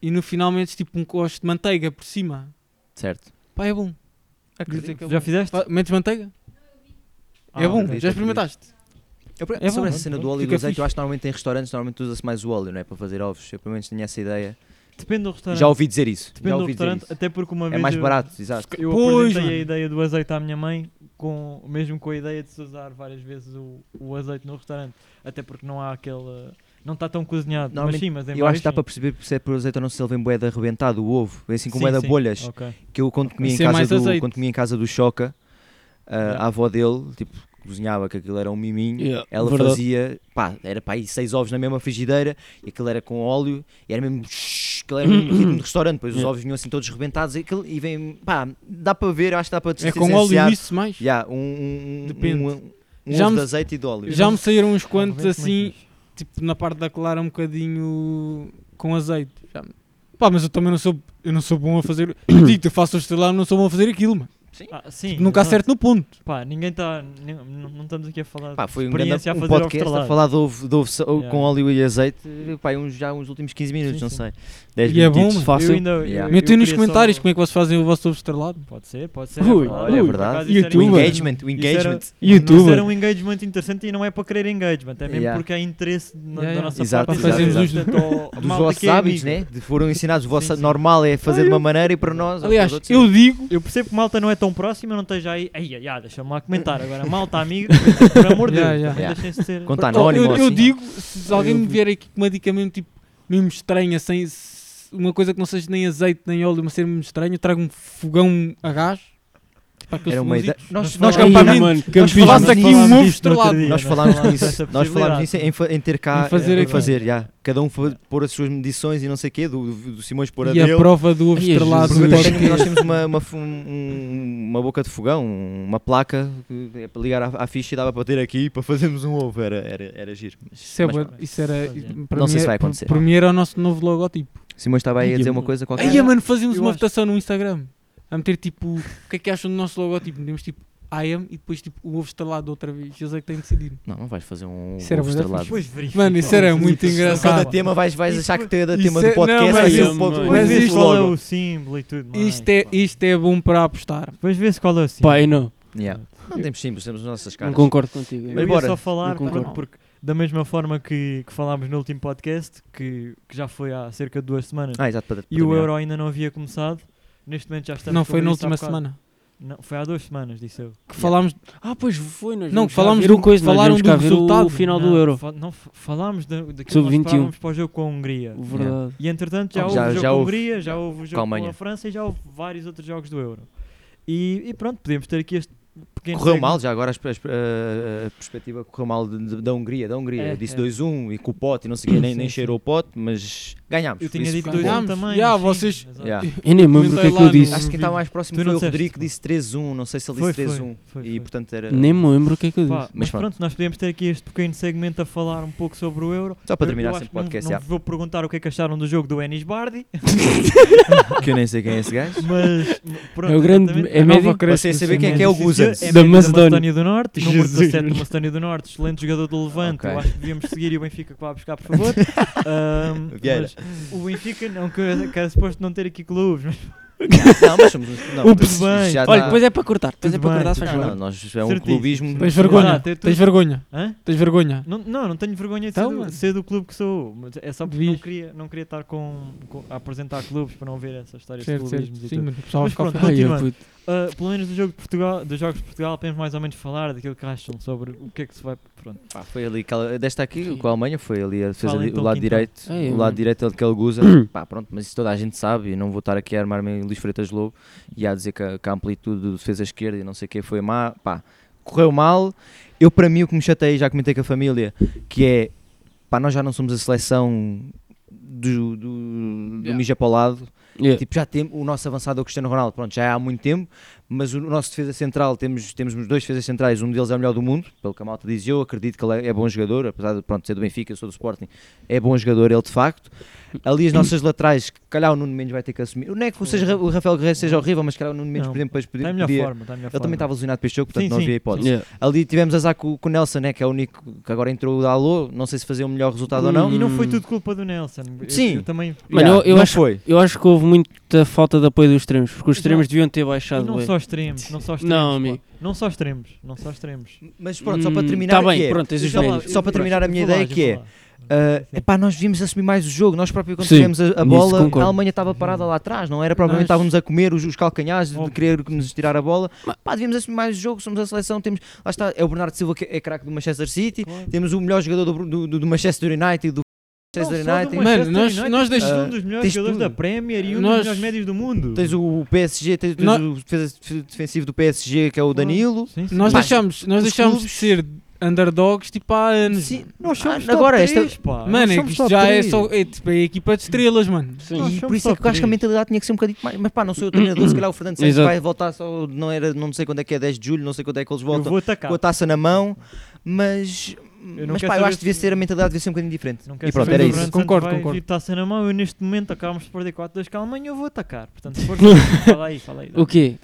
[SPEAKER 1] e no final metes tipo um costo de manteiga por cima.
[SPEAKER 3] Certo.
[SPEAKER 1] Pá, é bom. Acredito que é
[SPEAKER 2] Já
[SPEAKER 1] bom.
[SPEAKER 2] fizeste?
[SPEAKER 3] Ah,
[SPEAKER 1] Fa- Metes manteiga? é
[SPEAKER 2] Ah,
[SPEAKER 1] bom,
[SPEAKER 2] ok.
[SPEAKER 1] já experimentaste?
[SPEAKER 3] Eu, por-
[SPEAKER 1] É bom, é
[SPEAKER 3] sobre essa cena
[SPEAKER 1] bom.
[SPEAKER 3] do óleo e do
[SPEAKER 1] Fica
[SPEAKER 3] azeite,
[SPEAKER 1] fixe.
[SPEAKER 3] eu acho que normalmente em restaurantes normalmente usa-se mais o óleo, não é? Para fazer ovos. Eu pelo menos tinha essa ideia.
[SPEAKER 2] Depende do
[SPEAKER 1] Tá
[SPEAKER 2] restaurante.
[SPEAKER 3] Já ouvi dizer isso.
[SPEAKER 2] Depende
[SPEAKER 3] já
[SPEAKER 2] do
[SPEAKER 3] ouvi dizer
[SPEAKER 2] restaurante,
[SPEAKER 3] isso.
[SPEAKER 2] até porque uma
[SPEAKER 3] É
[SPEAKER 2] vez.
[SPEAKER 3] mais
[SPEAKER 2] eu-
[SPEAKER 3] barato, exato.
[SPEAKER 2] Eu
[SPEAKER 1] Pois,
[SPEAKER 2] apresentei
[SPEAKER 1] mano.
[SPEAKER 2] a ideia do azeite à minha mãe, com, mesmo com a ideia de se usar várias vezes o, o azeite no restaurante. Até porque não há aquele. Não está tão cozinhado. Mas
[SPEAKER 3] Normalmente,
[SPEAKER 2] sim, mas em
[SPEAKER 3] Eu acho que
[SPEAKER 2] vários
[SPEAKER 3] dá
[SPEAKER 2] sim.
[SPEAKER 3] para perceber se é por azeite ou não se ele vem bué de arrebentado, o ovo. É assim como
[SPEAKER 2] Sim,
[SPEAKER 3] é da
[SPEAKER 2] sim.
[SPEAKER 3] bolhas.
[SPEAKER 2] Ok.
[SPEAKER 3] que eu quando comia, em
[SPEAKER 1] Isso é
[SPEAKER 3] casa
[SPEAKER 1] mais
[SPEAKER 3] do,
[SPEAKER 1] azeite.
[SPEAKER 3] quando comia em casa do Choca, ah,
[SPEAKER 2] Yeah.
[SPEAKER 3] a avó dele, tipo, cozinhava que aquilo era um miminho,
[SPEAKER 4] Yeah,
[SPEAKER 3] ela
[SPEAKER 4] É verdade.
[SPEAKER 3] fazia, pá, era para aí seis ovos na mesma frigideira, e aquilo era com óleo, e era mesmo, aquilo era mesmo ritmo de restaurante, depois os
[SPEAKER 4] Yeah.
[SPEAKER 3] ovos vinham assim todos rebentados, e, aquilo, e vem, pá, dá para ver, acho que dá para
[SPEAKER 1] É com
[SPEAKER 3] diferenciar.
[SPEAKER 1] óleo isso mais?
[SPEAKER 3] Yeah, um, um, um-
[SPEAKER 1] Depende.
[SPEAKER 3] um- um
[SPEAKER 1] Já
[SPEAKER 3] ovo
[SPEAKER 1] me-
[SPEAKER 3] de azeite e de óleo.
[SPEAKER 1] Já me saíram uns quantos
[SPEAKER 2] Normalmente,
[SPEAKER 1] assim.
[SPEAKER 2] mas-
[SPEAKER 1] tipo na parte da clara um bocadinho com azeite. Já. Pá, mas eu também não sou, eu não sou bom a fazer. Eu digo, eu faço o estrelado, não sou bom a fazer aquilo, mano.
[SPEAKER 2] Ah, sim,
[SPEAKER 1] Nunca
[SPEAKER 2] exato.
[SPEAKER 1] acerto no ponto.
[SPEAKER 2] Pá, ninguém está. Não, não estamos aqui a falar.
[SPEAKER 3] Pá, foi um, grande,
[SPEAKER 2] experiência
[SPEAKER 3] um
[SPEAKER 2] a fazer ao
[SPEAKER 3] podcast a
[SPEAKER 2] estrelado.
[SPEAKER 3] falar de ovo, de ovo sa-
[SPEAKER 2] Yeah.
[SPEAKER 3] com óleo e azeite, pá, uns, já uns últimos 15 minutos,
[SPEAKER 2] Sim,
[SPEAKER 3] não
[SPEAKER 2] sim.
[SPEAKER 3] sei, 10
[SPEAKER 1] E é bom,
[SPEAKER 3] minutitos,
[SPEAKER 1] mano.
[SPEAKER 3] fácil.
[SPEAKER 2] Eu ainda-
[SPEAKER 3] Yeah.
[SPEAKER 2] eu-
[SPEAKER 1] Metem
[SPEAKER 2] eu
[SPEAKER 1] nos
[SPEAKER 2] queria
[SPEAKER 1] comentários
[SPEAKER 2] só-
[SPEAKER 1] como é que vocês fazem o vosso ovo estrelado.
[SPEAKER 2] Pode ser, pode ser.
[SPEAKER 4] Ui,
[SPEAKER 2] é verdade.
[SPEAKER 4] olha, é
[SPEAKER 2] Por
[SPEAKER 3] verdade.
[SPEAKER 2] acaso, isso era
[SPEAKER 3] O
[SPEAKER 4] Youtuber.
[SPEAKER 2] interessante.
[SPEAKER 3] engagement, o
[SPEAKER 2] Isso era-
[SPEAKER 3] engagement.
[SPEAKER 2] Isso
[SPEAKER 4] Youtuber.
[SPEAKER 2] era um engagement interessante e não é para querer engagement, é mesmo
[SPEAKER 3] Yeah.
[SPEAKER 2] porque há interesse na,
[SPEAKER 1] Yeah,
[SPEAKER 2] da
[SPEAKER 1] yeah.
[SPEAKER 2] nossa
[SPEAKER 3] Exato,
[SPEAKER 2] parte.
[SPEAKER 3] exato,
[SPEAKER 2] Portanto,
[SPEAKER 1] exato.
[SPEAKER 2] ao-
[SPEAKER 3] dos
[SPEAKER 2] malta
[SPEAKER 3] vossos
[SPEAKER 2] que é
[SPEAKER 3] hábitos,
[SPEAKER 2] amigo.
[SPEAKER 3] né? De- foram ensinados. O vosso
[SPEAKER 2] sim.
[SPEAKER 3] normal é fazer de uma maneira e para nós. ou para
[SPEAKER 1] Aliás,
[SPEAKER 3] os outros,
[SPEAKER 1] eu digo,
[SPEAKER 2] Eu percebo que malta não é tão próxima, não esteja aí. Ai, ai, ai, deixa-me lá comentar agora. Malta amiga, por amor de Deus,
[SPEAKER 1] Yeah, yeah.
[SPEAKER 2] também
[SPEAKER 3] Yeah.
[SPEAKER 2] deixem-se ser.
[SPEAKER 1] Oh,
[SPEAKER 3] Conta anónimo.
[SPEAKER 1] eu,
[SPEAKER 3] ou
[SPEAKER 1] eu
[SPEAKER 3] assim.
[SPEAKER 1] digo, se alguém me vier aqui com uma dica mesmo, tipo, mesmo estranha, sem se- uma coisa que não seja nem azeite nem óleo, mas ser mesmo estranho, eu trago um fogão a gás. Tipo, aqueles
[SPEAKER 3] Era uma
[SPEAKER 1] fogãozinhos.
[SPEAKER 3] ideia. Nós,
[SPEAKER 2] Nós
[SPEAKER 3] nós,
[SPEAKER 1] falámos-
[SPEAKER 3] falámos-
[SPEAKER 1] Campismo.
[SPEAKER 4] mano,
[SPEAKER 1] Nós
[SPEAKER 4] campismo.
[SPEAKER 1] falámos aqui um ovo estrelado.
[SPEAKER 3] nós falámos nisso. Nós falámos nisso em, fa- em ter cá. eh,
[SPEAKER 1] Em fazer
[SPEAKER 3] em
[SPEAKER 1] aqui.
[SPEAKER 3] fazer, já. Cada um fa- pôr as suas medições e não sei o quê. Do, do- do Simões pôr a
[SPEAKER 1] E a
[SPEAKER 3] dele.
[SPEAKER 1] prova do ovo
[SPEAKER 4] Ai,
[SPEAKER 1] estrelado. é
[SPEAKER 3] Porque
[SPEAKER 4] Jesus.
[SPEAKER 3] nós
[SPEAKER 1] pode-
[SPEAKER 3] temos- nós temos uma, uma, fu- um- uma boca de fogão, uma placa que é para ligar à, à ficha e dava para ter aqui para fazermos um ovo. Era, era, era giro. Mas-
[SPEAKER 1] Isso, é
[SPEAKER 3] mas
[SPEAKER 1] bué-
[SPEAKER 2] pronto.
[SPEAKER 1] isso era.
[SPEAKER 2] Pois é.
[SPEAKER 1] para
[SPEAKER 3] Não sei
[SPEAKER 1] mim
[SPEAKER 3] se vai
[SPEAKER 1] era-
[SPEAKER 3] acontecer.
[SPEAKER 1] Para mim era o nosso novo logotipo.
[SPEAKER 3] Simões estava aí a
[SPEAKER 4] Ia-
[SPEAKER 3] dizer uma coisa qualquer.
[SPEAKER 1] Aí, mano, fazíamos
[SPEAKER 2] eu
[SPEAKER 1] uma
[SPEAKER 2] acho.
[SPEAKER 1] votação no Instagram. A meter tipo, o que é que acham do nosso logotipo? Metemos tipo I am e depois tipo o ovo estalado outra vez. Eles é que têm de decidir.
[SPEAKER 3] Não, não vais fazer um
[SPEAKER 1] Isso era
[SPEAKER 3] ovo
[SPEAKER 1] bué da
[SPEAKER 3] estrelado.
[SPEAKER 2] Depois verifico.
[SPEAKER 1] Mano, isso era muito
[SPEAKER 3] Cada
[SPEAKER 1] engraçado.
[SPEAKER 3] tema vais, vais
[SPEAKER 2] Isso
[SPEAKER 3] achar
[SPEAKER 2] foi-
[SPEAKER 3] que cada
[SPEAKER 1] isso
[SPEAKER 3] tema
[SPEAKER 1] é-
[SPEAKER 3] do
[SPEAKER 1] não,
[SPEAKER 3] podcast
[SPEAKER 1] mas
[SPEAKER 3] vai ser
[SPEAKER 4] isso-
[SPEAKER 3] um ponto-
[SPEAKER 4] mas
[SPEAKER 2] Depois
[SPEAKER 1] Mas
[SPEAKER 2] vês
[SPEAKER 1] isto-
[SPEAKER 2] qual é o símbolo e tudo. mais,
[SPEAKER 1] Isto é,
[SPEAKER 2] pá.
[SPEAKER 1] isto é bom para apostar.
[SPEAKER 2] Depois vês qual é o símbolo.
[SPEAKER 4] Pai, não.
[SPEAKER 3] Yeah. Não temos símbolos, temos as nossas
[SPEAKER 4] Não
[SPEAKER 3] caras.
[SPEAKER 4] concordo contigo.
[SPEAKER 3] Mas
[SPEAKER 2] eu
[SPEAKER 3] bora.
[SPEAKER 2] ia só falar,
[SPEAKER 4] Não concordo.
[SPEAKER 2] pronto, porque da mesma forma que, que falámos no último podcast, que, que já foi há cerca de duas semanas,
[SPEAKER 3] Ah, exato, para
[SPEAKER 2] e o
[SPEAKER 3] terminar.
[SPEAKER 2] Euro ainda não havia começado, neste momento já estamos
[SPEAKER 1] Não
[SPEAKER 2] com
[SPEAKER 1] foi na
[SPEAKER 2] isso há
[SPEAKER 1] última
[SPEAKER 2] bocado.
[SPEAKER 1] semana.
[SPEAKER 2] Não, foi há duas semanas, disse eu.
[SPEAKER 1] Que falámos.
[SPEAKER 4] Ah, pois foi. Nós
[SPEAKER 1] Não,
[SPEAKER 4] vimos
[SPEAKER 1] falámos
[SPEAKER 4] cá
[SPEAKER 1] do-
[SPEAKER 4] ver coisa, nós
[SPEAKER 1] falaram
[SPEAKER 4] vimos cá
[SPEAKER 1] do
[SPEAKER 4] ver o
[SPEAKER 1] resultado.
[SPEAKER 4] final
[SPEAKER 2] Não,
[SPEAKER 4] do Euro.
[SPEAKER 2] fa- não, fa- falámos da- daquilo que nós
[SPEAKER 4] Sub-21.
[SPEAKER 2] parávamos para o jogo com a Hungria.
[SPEAKER 4] Verdade.
[SPEAKER 2] E entretanto já
[SPEAKER 3] Ah,
[SPEAKER 2] houve
[SPEAKER 3] já-
[SPEAKER 2] o jogo
[SPEAKER 3] já
[SPEAKER 2] com a
[SPEAKER 3] houve.
[SPEAKER 2] Hungria, já houve o jogo
[SPEAKER 3] Calma
[SPEAKER 2] com
[SPEAKER 3] aí.
[SPEAKER 2] a França e já houve vários outros jogos do Euro. E, e pronto, podemos ter aqui este pequeno.
[SPEAKER 3] Correu
[SPEAKER 2] segmento.
[SPEAKER 3] mal, já agora as- as- eh, a, a perspectiva correu mal de- de- da Hungria, da Hungria.
[SPEAKER 2] É,
[SPEAKER 3] Disse
[SPEAKER 2] é.
[SPEAKER 3] 2-1 e com o pote e não sei o quê, nem,
[SPEAKER 2] Sim,
[SPEAKER 3] nem
[SPEAKER 2] sim.
[SPEAKER 3] cheirou o pote, mas ganhámos.
[SPEAKER 2] Eu tinha
[SPEAKER 3] Isso
[SPEAKER 2] dito
[SPEAKER 3] foi
[SPEAKER 2] dois
[SPEAKER 3] bom.
[SPEAKER 1] ganhámos.
[SPEAKER 2] um também.
[SPEAKER 1] Já,
[SPEAKER 2] sim,
[SPEAKER 1] vocês-
[SPEAKER 2] exato.
[SPEAKER 3] Yeah.
[SPEAKER 4] Eu nem me lembro o que é que eu
[SPEAKER 1] Comentei lá no-
[SPEAKER 4] disse.
[SPEAKER 3] Acho que quem estava mais próximo
[SPEAKER 2] Tu
[SPEAKER 3] foi
[SPEAKER 2] não
[SPEAKER 3] o
[SPEAKER 2] disseste,
[SPEAKER 3] Rodrigo que
[SPEAKER 2] pá.
[SPEAKER 3] disse 3-1, não sei se ele
[SPEAKER 2] Foi,
[SPEAKER 3] disse
[SPEAKER 2] foi,
[SPEAKER 3] 3-1.
[SPEAKER 2] foi,
[SPEAKER 3] E
[SPEAKER 2] foi.
[SPEAKER 3] portanto era.
[SPEAKER 4] Nem me lembro o que é que eu
[SPEAKER 2] Pá,
[SPEAKER 4] disse.
[SPEAKER 2] mas
[SPEAKER 3] pronto.
[SPEAKER 2] pronto, nós podemos ter aqui este pequeno segmento a falar um pouco sobre o Euro.
[SPEAKER 3] Só para
[SPEAKER 2] Eu-
[SPEAKER 3] terminar
[SPEAKER 2] eu acho
[SPEAKER 3] sempre o
[SPEAKER 2] que não-
[SPEAKER 3] podcast,
[SPEAKER 2] Não,
[SPEAKER 3] já.
[SPEAKER 2] vos vou perguntar o que é que acharam do jogo do Enis Bardi,
[SPEAKER 3] que eu nem sei quem é esse gajo.
[SPEAKER 2] mas pronto,
[SPEAKER 4] É o grande.
[SPEAKER 2] exatamente.
[SPEAKER 4] É médio.
[SPEAKER 3] Vocês sabem quem é que é o
[SPEAKER 2] Sim, senhor,
[SPEAKER 3] Guza.
[SPEAKER 2] é
[SPEAKER 4] Da
[SPEAKER 2] médio
[SPEAKER 4] Macedónia.
[SPEAKER 2] do Norte, número
[SPEAKER 4] Jesus.
[SPEAKER 2] 17 da Macedónia do Norte, excelente jogador do Levante.
[SPEAKER 3] Ok.
[SPEAKER 2] Eu acho que devíamos seguir e o Benfica que vá buscar, por favor. Ahm,
[SPEAKER 3] Vieira.
[SPEAKER 2] mas o Benfica, não que, que era suposto não ter aqui clubes, mas
[SPEAKER 3] Não, mas somos uns. Não,
[SPEAKER 2] Ups,
[SPEAKER 3] isto
[SPEAKER 2] bem.
[SPEAKER 3] já
[SPEAKER 4] Olha,
[SPEAKER 3] dá-
[SPEAKER 4] depois é para cortar. Depois
[SPEAKER 2] Tudo
[SPEAKER 4] é para
[SPEAKER 2] bem.
[SPEAKER 4] cortar, se faz
[SPEAKER 3] Não, não,
[SPEAKER 4] favor.
[SPEAKER 3] nós é um
[SPEAKER 2] Certíssimo.
[SPEAKER 3] clubismo.
[SPEAKER 1] Tens
[SPEAKER 2] Exato,
[SPEAKER 1] vergonha.
[SPEAKER 2] é tudo-
[SPEAKER 1] Tens vergonha.
[SPEAKER 2] Hã?
[SPEAKER 1] Tens vergonha.
[SPEAKER 2] Não, não, não tenho vergonha de
[SPEAKER 1] Então,
[SPEAKER 2] ser, do,
[SPEAKER 1] mano.
[SPEAKER 2] ser do clube que sou. mas É só porque não
[SPEAKER 1] Devias.
[SPEAKER 2] queria, não queria estar com, com- a apresentar clubes para não ver essas histórias
[SPEAKER 1] Certo,
[SPEAKER 2] de
[SPEAKER 1] certo.
[SPEAKER 2] clubismo e
[SPEAKER 1] Sim,
[SPEAKER 2] tudo.
[SPEAKER 1] mas o pessoal
[SPEAKER 2] Mas
[SPEAKER 1] fica
[SPEAKER 2] pronto,
[SPEAKER 1] ofendido.
[SPEAKER 4] Ai, eu
[SPEAKER 2] Continua.
[SPEAKER 4] puto.
[SPEAKER 2] Ah, pelo menos do jogo de Portugal, dos jogos de Portugal, podemos mais ou menos falar daquilo que acham sobre o que é que se vai. Pronto.
[SPEAKER 3] Pá, foi ali, aquela- desta aqui, com a Alemanha, foi ali, a- fez
[SPEAKER 2] Fala
[SPEAKER 3] ali
[SPEAKER 2] então,
[SPEAKER 3] o lado
[SPEAKER 2] Quinto.
[SPEAKER 3] direito,
[SPEAKER 4] Ah, eu-
[SPEAKER 3] o lado direito é o de Calguza, pá, pronto, mas isso toda a gente sabe, e não vou estar aqui a armar-me em Luís Freitas Lobo, e a dizer que a, que a amplitude do defesa esquerda e não sei o que foi má, pá, correu mal, eu para mim o que me chatei, já comentei com a família, que é, pá, nós já não somos a seleção do, do, do
[SPEAKER 1] Yeah.
[SPEAKER 3] mija para o lado,
[SPEAKER 4] Yeah.
[SPEAKER 3] Tipo, já tem, o nosso avançado é o Cristiano Ronaldo, pronto, já é há muito tempo, mas o nosso defesa central, temos, temos dois defesas centrais, um deles é o melhor do mundo, pelo que a malta diz, eu acredito que ele é, é bom jogador, apesar de pronto, ser do Benfica, eu sou do Sporting, é bom jogador ele de facto. Ali as nossas laterais, que calhar o Nuno Mendes vai ter que assumir, não é que o, seja, o Rafael Guerreiro seja horrível, mas calhar o Nuno Mendes,
[SPEAKER 2] Não,
[SPEAKER 3] por exemplo, depois
[SPEAKER 2] Está
[SPEAKER 3] podia...
[SPEAKER 2] Tá em melhor
[SPEAKER 3] podia-
[SPEAKER 2] forma. Está em melhor
[SPEAKER 3] ele
[SPEAKER 2] forma.
[SPEAKER 3] também estava lesionado para este jogo, portanto
[SPEAKER 2] Sim,
[SPEAKER 3] não
[SPEAKER 2] sim,
[SPEAKER 3] havia hipótese.
[SPEAKER 4] Yeah.
[SPEAKER 3] Ali tivemos azar com, com o Nelson, né, que é o único que agora entrou o Dalô, não sei se fazia um melhor resultado ou não.
[SPEAKER 2] E não foi
[SPEAKER 4] Hum.
[SPEAKER 2] tudo culpa do Nelson. Eu-
[SPEAKER 3] Sim.
[SPEAKER 2] Eu também.
[SPEAKER 4] Mano, eu- eu
[SPEAKER 3] não
[SPEAKER 4] acho-
[SPEAKER 3] foi.
[SPEAKER 4] Eu acho que houve muita falta de apoio dos extremos, porque os
[SPEAKER 2] Exato.
[SPEAKER 4] extremos deviam ter
[SPEAKER 2] E
[SPEAKER 4] baixado.
[SPEAKER 2] não
[SPEAKER 4] bué.
[SPEAKER 2] só extremos, não só extremos.
[SPEAKER 4] Não,
[SPEAKER 2] pá.
[SPEAKER 4] amigo.
[SPEAKER 2] Não só extremos, não só extremos.
[SPEAKER 3] Mas pronto, só para
[SPEAKER 4] Hum,
[SPEAKER 3] terminar,
[SPEAKER 4] tá bem,
[SPEAKER 3] que é,
[SPEAKER 4] pronto, tens os
[SPEAKER 3] só,
[SPEAKER 4] médios.
[SPEAKER 3] só para terminar a minha ideia que é, Uh, epá, nós devíamos assumir mais o jogo. Nós próprios, quando
[SPEAKER 4] Sim,
[SPEAKER 3] tivemos a, a
[SPEAKER 4] nisso
[SPEAKER 3] bola,
[SPEAKER 4] concordo.
[SPEAKER 3] a Alemanha estava parada lá atrás, não era propriamente
[SPEAKER 1] Nós-
[SPEAKER 3] estávamos a comer os, os calcanhares de
[SPEAKER 2] Óbvio.
[SPEAKER 3] querer que nos tirar a bola.
[SPEAKER 4] Mas-
[SPEAKER 3] Pá, devíamos assumir mais o jogo. Somos a seleção, temos lá está, é o Bernardo Silva que é craque do Manchester City, temos o melhor jogador do, do- do- do Manchester United, do Manchester United,
[SPEAKER 1] Manchester Mano, nós- nós
[SPEAKER 2] tens
[SPEAKER 3] deixamos-
[SPEAKER 2] um dos melhores
[SPEAKER 3] tens
[SPEAKER 2] jogadores
[SPEAKER 3] tudo.
[SPEAKER 2] da Premier e um
[SPEAKER 1] Nós-
[SPEAKER 2] dos melhores médios do mundo.
[SPEAKER 3] tens o PSG, tens, tens
[SPEAKER 1] Nós-
[SPEAKER 3] o defesa defensivo do PSG que é o Danilo.
[SPEAKER 2] Sim, sim.
[SPEAKER 1] Nós
[SPEAKER 3] Pá,
[SPEAKER 1] deixamos, nós
[SPEAKER 3] os
[SPEAKER 1] deixamos
[SPEAKER 3] clubes-
[SPEAKER 1] de ser underdogs tipo há anos.
[SPEAKER 3] Sim,
[SPEAKER 2] Nós somos
[SPEAKER 3] Ah,
[SPEAKER 2] top
[SPEAKER 3] agora
[SPEAKER 2] três,
[SPEAKER 3] esta-
[SPEAKER 2] pá. Nós
[SPEAKER 1] Mano, é
[SPEAKER 2] somos
[SPEAKER 1] que isto
[SPEAKER 2] top
[SPEAKER 1] já é
[SPEAKER 2] três.
[SPEAKER 1] só é, tipo, é a equipa de estrelas, mano.
[SPEAKER 4] Sim.
[SPEAKER 2] Nós
[SPEAKER 3] E por
[SPEAKER 2] somos
[SPEAKER 3] isso é
[SPEAKER 2] top
[SPEAKER 3] que eu acho que a
[SPEAKER 2] três.
[SPEAKER 3] mentalidade tinha que ser um bocadinho mais. Mas pá, não sei o treinador, se calhar o Fernando Santos
[SPEAKER 4] Exato.
[SPEAKER 3] vai voltar só. Não, era, não sei quando é que é 10 de julho, não sei quando é que eles
[SPEAKER 2] Eu
[SPEAKER 3] voltam.
[SPEAKER 2] vou atacar.
[SPEAKER 3] com a taça na mão, mas,
[SPEAKER 2] Eu não
[SPEAKER 3] mas
[SPEAKER 2] quero
[SPEAKER 3] pá, eu
[SPEAKER 2] saber
[SPEAKER 3] acho que devia
[SPEAKER 2] se-
[SPEAKER 3] ser a mentalidade devia ser um bocadinho diferente.
[SPEAKER 2] Não
[SPEAKER 3] E
[SPEAKER 2] quero
[SPEAKER 3] pronto,
[SPEAKER 2] saber
[SPEAKER 3] era
[SPEAKER 2] do
[SPEAKER 3] isso.
[SPEAKER 2] Bruno Santos,
[SPEAKER 1] Concordo,
[SPEAKER 2] vai
[SPEAKER 1] concordo.
[SPEAKER 2] vir taça na mão, eu neste momento acabamos de perder 4-2 com a Alemanha, eu vou atacar. Portanto, força, fala aí, fala aí. dá.
[SPEAKER 4] O quê?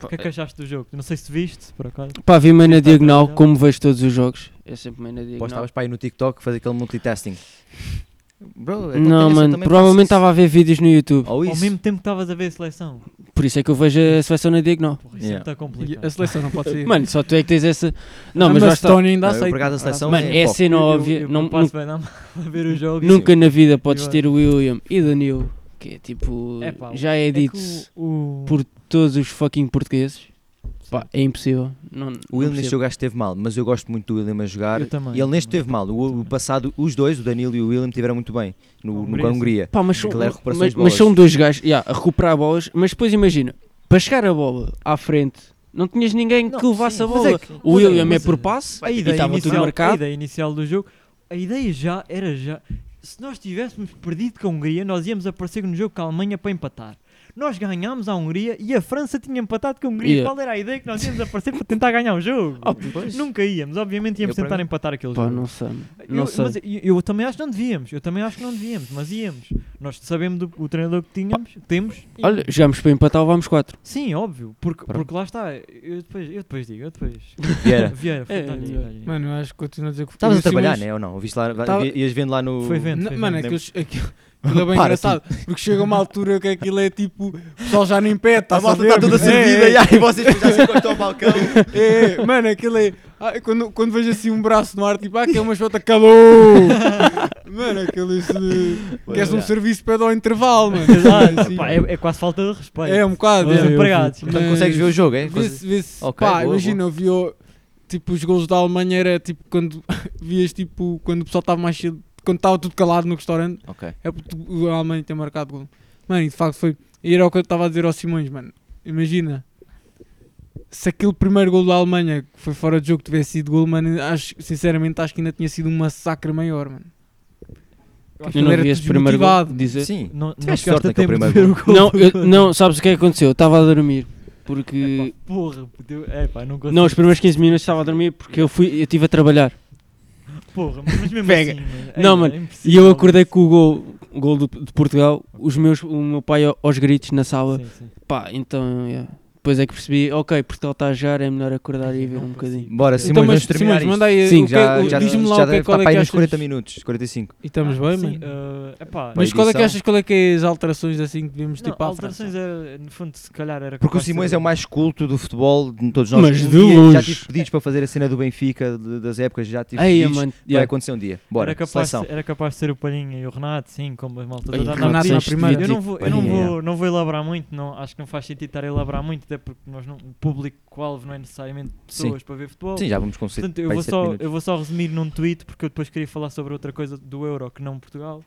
[SPEAKER 2] O que é que achaste do jogo? Não sei se viste, por acaso.
[SPEAKER 4] Pá, vi meio na
[SPEAKER 2] Sim, tá
[SPEAKER 4] diagonal,
[SPEAKER 2] trabalhado.
[SPEAKER 4] como vejo todos os jogos. É sempre meio na
[SPEAKER 3] Pô,
[SPEAKER 4] diagonal.
[SPEAKER 3] estavas para aí no TikTok fazer aquele multitasking. Bro, então
[SPEAKER 4] Não,
[SPEAKER 3] tenho- eu
[SPEAKER 4] mano,
[SPEAKER 3] também
[SPEAKER 4] provavelmente
[SPEAKER 3] faço
[SPEAKER 4] estava a ver vídeos no YouTube.
[SPEAKER 3] isso. Ou
[SPEAKER 2] Ao
[SPEAKER 3] isso.
[SPEAKER 2] mesmo tempo que estavas a ver a seleção.
[SPEAKER 4] Por isso é que eu vejo a seleção na diagonal.
[SPEAKER 2] Porra, isso
[SPEAKER 3] Yeah.
[SPEAKER 2] é muito
[SPEAKER 1] E
[SPEAKER 2] complicado.
[SPEAKER 1] a seleção não pode ser.
[SPEAKER 4] Mano, só tu é que tens essa. Não, mas
[SPEAKER 1] a
[SPEAKER 4] lá está.
[SPEAKER 1] Estónia ainda
[SPEAKER 3] Não, eu, tá-
[SPEAKER 1] aceita.
[SPEAKER 3] por acaso, a seleção
[SPEAKER 4] Mano, é
[SPEAKER 3] pop.
[SPEAKER 4] cena
[SPEAKER 2] Eu- eu-
[SPEAKER 4] óbvia.
[SPEAKER 2] Eu,
[SPEAKER 4] não-
[SPEAKER 2] não posso bem dar a ver o jogo.
[SPEAKER 4] Nunca na vida podes
[SPEAKER 2] Eu-
[SPEAKER 4] ter o William e Danilo, que é tipo.
[SPEAKER 2] É pá,
[SPEAKER 4] já é
[SPEAKER 2] É que
[SPEAKER 4] dito
[SPEAKER 2] o, o...
[SPEAKER 4] por todos os fucking portugueses. Pá, é impossível. Não,
[SPEAKER 3] O William
[SPEAKER 4] não
[SPEAKER 3] neste
[SPEAKER 4] percebo.
[SPEAKER 3] jogo acho que esteve mal, mas eu gosto muito do William a jogar.
[SPEAKER 2] Eu também.
[SPEAKER 3] E ele neste esteve mal. O, o passado, os dois, o Danilo e o William, tiveram muito bem no,
[SPEAKER 2] Hungria,
[SPEAKER 3] no, com a Hungria.
[SPEAKER 4] Pá, mas são,
[SPEAKER 3] Aquilo é recuperações
[SPEAKER 4] mas,
[SPEAKER 3] de
[SPEAKER 4] mas
[SPEAKER 3] bolas.
[SPEAKER 4] são dois gajos yeah, a recuperar bolas, mas depois imagina, para chegar a bola à frente, não tinhas ninguém que
[SPEAKER 2] Não,
[SPEAKER 4] levasse
[SPEAKER 2] sim,
[SPEAKER 4] a
[SPEAKER 2] mas
[SPEAKER 4] bola.
[SPEAKER 2] é que-
[SPEAKER 4] o
[SPEAKER 2] mas é-
[SPEAKER 4] William é
[SPEAKER 2] mas
[SPEAKER 4] por
[SPEAKER 2] a-
[SPEAKER 4] passe
[SPEAKER 2] a
[SPEAKER 4] e
[SPEAKER 2] ideia,
[SPEAKER 4] estava tudo
[SPEAKER 2] inicial, a
[SPEAKER 4] marcado.
[SPEAKER 2] ideia inicial do jogo, a ideia já era já. Se nós tivéssemos perdido com a Hungria, nós íamos aparecer no jogo com a Alemanha para empatar. Nós ganhámos a Hungria e a França tinha empatado com a Hungria.
[SPEAKER 4] Yeah.
[SPEAKER 2] Qual era a ideia que nós íamos aparecer para tentar ganhar o jogo?
[SPEAKER 4] Ah,
[SPEAKER 2] Nunca íamos, obviamente íamos
[SPEAKER 3] Eu, para
[SPEAKER 2] tentar
[SPEAKER 3] mim-
[SPEAKER 2] empatar aquele
[SPEAKER 4] Pá,
[SPEAKER 2] jogo.
[SPEAKER 4] não sei. mano,
[SPEAKER 2] Eu,
[SPEAKER 4] Não sei.
[SPEAKER 2] Mas eu, eu também acho que não devíamos, eu também acho que não devíamos, mas íamos. Nós sabemos do o treinador que tínhamos, temos. e-
[SPEAKER 4] Olha, jogámos para empatar, levámos 4.
[SPEAKER 2] Sim, óbvio, porque,
[SPEAKER 3] Pronto.
[SPEAKER 2] porque lá está. Eu depois, eu depois digo, eu depois.
[SPEAKER 3] Vieira.
[SPEAKER 2] Vieira, foi,
[SPEAKER 4] É,
[SPEAKER 2] dá-lhe,
[SPEAKER 4] é.
[SPEAKER 2] dá-lhe.
[SPEAKER 1] Mano, eu acho que continuo a dizer que
[SPEAKER 3] Estavas a
[SPEAKER 1] o Simões-
[SPEAKER 3] trabalhar, né? Ou não? Viste lá,
[SPEAKER 4] Tava-
[SPEAKER 3] Ias vendo lá no.
[SPEAKER 2] Foi vendo.
[SPEAKER 1] Não, mano,
[SPEAKER 2] vendo.
[SPEAKER 1] aquilo, aquilo, aquilo é bem
[SPEAKER 3] Para, tipo-
[SPEAKER 1] engraçado. Porque chega uma altura que aquilo é tipo. O pessoal já nem pede, tá
[SPEAKER 3] A malta
[SPEAKER 1] saber?
[SPEAKER 3] está toda assim.
[SPEAKER 1] É,
[SPEAKER 3] servida e aí vocês assim, já se encostam ao balcão.
[SPEAKER 1] É, é, mano, aquilo é. ah, quando, quando vejo assim um braço no ar, tipo, ah, que é uma chota, calou! mano, é aquele. se- Queres um
[SPEAKER 3] olhar.
[SPEAKER 1] serviço, pede ao intervalo, mano.
[SPEAKER 2] Exato,
[SPEAKER 1] Assim,
[SPEAKER 2] pá, é, é quase falta de respeito.
[SPEAKER 1] é um bocado.
[SPEAKER 2] Os
[SPEAKER 1] é.
[SPEAKER 2] empregados.
[SPEAKER 1] Mas-
[SPEAKER 3] Portanto, consegues ver o jogo, é?
[SPEAKER 1] Vê-se, vê-se.
[SPEAKER 3] Ok,
[SPEAKER 1] pá,
[SPEAKER 3] boa,
[SPEAKER 1] imagina, eu vi o- tipo os golos da Alemanha era tipo quando vias tipo quando o pessoal estava mais cedo, quando estava tudo calado no restaurante,
[SPEAKER 3] Ok.
[SPEAKER 1] é porque o- a Alemanha tem marcado gol. Mano, e de facto foi. E era o que eu estava a dizer ao Simões, mano. Imagina. Se aquele primeiro gol da Alemanha que foi fora de jogo tivesse sido gol, mano, acho, sinceramente acho que ainda tinha sido um massacre maior, mano.
[SPEAKER 4] Eu não
[SPEAKER 1] Era
[SPEAKER 4] vi esse primeiro gol,
[SPEAKER 1] desmotivado.
[SPEAKER 4] dizer.
[SPEAKER 3] Sim.
[SPEAKER 2] Não, não
[SPEAKER 3] Tiveste
[SPEAKER 2] chegaste
[SPEAKER 3] sorte
[SPEAKER 2] a tempo
[SPEAKER 3] naquele
[SPEAKER 2] de
[SPEAKER 3] primeiro
[SPEAKER 2] ver o gol
[SPEAKER 4] Não,
[SPEAKER 2] do
[SPEAKER 4] eu-
[SPEAKER 2] outro.
[SPEAKER 4] não, sabes o que é que aconteceu? Eu estava a dormir. Porque.
[SPEAKER 2] É, pá, porra, puto, é pá, não consigo.
[SPEAKER 4] Não, os primeiros 15 minutos estava a dormir porque eu fui, eu estive a trabalhar.
[SPEAKER 2] Porra, mas mesmo
[SPEAKER 4] Pega.
[SPEAKER 2] assim. mano,
[SPEAKER 4] Não,
[SPEAKER 2] é,
[SPEAKER 4] mano,
[SPEAKER 2] é
[SPEAKER 4] E
[SPEAKER 2] impossível.
[SPEAKER 4] eu acordei com o gol, o gol do- de Portugal, os meus, o meu pai ao- aos gritos na sala.
[SPEAKER 2] Sim, sim.
[SPEAKER 4] Pá, então, yeah, Depois é que percebi, ok, Portugal está a jogar, é melhor acordar e ver um bocadinho.
[SPEAKER 3] Bora,
[SPEAKER 1] Então, mas
[SPEAKER 3] Simões, vamos terminar
[SPEAKER 1] Simões,
[SPEAKER 3] isto.
[SPEAKER 1] manda aí.
[SPEAKER 3] Sim,
[SPEAKER 1] o que
[SPEAKER 3] já,
[SPEAKER 1] é, o-
[SPEAKER 3] já,
[SPEAKER 1] diz-me lá
[SPEAKER 3] já
[SPEAKER 1] o que é,
[SPEAKER 3] deve
[SPEAKER 1] qual
[SPEAKER 3] estar
[SPEAKER 1] é
[SPEAKER 3] para
[SPEAKER 1] que
[SPEAKER 3] aí nos
[SPEAKER 1] achas.
[SPEAKER 3] 40 minutos, 45.
[SPEAKER 1] E estamos
[SPEAKER 2] Ah,
[SPEAKER 1] bem,
[SPEAKER 2] sim,
[SPEAKER 1] mano.
[SPEAKER 2] eh, epá,
[SPEAKER 1] Mas
[SPEAKER 3] Bem,
[SPEAKER 1] qual é que
[SPEAKER 3] edição.
[SPEAKER 1] achas, qual é que é as alterações assim que devemos
[SPEAKER 2] não,
[SPEAKER 1] tipo à
[SPEAKER 2] alterações
[SPEAKER 1] França?
[SPEAKER 2] era, no fundo, se calhar era...
[SPEAKER 3] Porque o
[SPEAKER 2] capaz de
[SPEAKER 3] Simões
[SPEAKER 2] ser-
[SPEAKER 3] é o mais culto do futebol de todos nós.
[SPEAKER 4] Mas
[SPEAKER 3] Um
[SPEAKER 4] de
[SPEAKER 3] dia
[SPEAKER 4] longe.
[SPEAKER 3] Já tive pedidos para fazer a cena do Benfica, de- das épocas, já tive
[SPEAKER 4] Aí,
[SPEAKER 3] pedidos.
[SPEAKER 4] mano,
[SPEAKER 3] Vai
[SPEAKER 4] yeah.
[SPEAKER 3] acontecer um dia. Bora,
[SPEAKER 2] era, capaz,
[SPEAKER 3] seleção.
[SPEAKER 2] era capaz de ser o Palhinha e o Renato, sim, como as malta
[SPEAKER 4] Ei,
[SPEAKER 2] toda a dar-
[SPEAKER 1] Renato na
[SPEAKER 4] tens de
[SPEAKER 1] primeira.
[SPEAKER 4] vir,
[SPEAKER 2] Eu não
[SPEAKER 4] tipo,
[SPEAKER 2] vou, eu não
[SPEAKER 3] Palhinha,
[SPEAKER 2] vou, não vou elaborar muito, não, acho que não faz sentido estar a elaborar muito, até porque nós não, o público-alvo não é necessariamente pessoas para ver futebol.
[SPEAKER 3] Sim, já vamos com
[SPEAKER 2] Portanto, eu
[SPEAKER 3] para aí
[SPEAKER 2] vou,
[SPEAKER 3] sete
[SPEAKER 2] só,
[SPEAKER 3] minutos.
[SPEAKER 2] eu vou só resumir num tweet, porque eu depois queria falar sobre outra coisa do Euro que não Portugal.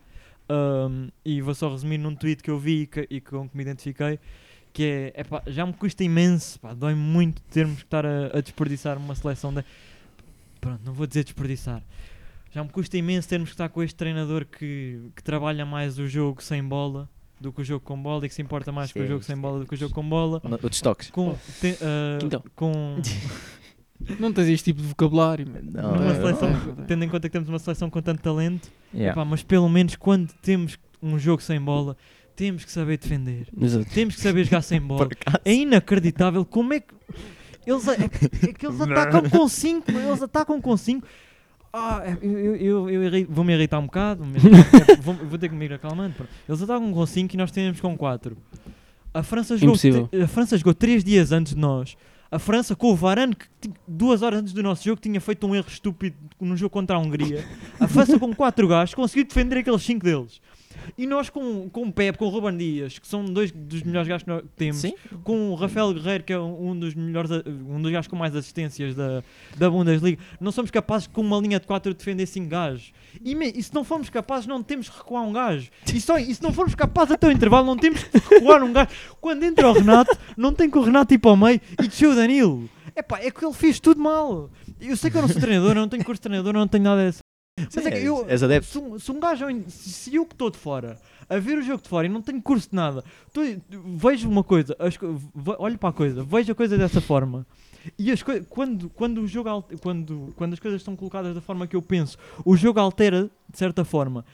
[SPEAKER 2] Ahm, e vou só resumir num tweet que eu vi e, que, e com que me identifiquei, que é, epá, já me custa imenso, pá, dói muito termos que estar a, a desperdiçar uma seleção da... Pronto, não vou dizer desperdiçar. Já me custa imenso termos que estar com este treinador que, que trabalha mais o jogo sem bola do que o jogo com bola e que se importa mais com o
[SPEAKER 3] Sim,
[SPEAKER 2] jogo sem
[SPEAKER 3] sim.
[SPEAKER 2] bola do que o jogo com bola.
[SPEAKER 3] No- Outros toques.
[SPEAKER 2] Com, te- ah,
[SPEAKER 4] Então.
[SPEAKER 2] com
[SPEAKER 1] Não tens este tipo de vocabulário, mano.
[SPEAKER 3] Não, é
[SPEAKER 2] numa
[SPEAKER 3] eu-
[SPEAKER 1] tipo
[SPEAKER 2] seleção,
[SPEAKER 1] não.
[SPEAKER 2] tendo em conta que temos uma seleção com tanto talento,
[SPEAKER 3] Yeah.
[SPEAKER 2] epá, mas pelo menos quando temos um jogo sem bola, temos que saber defender,
[SPEAKER 4] Exato.
[SPEAKER 2] temos que saber jogar sem bola. É inacreditável como é que eles, a- é que eles atacam com 5, eles atacam com 5. Ah, é- eu, eu, eu, eu irri- vou-me irritar um bocado, mas vou, vou ter que me ir acalmando. pronto. Eles atacam com 5 e nós temos com 4. A França jogou
[SPEAKER 4] Impossível.
[SPEAKER 2] te- a França jogou 3 dias antes de nós. A França com o Varane, que ti- duas horas antes do nosso jogo tinha feito um erro estúpido num jogo contra a Hungria. A França com 4 gajos conseguiu defender aqueles 5 deles. E nós com, com o Pepe, com o Ruben Dias, que são dois dos melhores gajos que nós temos,
[SPEAKER 3] Sim.
[SPEAKER 2] com o Rafael Guerreiro, que é um um dos melhores, a- um dos gajos com mais assistências da, da Bundesliga, não somos capazes com uma linha de 4 defender 5 gajos. E, me- e se não formos capazes, não temos que recuar um gajo. E, só, e se não formos capazes até o intervalo, não temos que recuar um gajo. Quando entra o Renato, não tem que o Renato ir para o meio e descer o Danilo. Epá, é que ele fez tudo mal. Eu sei que eu não sou treinador, eu não tenho curso de treinador, eu não tenho nada dessa. Mas é que eu,
[SPEAKER 3] És adepto.
[SPEAKER 2] se um, se um gajo, é um- se se eu que estou de fora, a ver o jogo de fora e não tenho curso de nada, tô- vejo uma coisa, as co- ve- olho para a coisa, vejo a coisa dessa forma. E as coi- quando, quando, o jogo al- quando, quando as coisas estão colocadas da forma que eu penso, o jogo altera de certa forma.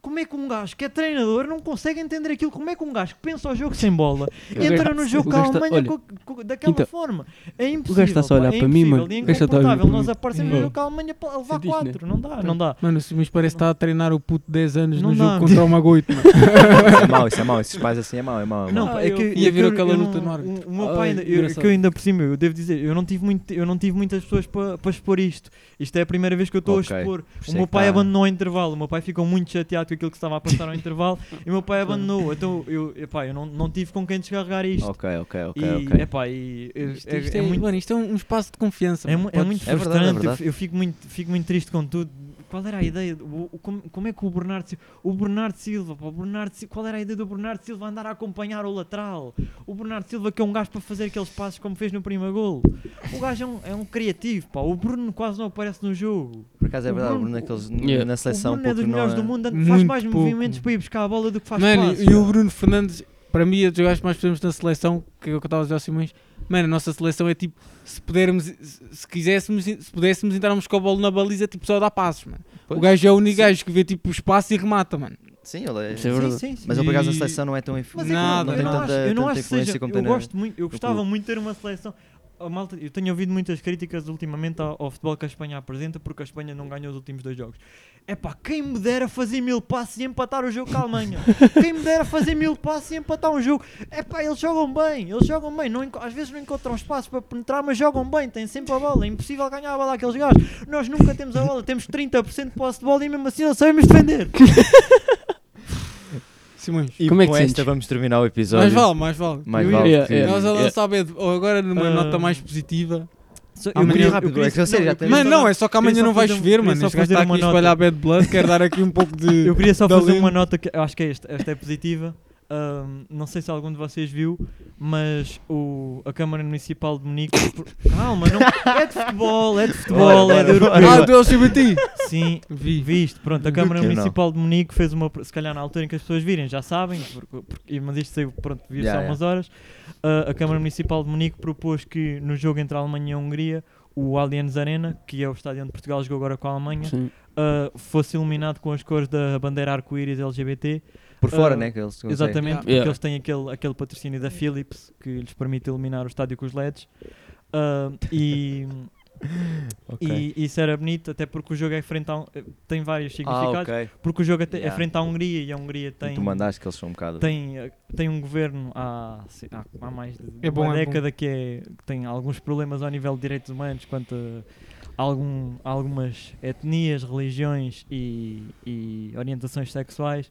[SPEAKER 2] Como é que um gajo que é treinador não consegue entender aquilo? Como é que um gajo que pensa o jogo sem bola entra no jogo
[SPEAKER 4] o
[SPEAKER 2] com a
[SPEAKER 4] gajo tá-
[SPEAKER 2] Alemanha
[SPEAKER 4] olha,
[SPEAKER 2] co- co- daquela
[SPEAKER 4] então,
[SPEAKER 2] forma? É impossível.
[SPEAKER 4] tá só a
[SPEAKER 2] pá,
[SPEAKER 4] olhar
[SPEAKER 2] é
[SPEAKER 4] para mim,
[SPEAKER 2] impossível,
[SPEAKER 4] mano.
[SPEAKER 2] É
[SPEAKER 4] O gajo tá a olhar
[SPEAKER 2] incomportável.
[SPEAKER 4] para
[SPEAKER 2] Nós
[SPEAKER 4] mim.
[SPEAKER 2] aparecemos
[SPEAKER 1] Hum.
[SPEAKER 2] no jogo com a Alemanha a levar
[SPEAKER 4] Sentiste, né?
[SPEAKER 2] 4. Não dá, não dá.
[SPEAKER 1] Mano, o mas parece que está a treinar o puto de 10 anos
[SPEAKER 2] Não
[SPEAKER 1] no
[SPEAKER 2] dá.
[SPEAKER 1] jogo contra o Magoito, mano.
[SPEAKER 3] Isso é mau, isso é mau. Esses pais assim é mau, é mau. É mau.
[SPEAKER 2] Não, pá, é
[SPEAKER 4] eu-
[SPEAKER 2] que,
[SPEAKER 1] Ia
[SPEAKER 2] é
[SPEAKER 1] ver
[SPEAKER 2] que eu-
[SPEAKER 1] aquela
[SPEAKER 2] eu
[SPEAKER 1] luta
[SPEAKER 2] não-
[SPEAKER 1] no árbitro. Ah,
[SPEAKER 2] O, o meu
[SPEAKER 4] Ai,
[SPEAKER 2] pai, ainda- eu,
[SPEAKER 4] engraçado.
[SPEAKER 2] que eu ainda por cima, eu devo dizer, eu não tive, muito, eu não tive muitas pessoas para para expor isto. Isto é a primeira vez que eu estou
[SPEAKER 3] Ok.
[SPEAKER 2] a expor.
[SPEAKER 3] Por isso
[SPEAKER 2] O
[SPEAKER 3] é
[SPEAKER 2] meu
[SPEAKER 3] que
[SPEAKER 2] pai
[SPEAKER 3] tá-
[SPEAKER 2] abandonou o intervalo, o meu pai ficou muito chateado com aquilo que estava a passar ao intervalo e o meu pai abandonou. Então eu, epá, eu não, não tive com quem descarregar isto.
[SPEAKER 3] Ok, ok, ok,
[SPEAKER 2] e,
[SPEAKER 3] ok.
[SPEAKER 2] epá, e, é,
[SPEAKER 1] Isto,
[SPEAKER 2] é-
[SPEAKER 1] isto
[SPEAKER 2] é
[SPEAKER 1] é,
[SPEAKER 2] muito,
[SPEAKER 1] mano, isto é um um espaço de confiança.
[SPEAKER 2] é,
[SPEAKER 1] mano.
[SPEAKER 2] mu- é
[SPEAKER 1] Podes-
[SPEAKER 2] muito
[SPEAKER 3] É verdade, é
[SPEAKER 2] frustrante, eu
[SPEAKER 3] verdade.
[SPEAKER 2] fi- eu, fico, muito, fico muito triste com tudo. Qual era a ideia? do- O, o- como, como é que o Bernardo Silva. O Bernardo Silva, pá, o Bernardo Silva, qual era a ideia do Bernardo Silva andar a acompanhar o lateral? O Bernardo Silva que é um gajo para fazer aqueles passos como fez no primeiro golo. O gajo é um, é um criativo, pá. O Bruno quase não aparece no jogo.
[SPEAKER 3] Por acaso é
[SPEAKER 2] o
[SPEAKER 3] verdade, o
[SPEAKER 2] Bruno-
[SPEAKER 3] Bruno, naqueles,
[SPEAKER 4] Yeah.
[SPEAKER 3] na seleção,
[SPEAKER 2] o Bruno é dos
[SPEAKER 3] pouco não
[SPEAKER 2] melhores
[SPEAKER 3] é-
[SPEAKER 2] do mundo, anda- faz
[SPEAKER 1] Muito
[SPEAKER 2] mais
[SPEAKER 1] pouco.
[SPEAKER 2] movimentos para ir buscar a bola do que faz
[SPEAKER 1] Mano,
[SPEAKER 2] passes.
[SPEAKER 1] e o Bruno Fernandes, para mim, é dos gajos que mais podemos na seleção, que é o que eu estava a dizer ao Simões. Mano, a nossa seleção é tipo, se pudermos, se se quiséssemos, se pudéssemos entrarmos com a bola na baliza, tipo, só dá passos, mano.
[SPEAKER 3] Pois.
[SPEAKER 1] O gajo é o único
[SPEAKER 3] Sim.
[SPEAKER 1] gajo que vê tipo o espaço e remata, mano.
[SPEAKER 3] Sim, ele é...
[SPEAKER 4] Isso é
[SPEAKER 2] Sim,
[SPEAKER 4] verdade.
[SPEAKER 2] sim, sim.
[SPEAKER 3] Mas ele por acaso a
[SPEAKER 1] E-
[SPEAKER 3] seleção não é tão
[SPEAKER 2] Mas
[SPEAKER 3] influente.
[SPEAKER 2] é que não,
[SPEAKER 1] Nada,
[SPEAKER 3] não
[SPEAKER 2] eu
[SPEAKER 3] tem
[SPEAKER 2] não
[SPEAKER 3] tanta,
[SPEAKER 2] acho, eu não
[SPEAKER 3] tanta
[SPEAKER 2] acho que
[SPEAKER 3] influência
[SPEAKER 2] seja,
[SPEAKER 3] como
[SPEAKER 2] eu
[SPEAKER 3] tem na-
[SPEAKER 2] gosto muito, eu gostava
[SPEAKER 3] clube.
[SPEAKER 2] muito de ter uma seleção. A malta, eu tenho ouvido muitas críticas ultimamente ao, ao futebol que a Espanha apresenta porque a Espanha não ganhou os últimos dois jogos. É pá, quem me dera fazer mil passes e empatar o jogo com a Alemanha. quem me dera fazer mil passes e empatar um jogo. É pá, eles jogam bem, eles jogam bem. Não, enco- às vezes não encontram espaço para penetrar, mas jogam bem. Têm sempre a bola. É impossível ganhar a bola àqueles gajos. Nós nunca temos a bola, temos 30% de posse de bola e mesmo assim não sabemos defender.
[SPEAKER 1] Simões.
[SPEAKER 3] E
[SPEAKER 4] Como é que
[SPEAKER 3] com
[SPEAKER 4] sentes?
[SPEAKER 3] esta vamos terminar o episódio.
[SPEAKER 1] Mais vale, mais vale.
[SPEAKER 3] Mais
[SPEAKER 2] Eu-
[SPEAKER 3] vale.
[SPEAKER 4] Yeah,
[SPEAKER 3] que-
[SPEAKER 4] yeah.
[SPEAKER 1] Nós
[SPEAKER 2] É.
[SPEAKER 1] a lançar bed- ou agora numa
[SPEAKER 2] Ah.
[SPEAKER 1] nota mais positiva.
[SPEAKER 2] Só- eu
[SPEAKER 1] Amanhã
[SPEAKER 2] queria- eu
[SPEAKER 3] rápido,
[SPEAKER 2] queria-
[SPEAKER 3] é que eu sei,
[SPEAKER 2] não,
[SPEAKER 3] já
[SPEAKER 2] eu
[SPEAKER 3] tem-
[SPEAKER 2] queria
[SPEAKER 1] Mano,
[SPEAKER 2] só
[SPEAKER 1] não,
[SPEAKER 2] dar-
[SPEAKER 1] é só que
[SPEAKER 2] queria
[SPEAKER 1] amanhã
[SPEAKER 2] só
[SPEAKER 1] não vai
[SPEAKER 2] fazer um-
[SPEAKER 1] chover,
[SPEAKER 2] queria
[SPEAKER 1] mano.
[SPEAKER 2] só
[SPEAKER 1] Este gajo
[SPEAKER 2] fazer
[SPEAKER 1] está
[SPEAKER 2] uma
[SPEAKER 1] aqui a espalhar bad blood, quero dar aqui um pouco de.
[SPEAKER 2] Eu queria só
[SPEAKER 1] da
[SPEAKER 2] fazer
[SPEAKER 1] Lin-
[SPEAKER 2] uma nota que acho que é esta, esta é positiva. Ahm, não sei se algum de vocês viu, mas o, a Câmara Municipal de Munique. Calma, não, é de futebol, é de futebol,
[SPEAKER 3] Bora,
[SPEAKER 2] é de
[SPEAKER 3] bora,
[SPEAKER 2] europeu.
[SPEAKER 1] Ah, do LGBT!
[SPEAKER 2] Sim,
[SPEAKER 1] Vi.
[SPEAKER 2] Viste, pronto, a
[SPEAKER 1] Do
[SPEAKER 2] Câmara
[SPEAKER 3] que não?
[SPEAKER 2] Municipal de Munique fez uma, se calhar na altura em que as pessoas virem, já sabem, porque, porque- mas isto saiu, pronto, viu
[SPEAKER 3] Yeah,
[SPEAKER 2] só
[SPEAKER 3] yeah.
[SPEAKER 2] umas horas. Ah, a Câmara Municipal de Munique propôs que no jogo entre a Alemanha e a Hungria, o Allianz Arena, que é o estádio onde Portugal jogou agora com a Alemanha,
[SPEAKER 4] Sim.
[SPEAKER 2] uh, fosse iluminado com as cores da bandeira arco-íris LGBT
[SPEAKER 3] Por fora,
[SPEAKER 2] Ah,
[SPEAKER 3] né? Que eles, que eu sei.
[SPEAKER 2] Exatamente, porque
[SPEAKER 4] Yeah.
[SPEAKER 2] eles têm aquele, aquele patrocínio da Philips que lhes permite iluminar o estádio com os LEDs. Ah, e,
[SPEAKER 3] Ok.
[SPEAKER 2] e isso era bonito, até porque o jogo é frente a um- tem vários
[SPEAKER 3] Ah,
[SPEAKER 2] significados.
[SPEAKER 3] ok.
[SPEAKER 2] Porque o jogo é, te- é
[SPEAKER 3] Yeah.
[SPEAKER 2] frente à Hungria e a Hungria
[SPEAKER 3] E
[SPEAKER 2] tem,
[SPEAKER 3] tu mandaste que eles são um bocado.
[SPEAKER 2] tem, eh, tem um governo há, se- há, há mais de
[SPEAKER 1] É bom,
[SPEAKER 2] uma
[SPEAKER 1] é bom.
[SPEAKER 2] década que, é, que tem alguns problemas ao nível de direitos humanos quanto a algum, a algumas etnias, religiões e, e orientações sexuais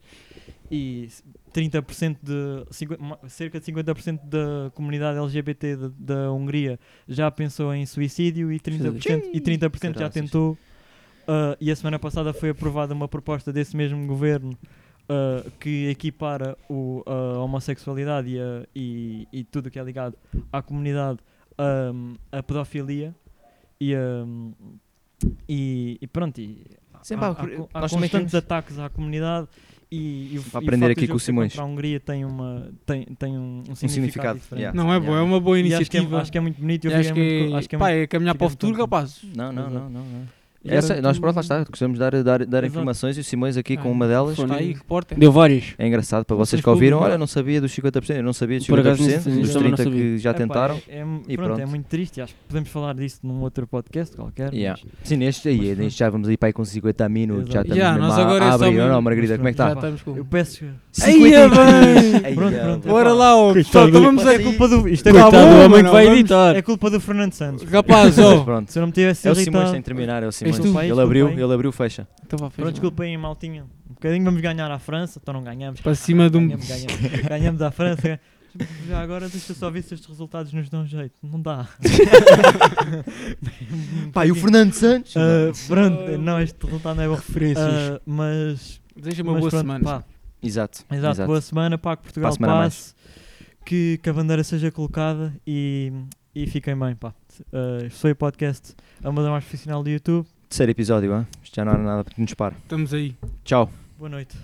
[SPEAKER 2] e s- 30% de cinquen- ma- cerca de 50% da comunidade LGBT da, da Hungria já pensou em suicídio e 30%, e 30 já
[SPEAKER 3] Caraças.
[SPEAKER 2] tentou Uh, e a semana passada foi aprovada uma proposta desse mesmo governo uh, que equipara o, a homossexualidade e, a- e, e tudo o que é ligado à comunidade um, a pedofilia e, um, e, e pronto. E
[SPEAKER 3] Sempre
[SPEAKER 2] há,
[SPEAKER 3] Ah, há-
[SPEAKER 2] há co- há
[SPEAKER 3] nós também
[SPEAKER 2] constantes
[SPEAKER 3] temos-
[SPEAKER 2] ataques à comunidade e, e o,
[SPEAKER 3] Para
[SPEAKER 2] e o
[SPEAKER 3] aprender
[SPEAKER 2] facto
[SPEAKER 3] aqui
[SPEAKER 2] de
[SPEAKER 3] com o
[SPEAKER 2] ser
[SPEAKER 3] Simões.
[SPEAKER 2] contra a Hungria tem, uma, tem, tem um, um significado,
[SPEAKER 3] significado,
[SPEAKER 2] diferente.
[SPEAKER 3] yeah.
[SPEAKER 1] Não é boa, é uma boa
[SPEAKER 2] E acho que, é,
[SPEAKER 1] iniciativa.
[SPEAKER 2] acho que é muito bonito. e Eu
[SPEAKER 1] E acho
[SPEAKER 2] fiquei muito,
[SPEAKER 1] que,
[SPEAKER 2] co- acho que é
[SPEAKER 1] pá,
[SPEAKER 2] muito,
[SPEAKER 1] é caminhar para o
[SPEAKER 2] fiquei
[SPEAKER 1] futuro,
[SPEAKER 2] muito
[SPEAKER 1] rapaz.
[SPEAKER 3] Não, não, não, não. não.
[SPEAKER 2] era
[SPEAKER 3] Essa, nós, pronto, lá
[SPEAKER 2] tudo-
[SPEAKER 3] está. Gostamos de dar, dar, dar
[SPEAKER 2] Exato.
[SPEAKER 3] informações e o Simões aqui
[SPEAKER 1] Ah,
[SPEAKER 3] com uma delas.
[SPEAKER 4] foi.
[SPEAKER 1] Está aí, repórter.
[SPEAKER 4] Deu várias.
[SPEAKER 3] É engraçado para vocês
[SPEAKER 1] Vocês
[SPEAKER 3] que ouviram.
[SPEAKER 1] público,
[SPEAKER 3] Olha, eu não sabia dos 50%, eu não sabia dos
[SPEAKER 4] Por acaso,
[SPEAKER 3] 50%,
[SPEAKER 4] nisso
[SPEAKER 3] dos
[SPEAKER 4] também não
[SPEAKER 3] 30% que
[SPEAKER 4] sabia.
[SPEAKER 3] já
[SPEAKER 2] Epá,
[SPEAKER 3] tentaram.
[SPEAKER 2] É, é-
[SPEAKER 3] E
[SPEAKER 2] pronto, é
[SPEAKER 3] pronto.
[SPEAKER 2] muito triste. Acho que podemos falar disso num outro podcast qualquer.
[SPEAKER 3] Yeah.
[SPEAKER 2] mas-
[SPEAKER 3] Sim, neste aí,
[SPEAKER 2] Mas pronto.
[SPEAKER 3] neste já vamos ir para aí com 50 minutos. Já
[SPEAKER 2] Exato.
[SPEAKER 3] estamos
[SPEAKER 1] Yeah,
[SPEAKER 3] mesmo
[SPEAKER 1] nós
[SPEAKER 3] a-
[SPEAKER 1] agora é
[SPEAKER 3] a
[SPEAKER 1] só
[SPEAKER 3] abrir.
[SPEAKER 1] mesmo-
[SPEAKER 3] Não, Margarida, como é que
[SPEAKER 1] Já
[SPEAKER 3] está?
[SPEAKER 1] estamos com.
[SPEAKER 2] Tá. Eu peço.
[SPEAKER 3] Ai,
[SPEAKER 2] Pronto,
[SPEAKER 3] ah,
[SPEAKER 2] pronto.
[SPEAKER 1] Bora lá, ó.
[SPEAKER 2] Coitado
[SPEAKER 1] Pessoal, então
[SPEAKER 2] do-
[SPEAKER 1] vamos
[SPEAKER 2] é
[SPEAKER 1] aí.
[SPEAKER 2] culpa do. Isto é
[SPEAKER 1] Coitado
[SPEAKER 2] culpa
[SPEAKER 1] do
[SPEAKER 2] do-
[SPEAKER 1] homem que vai
[SPEAKER 2] vamos-
[SPEAKER 4] editar.
[SPEAKER 2] É culpa do Fernando Santos.
[SPEAKER 1] Rapaz,
[SPEAKER 3] Mas
[SPEAKER 1] ó.
[SPEAKER 3] pronto.
[SPEAKER 2] Se eu não me tivesse
[SPEAKER 3] É o Simões tem
[SPEAKER 2] irritado.
[SPEAKER 3] de terminar, é o Simões.
[SPEAKER 1] És tu.
[SPEAKER 3] Ele abriu,
[SPEAKER 2] Desculpa aí.
[SPEAKER 3] ele abriu, fecha.
[SPEAKER 1] Então vá, fez
[SPEAKER 2] Pronto,
[SPEAKER 1] mal.
[SPEAKER 2] desculpem, maltinha. Um bocadinho vamos ganhar à França. Então não ganhamos.
[SPEAKER 1] Para cima de um.
[SPEAKER 2] Ganhamos, ganhamos. ganhamos à França. Já agora deixa eu só ver se estes resultados nos dão jeito. Não dá.
[SPEAKER 3] Pá, e o Fernando Santos?
[SPEAKER 2] Ah, pronto, não, este resultado não é bom.
[SPEAKER 1] Referências.
[SPEAKER 2] Ah, mas.
[SPEAKER 1] Deseja uma
[SPEAKER 2] mas
[SPEAKER 1] boa
[SPEAKER 2] pronto,
[SPEAKER 1] semana.
[SPEAKER 2] pá.
[SPEAKER 3] Exato.
[SPEAKER 2] Exato, boa semana, pá, que
[SPEAKER 3] Para
[SPEAKER 2] Portugal
[SPEAKER 3] a semana a mais.
[SPEAKER 2] passe, que, que a bandeira seja colocada e, e fiquem bem, pá. Uh, este foi o podcast Amador Mais Profissional do YouTube.
[SPEAKER 3] Terceiro episódio, hã? Isto já não era nada para que nos pare.
[SPEAKER 1] Estamos aí.
[SPEAKER 3] Tchau.
[SPEAKER 2] Boa noite.